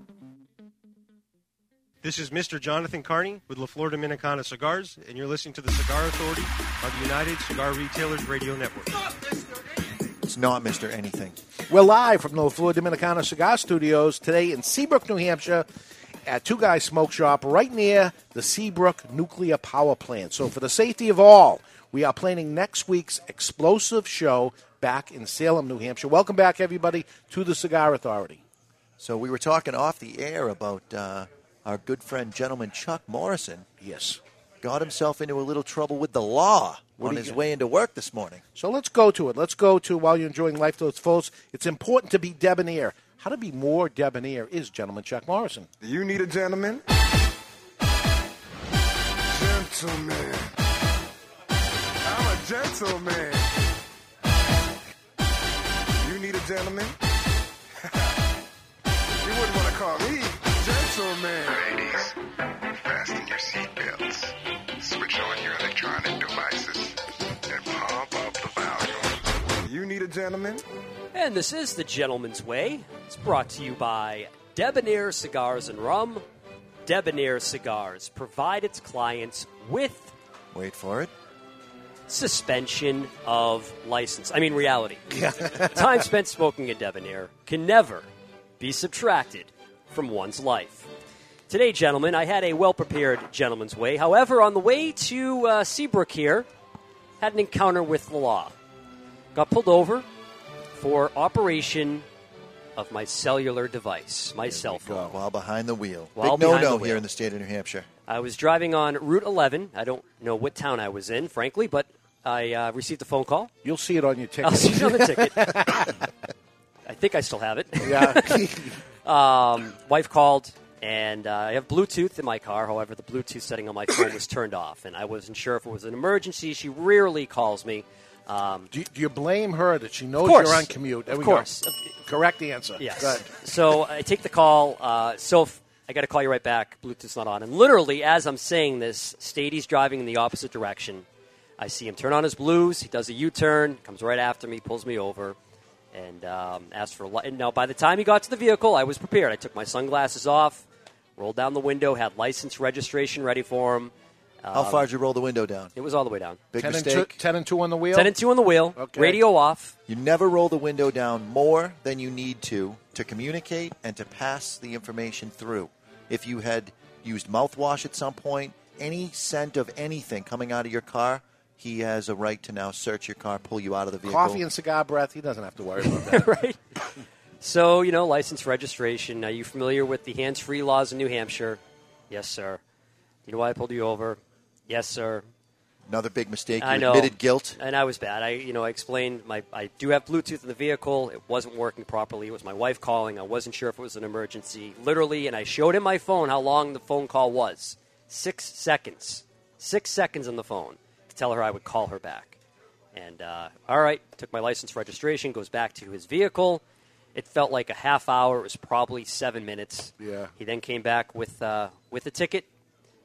This is Mr. Jonathan Carney with La Florida Minicana Cigars, and you're listening to the Cigar Authority on the United Cigar Retailers Radio Network.
It's not Mr. Anything.
We're live from the La Flor Dominicana Cigar Studios today in Seabrook, New Hampshire, at Two Guys Smoke Shop, right near the Seabrook Nuclear Power Plant. So, for the safety of all, we are planning next week's explosive show back in Salem, New Hampshire. Welcome back, everybody, to the Cigar Authority.
So we were talking off the air about uh, our good friend gentleman Chuck Morrison.
Yes.
Got himself into a little trouble with the law
What
on
do you
his
get?
way into work this morning.
So let's go to it. Let's go to while you're enjoying life to its fullest. It's important to be debonair. How to be more debonair is gentleman Chuck Morrison.
Do you need a gentleman? Gentleman. I'm a gentleman. You need a gentleman? *laughs* you wouldn't want to call me gentleman. Ladies, fasten your seatbelts. Switch on your electronic devices and pump up the volume. You need a gentleman?
And this is The Gentleman's Way. It's brought to you by Debonair Cigars and Rum. Debonair Cigars provide its clients with.
Wait for it.
Suspension of license. I mean, reality. *laughs* Time spent smoking a debonair can never be subtracted from one's life. Today, gentlemen, I had a well prepared gentleman's way. However, on the way to uh, Seabrook here, had an encounter with the law. Got pulled over for operation of my cellular device, my cell phone.
While behind the wheel.
While
Big no
behind
no
the wheel.
here in the state of New Hampshire.
I was driving on Route 11. I don't know what town I was in, frankly, but I uh, received a phone call.
You'll see it on your ticket.
*laughs* I'll see it on the ticket.
*laughs*
I think I still have it. *laughs*
Yeah.
um, wife called. And uh, I have Bluetooth in my car. However, the Bluetooth setting on my phone was turned off, and I wasn't sure if it was an emergency. She rarely calls me. Um,
do, do you blame her that she knows
Of course.
you're on commute? There
Of
we
course.
go. Correct answer.
Yes.
Good.
So I take the call. Uh, so if- I got to call you right back. Bluetooth's not on. And literally, as I'm saying this, Stady's driving in the opposite direction. I see him turn on his blues. He does a U-turn, comes right after me, pulls me over, and um, asks for li- and Now, by the time he got to the vehicle, I was prepared. I took my sunglasses off, rolled down the window, had license registration ready for him.
How
Um,
far did you roll the window down?
It was all the way down.
Big
ten
mistake.
And two, ten and two on the wheel.
10 and 2 on the wheel. Radio off.
You never roll the window down more than you need to to communicate and to pass the information through. If you had used mouthwash at some point, any scent of anything coming out of your car, he has a right to now search your car, pull you out of the vehicle.
Coffee and cigar breath. He doesn't have to
*laughs*
worry about that.
right. So, you know, license registration. Are you familiar with the hands free laws in New Hampshire? Yes, sir. You know why I pulled you over? Yes, sir.
Another big mistake. You
I know.
admitted guilt.
And I was bad. I, you know, I explained my I do have Bluetooth in the vehicle. It wasn't working properly. It was my wife calling. I wasn't sure if it was an emergency, literally. And I showed him my phone how long the phone call was. Six seconds. Six seconds on the phone to tell her I would call her back. And uh, all right, took my license registration. Goes back to his vehicle. It felt like a half hour. It was probably seven minutes.
Yeah.
He then came back with uh, with a ticket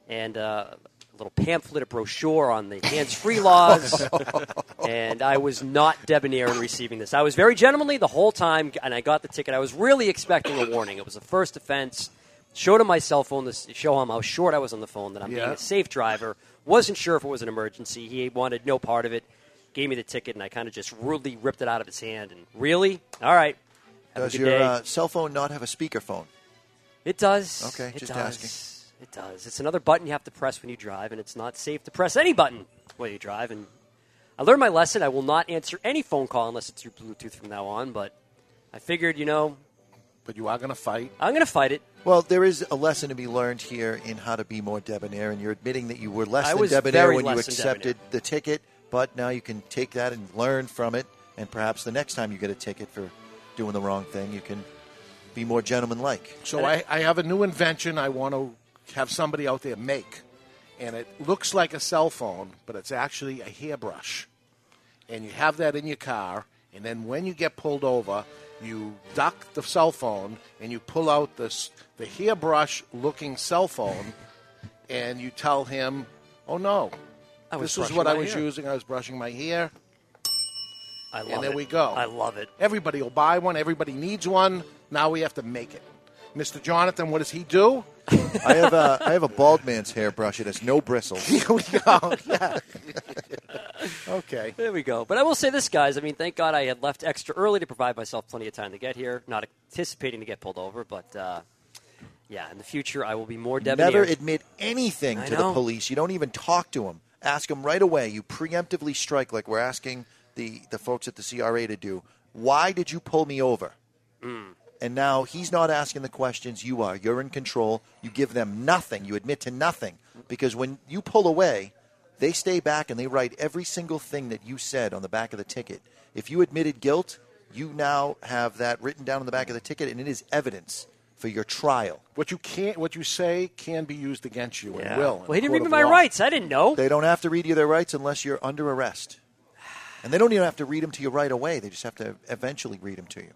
and uh, a little pamphlet, a brochure on the hands-free laws. and I was not debonair in receiving this. I was very gentlemanly the whole time, and I got the ticket. I was really expecting a warning. It was a first offense. Showed him my cell phone to s- show him how short I was on the phone. That I'm being
Yeah.
a safe driver. Wasn't sure if it was an emergency. He wanted no part of it. Gave me the ticket, and I kind of just rudely ripped it out of his hand. And really, all right. Have
Does
a good
your
day.
uh, cell phone not have a speakerphone?
It does.
Okay,
it
just
does.
asking.
It does. It's another button you have to press when you drive, and it's not safe to press any button while you drive. And I learned my lesson. I will not answer any phone call unless it's through Bluetooth from now on. But I figured, you know.
But you are going to fight.
I'm going to fight it.
Well, there is a lesson to be learned here in how to be more debonair, and you're admitting that you were less
I
than
was
debonair
very
when you
less than
accepted the ticket, but now you can take that and learn from it, and perhaps the next time you get a ticket for doing the wrong thing, you can be more gentlemanlike.
So I, I have a new invention I want to have somebody out there make. And it looks like a cell phone, but it's actually a hairbrush. And you have that in your car, and then when you get pulled over, you duck the cell phone and you pull out this the hairbrush looking cell phone and you tell him, Oh no.
I was
this is
brushing
what I
my
was
hair."
using. I was brushing my hair.
I love
and there
it.
we go.
I love it.
Everybody will buy one. Everybody needs one. Now we have to make it. Mr. Jonathan, what does he do?
I have a, I have a bald man's hairbrush. It has no
*laughs*
bristles. *laughs*
Okay.
There we go. But I will say this, guys. I mean, thank God I had left extra early to provide myself plenty of time to get here. Not anticipating to get pulled over, but uh, yeah, in the future I will be more debonair.
Never admit anything
I
to the
know.
police. You don't even talk to them. Ask them right away. You preemptively strike, like we're asking the, the folks at the CRA to do. Why did you pull me over?
Mm.
And now he's not asking the questions. You are. You're in control. You give them nothing. You admit to nothing. Because when you pull away, they stay back and they write every single thing that you said on the back of the ticket. If you admitted guilt, you now have that written down on the back of the ticket, and it is evidence for your trial.
What you can't, what you say, can be used against you
Yeah.
and will. in
Well, he didn't
a court
read me
of
my
law.
rights. I didn't know.
They don't have to read you their rights unless you're under arrest. And they don't even have to read them to you right away. They just have to eventually read them to you.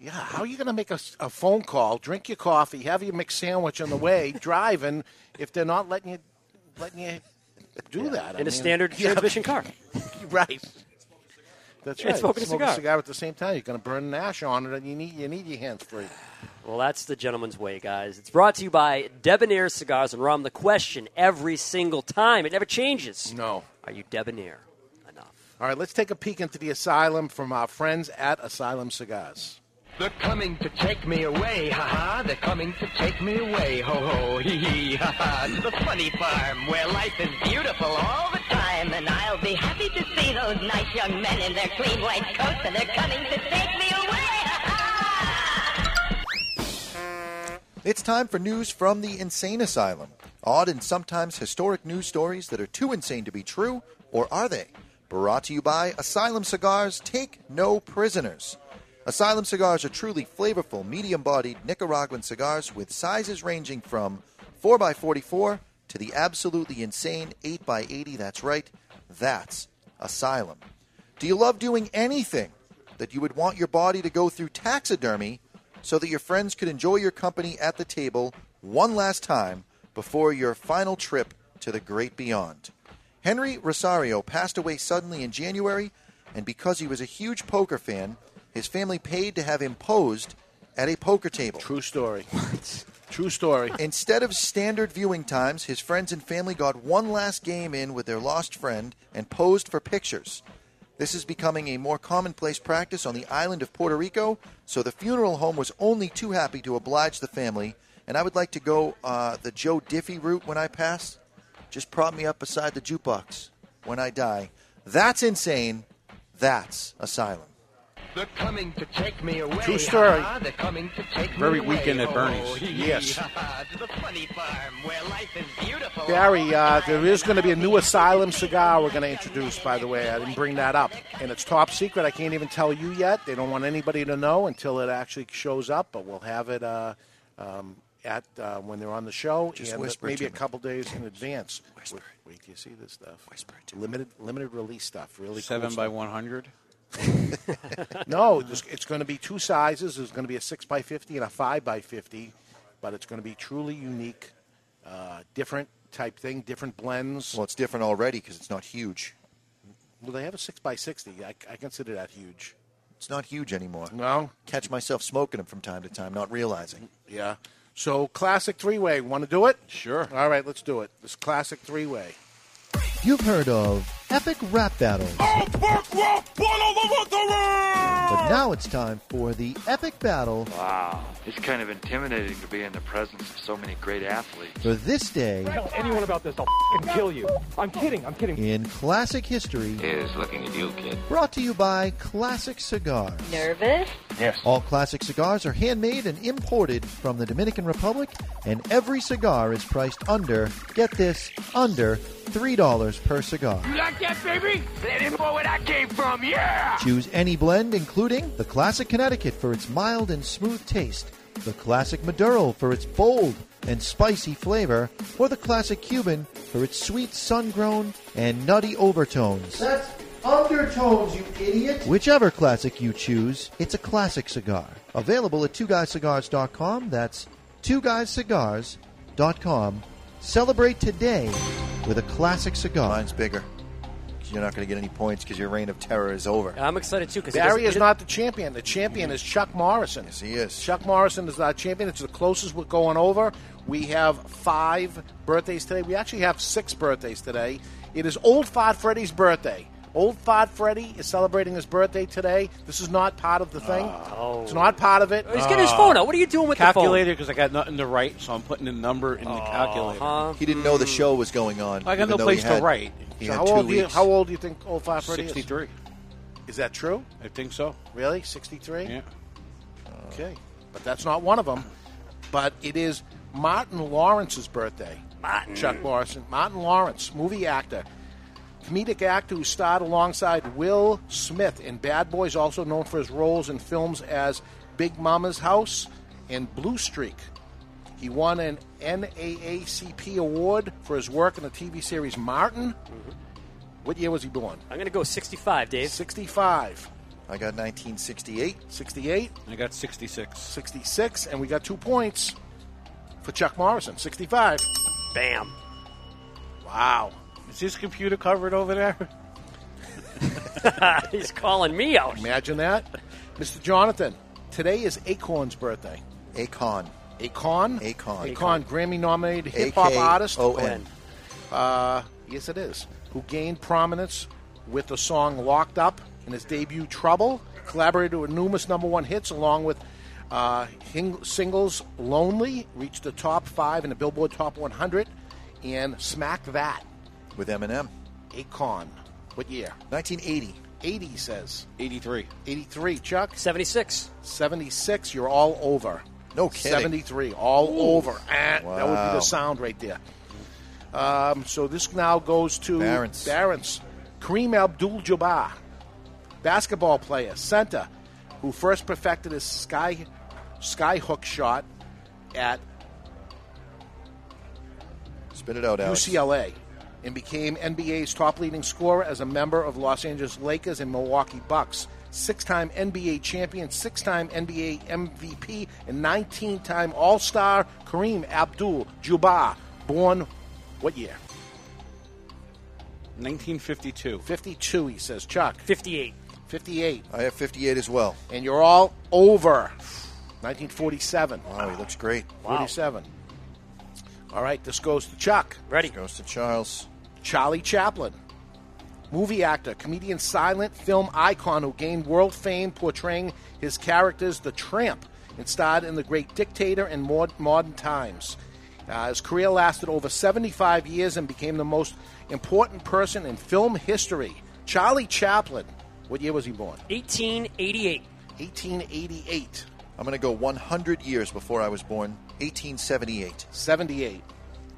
Yeah, how are you going to make a, s- a phone call, drink your coffee, have your McSandwich on
*laughs*
the way, driving if they're not letting you letting you do that
In a
*laughs*
standard transmission car.
right? That's
And
right.
smoking a
Smoke
cigar.
at the same time. You're going to burn an ash on it, and you need you need your hands free.
Well, that's the gentleman's way, guys. It's brought to you by Debonair Cigars and Rum. The question every single time, it never changes.
No.
Are you debonair?
All right, let's take a peek into the asylum from our friends at Asylum Cigars.
They're coming to take me away, ha ha. They're coming to take me away, ho ho, hee hee, ha ha. To the funny farm where life is beautiful all the time. And I'll be happy to see those nice young men in their clean white coats. And they're coming to take me away.
It's time for news from the insane asylum. Odd and sometimes historic news stories that are too insane to be true, or are they? Brought to you by Asylum Cigars Take No Prisoners. Asylum cigars are truly flavorful, medium bodied Nicaraguan cigars with sizes ranging from 4x44 to the absolutely insane 8x80. That's right, that's Asylum. Do you love doing anything that you would want your body to go through taxidermy so that your friends could enjoy your company at the table one last time before your final trip to the great beyond? Henry Rosario passed away suddenly in January, and because he was a huge poker fan, his family paid to have him posed at a poker table. True *laughs*
story. True story.
Instead of standard viewing times, his friends and family got one last game in with their lost friend and posed for pictures. This is becoming a more commonplace practice on the island of Puerto Rico, so the funeral home was only too happy to oblige the family. And I would like to go uh, the Joe Diffie route when I pass. Just prop me up beside the jukebox when I die. That's insane. That's asylum.
They're coming to take me away.
True story.
ha-ha, They're coming to take
Very
me away.
Weekend at Bernie's.
Oh, hee, hee,
Yes.
ha-ha, to the funny farm where life is beautiful.
Barry, uh, there is going to be a new Asylum cigar we're going to introduce, by the way. I didn't bring that up. And it's top secret. I can't even tell you yet. They don't want anybody to know until it actually shows up, but we'll have it uh, um, at uh, when they're on the show
Just
and
whisper it
maybe
to
a
me.
couple days in advance. Wait, wait till you see this stuff. Whisper limited, limited release stuff. Really cool
Seven
stuff.
by one *laughs* hundred.
*laughs* no, it's, it's going to be two sizes. There's going to be a six by fifty and a five by fifty, but it's going to be truly unique, uh, different type thing, different blends.
Well, it's different already because it's not huge.
Well, they have a six by sixty. I, I consider that huge.
It's not huge anymore.
No.
Catch myself smoking them from time to time, not realizing.
Yeah. So classic three way. Want to do it? Sure. All right, let's do it. This classic three way.
You've heard of epic rap battles, but now it's time for the epic battle
Wow, it's kind of intimidating to be in the presence of so many great athletes.
for this day
Tell anyone about this, I'll kill you. I'm kidding, I'm kidding.
in classic history.
Is looking at you, kid.
Brought to you by Classic Cigars.
Nervous?
Yes. All classic cigars are handmade and imported from the Dominican Republic, and every cigar is priced under, get this, under $3 per cigar.
You like that, baby? Let him know where I came from, yeah!
Choose any blend, including the Classic Connecticut for its mild and smooth taste, the Classic Maduro for its bold and spicy flavor, or the Classic Cuban for its sweet, sun grown, and nutty overtones.
That's undertones, you idiot.
Whichever classic you choose, it's a classic cigar. Available at twoguyscigars.com. That's twoguyscigars.com. Celebrate today with a classic cigar.
Mine's bigger. 'Cause You're not going to get any points because your reign of terror is over.
I'm excited too
'cause it
Barry
doesn't-
is
it-
not the champion. The champion is Chuck Morrison. Yes,
he is.
Chuck Morrison is our champion. It's the closest we're going over. We have five birthdays today. We actually have six birthdays today. It is Old Fat Freddy's birthday. Old Fat Freddy is celebrating his birthday today. This is not part of the thing. It's not part of it.
He's getting his phone out.
What are you doing
calculator because I got nothing to write, so I'm putting the number in the calculator.
He didn't know the show was going on.
I got
even
no
though
place
he
to
had-
write.
He
So
had
how
two
old do you
weeks.
how old do you think old Fat Freddy is?
63.
Is that true?
I think so.
Really? 63?
Yeah.
Okay. But that's not one of them. But it is Martin Lawrence's birthday. Martin. Chuck Morrison. Martin Lawrence, movie actor. Comedic actor who starred alongside Will Smith in Bad Boys, also known for his roles in films as Big Mama's House and Blue Streak. He won an NAACP award for his work in the TV series Martin. What year was he born?
I'm going to go 65, Dave.
65.
I got 1968.
68.
I got 66.
66, and we got two points for Chuck Morrison. 65.
Bam.
Wow.
Is his computer covered over there? *laughs*
He's calling me out.
Imagine that. Mr. Jonathan, today is Acorn's birthday.
Akon.
Akon?
Akon.
Akon, Grammy nominated hip hop artist.
A-K-O-N.
Uh, yes, it is. Who gained prominence with the song Locked Up in his debut Trouble. Collaborated with numerous number one hits along with uh, hing- singles Lonely. Reached the top five in the Billboard Top 100. And Smack That.
With Eminem.
Akon. What year?
1980.
80 says.
83.
83. Chuck?
76.
76. You're all over.
No kidding.
73. All
Ooh.
over. Ah, That would be
Wow.
the sound right there. Um, so this now goes to
Barron's.
Barron's. Kareem Abdul Jabbar, basketball player, center, who first perfected his sky sky hook shot at
Spit it out, Alex.
UCLA and became NBA's top leading scorer as a member of Los Angeles Lakers and Milwaukee Bucks. Six time NBA champion, six time NBA MVP, and 19 time All Star Kareem Abdul Jabbar, born what year?
1952.
52, he says. Chuck.
58.
58.
I have 58 as well.
And you're all over. 1947.
Wow, he looks great.
Wow. 47. All right, this goes to Chuck.
Ready.
goes to Charles.
Charlie Chaplin. Movie actor, comedian, silent film icon who gained world fame portraying his characters the Tramp and starred in The Great Dictator and Mod- Modern Times. Uh, his career lasted over 75 years and became the most important person in film history. Charlie Chaplin. What year was he born?
1888.
1888.
I'm going to go 100 years before I was born, 1878.
78.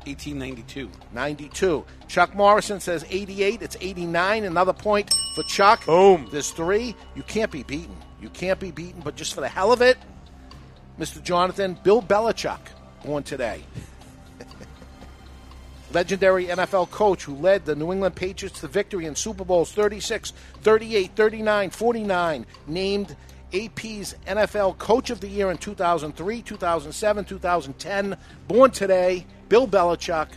1892.
92. Chuck Morrison says 88. It's 89. Another point for Chuck. Boom. There's three. You can't be beaten. You can't be beaten, but just for the hell of it, Mr. Jonathan, Bill Belichick, born today. Legendary NFL coach who led the New England Patriots to victory in Super Bowls 36, 38, 39, 49, named AP's NFL Coach of the Year in 2003, 2007, 2010. Born today, Bill Belichick.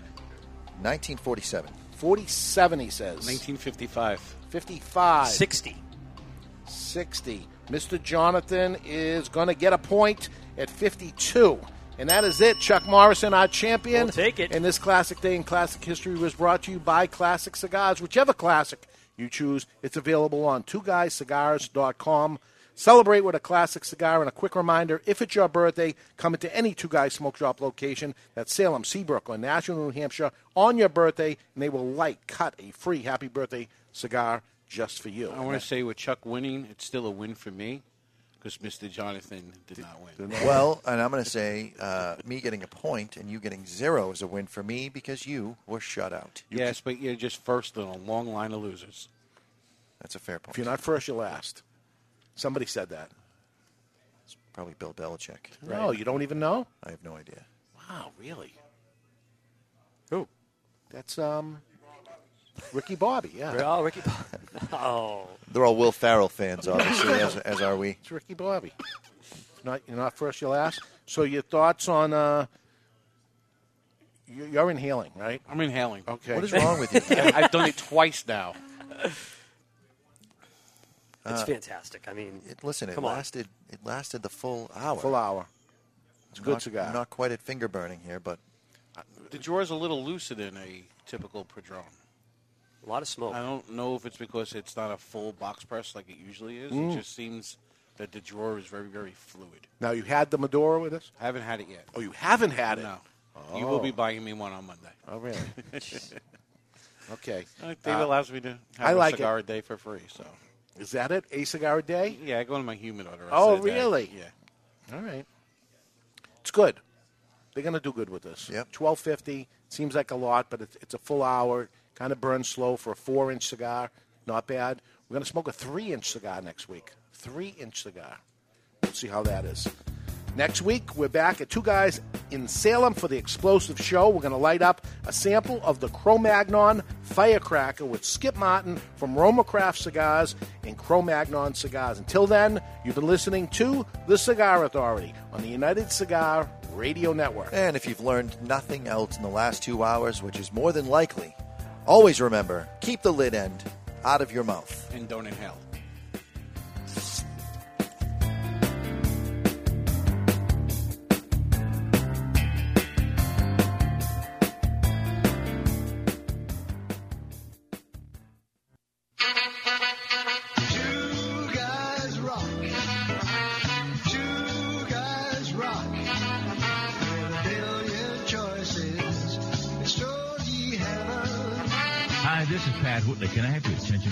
1947.
47, he says.
1955.
55.
60.
60. Mr. Jonathan is going to get a point at 52. And that is it. Chuck Morrison, our champion.
We'll take it.
And this classic day in classic history was brought to you by Classic Cigars. Whichever classic you choose, it's available on two twoguyscigars.com. Celebrate with a classic cigar and a quick reminder if it's your birthday, come into any Two Guys Smoke Shop location at Salem, Seabrook, or Nashville, New Hampshire on your birthday, and they will light cut a free happy birthday cigar just for you.
I want to say with Chuck winning, it's still a win for me because Mr. Jonathan did not win.
Well, and I'm going to say uh, me getting a point and you getting zero is a win for me because you were shut out.
yes, but you're just first in a long line of losers.
That's a fair point.
If you're not first, you're last. Somebody said that.
Probably Bill Belichick.
No, you don't even know?
I have no idea.
Wow, really?
Who?
That's um, Ricky Bobby, yeah.
*laughs* Oh, Ricky *laughs* Oh.
They're all Will Farrell fans, obviously, as, as are we.
It's Ricky Bobby. Not, you're not first, you're last. So your thoughts on. Uh, you- you're inhaling, right?
I'm inhaling.
Okay.
What is wrong *laughs* with you? I've done it twice
*laughs*
now.
It's
Uh,
fantastic. I mean,
It, listen, it
come on.
lasted. It lasted the full hour.
Full hour. It's
a good
not,
cigar.
Not quite at finger burning here, but
The drawer's a little looser than a typical Padron.
A lot of smoke.
I don't know if it's because it's not a full box press like it usually is.
Mm.
It just seems that the drawer is very, very fluid.
Now, you had the Medora with us?
I haven't had it yet.
Oh, you haven't had it?
No. You will be
Oh.
buying me one on Monday. *laughs*
Oh, really? Okay.
Uh, Dave allows me to have
I
a
like
cigar
it.
a day for free. So
Is that it? A cigar a day?
yeah, I go to my humidor. the rest
Oh,
of the day.
really?
Yeah.
All right. It's good. They're going to do good with this. Yep. 1250 seems like a lot, but it's, it's a full hour. Kind of burns slow for a four inch cigar. Not bad. We're going to smoke a three inch cigar next week. Three inch cigar. We'll see how that is. Next week, we're back at Two Guys in Salem for the explosive show. We're going to light up a sample of the Cro Magnon Firecracker with Skip Martin from Roma Craft Cigars and Cro Magnon Cigars. Until then, you've been listening to The Cigar Authority on the United Cigar Radio Network.
And if you've learned nothing else in the last two hours, which is more than likely, always remember keep the lid end out of your mouth.
And don't inhale.
Hi, this is Pat Whitley. Can I have your attention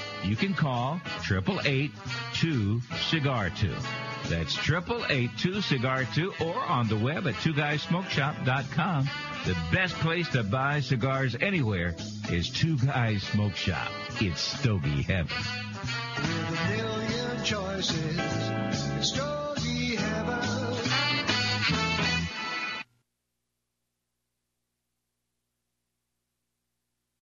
You can call 888-2-CIGAR-2. That's 888-2-CIGAR-2 or on the web at two twoguysmokeshop.com. The best place to buy cigars anywhere is Two Guys Smoke Shop. It's Stogie Heaven.
Million choices. Stogie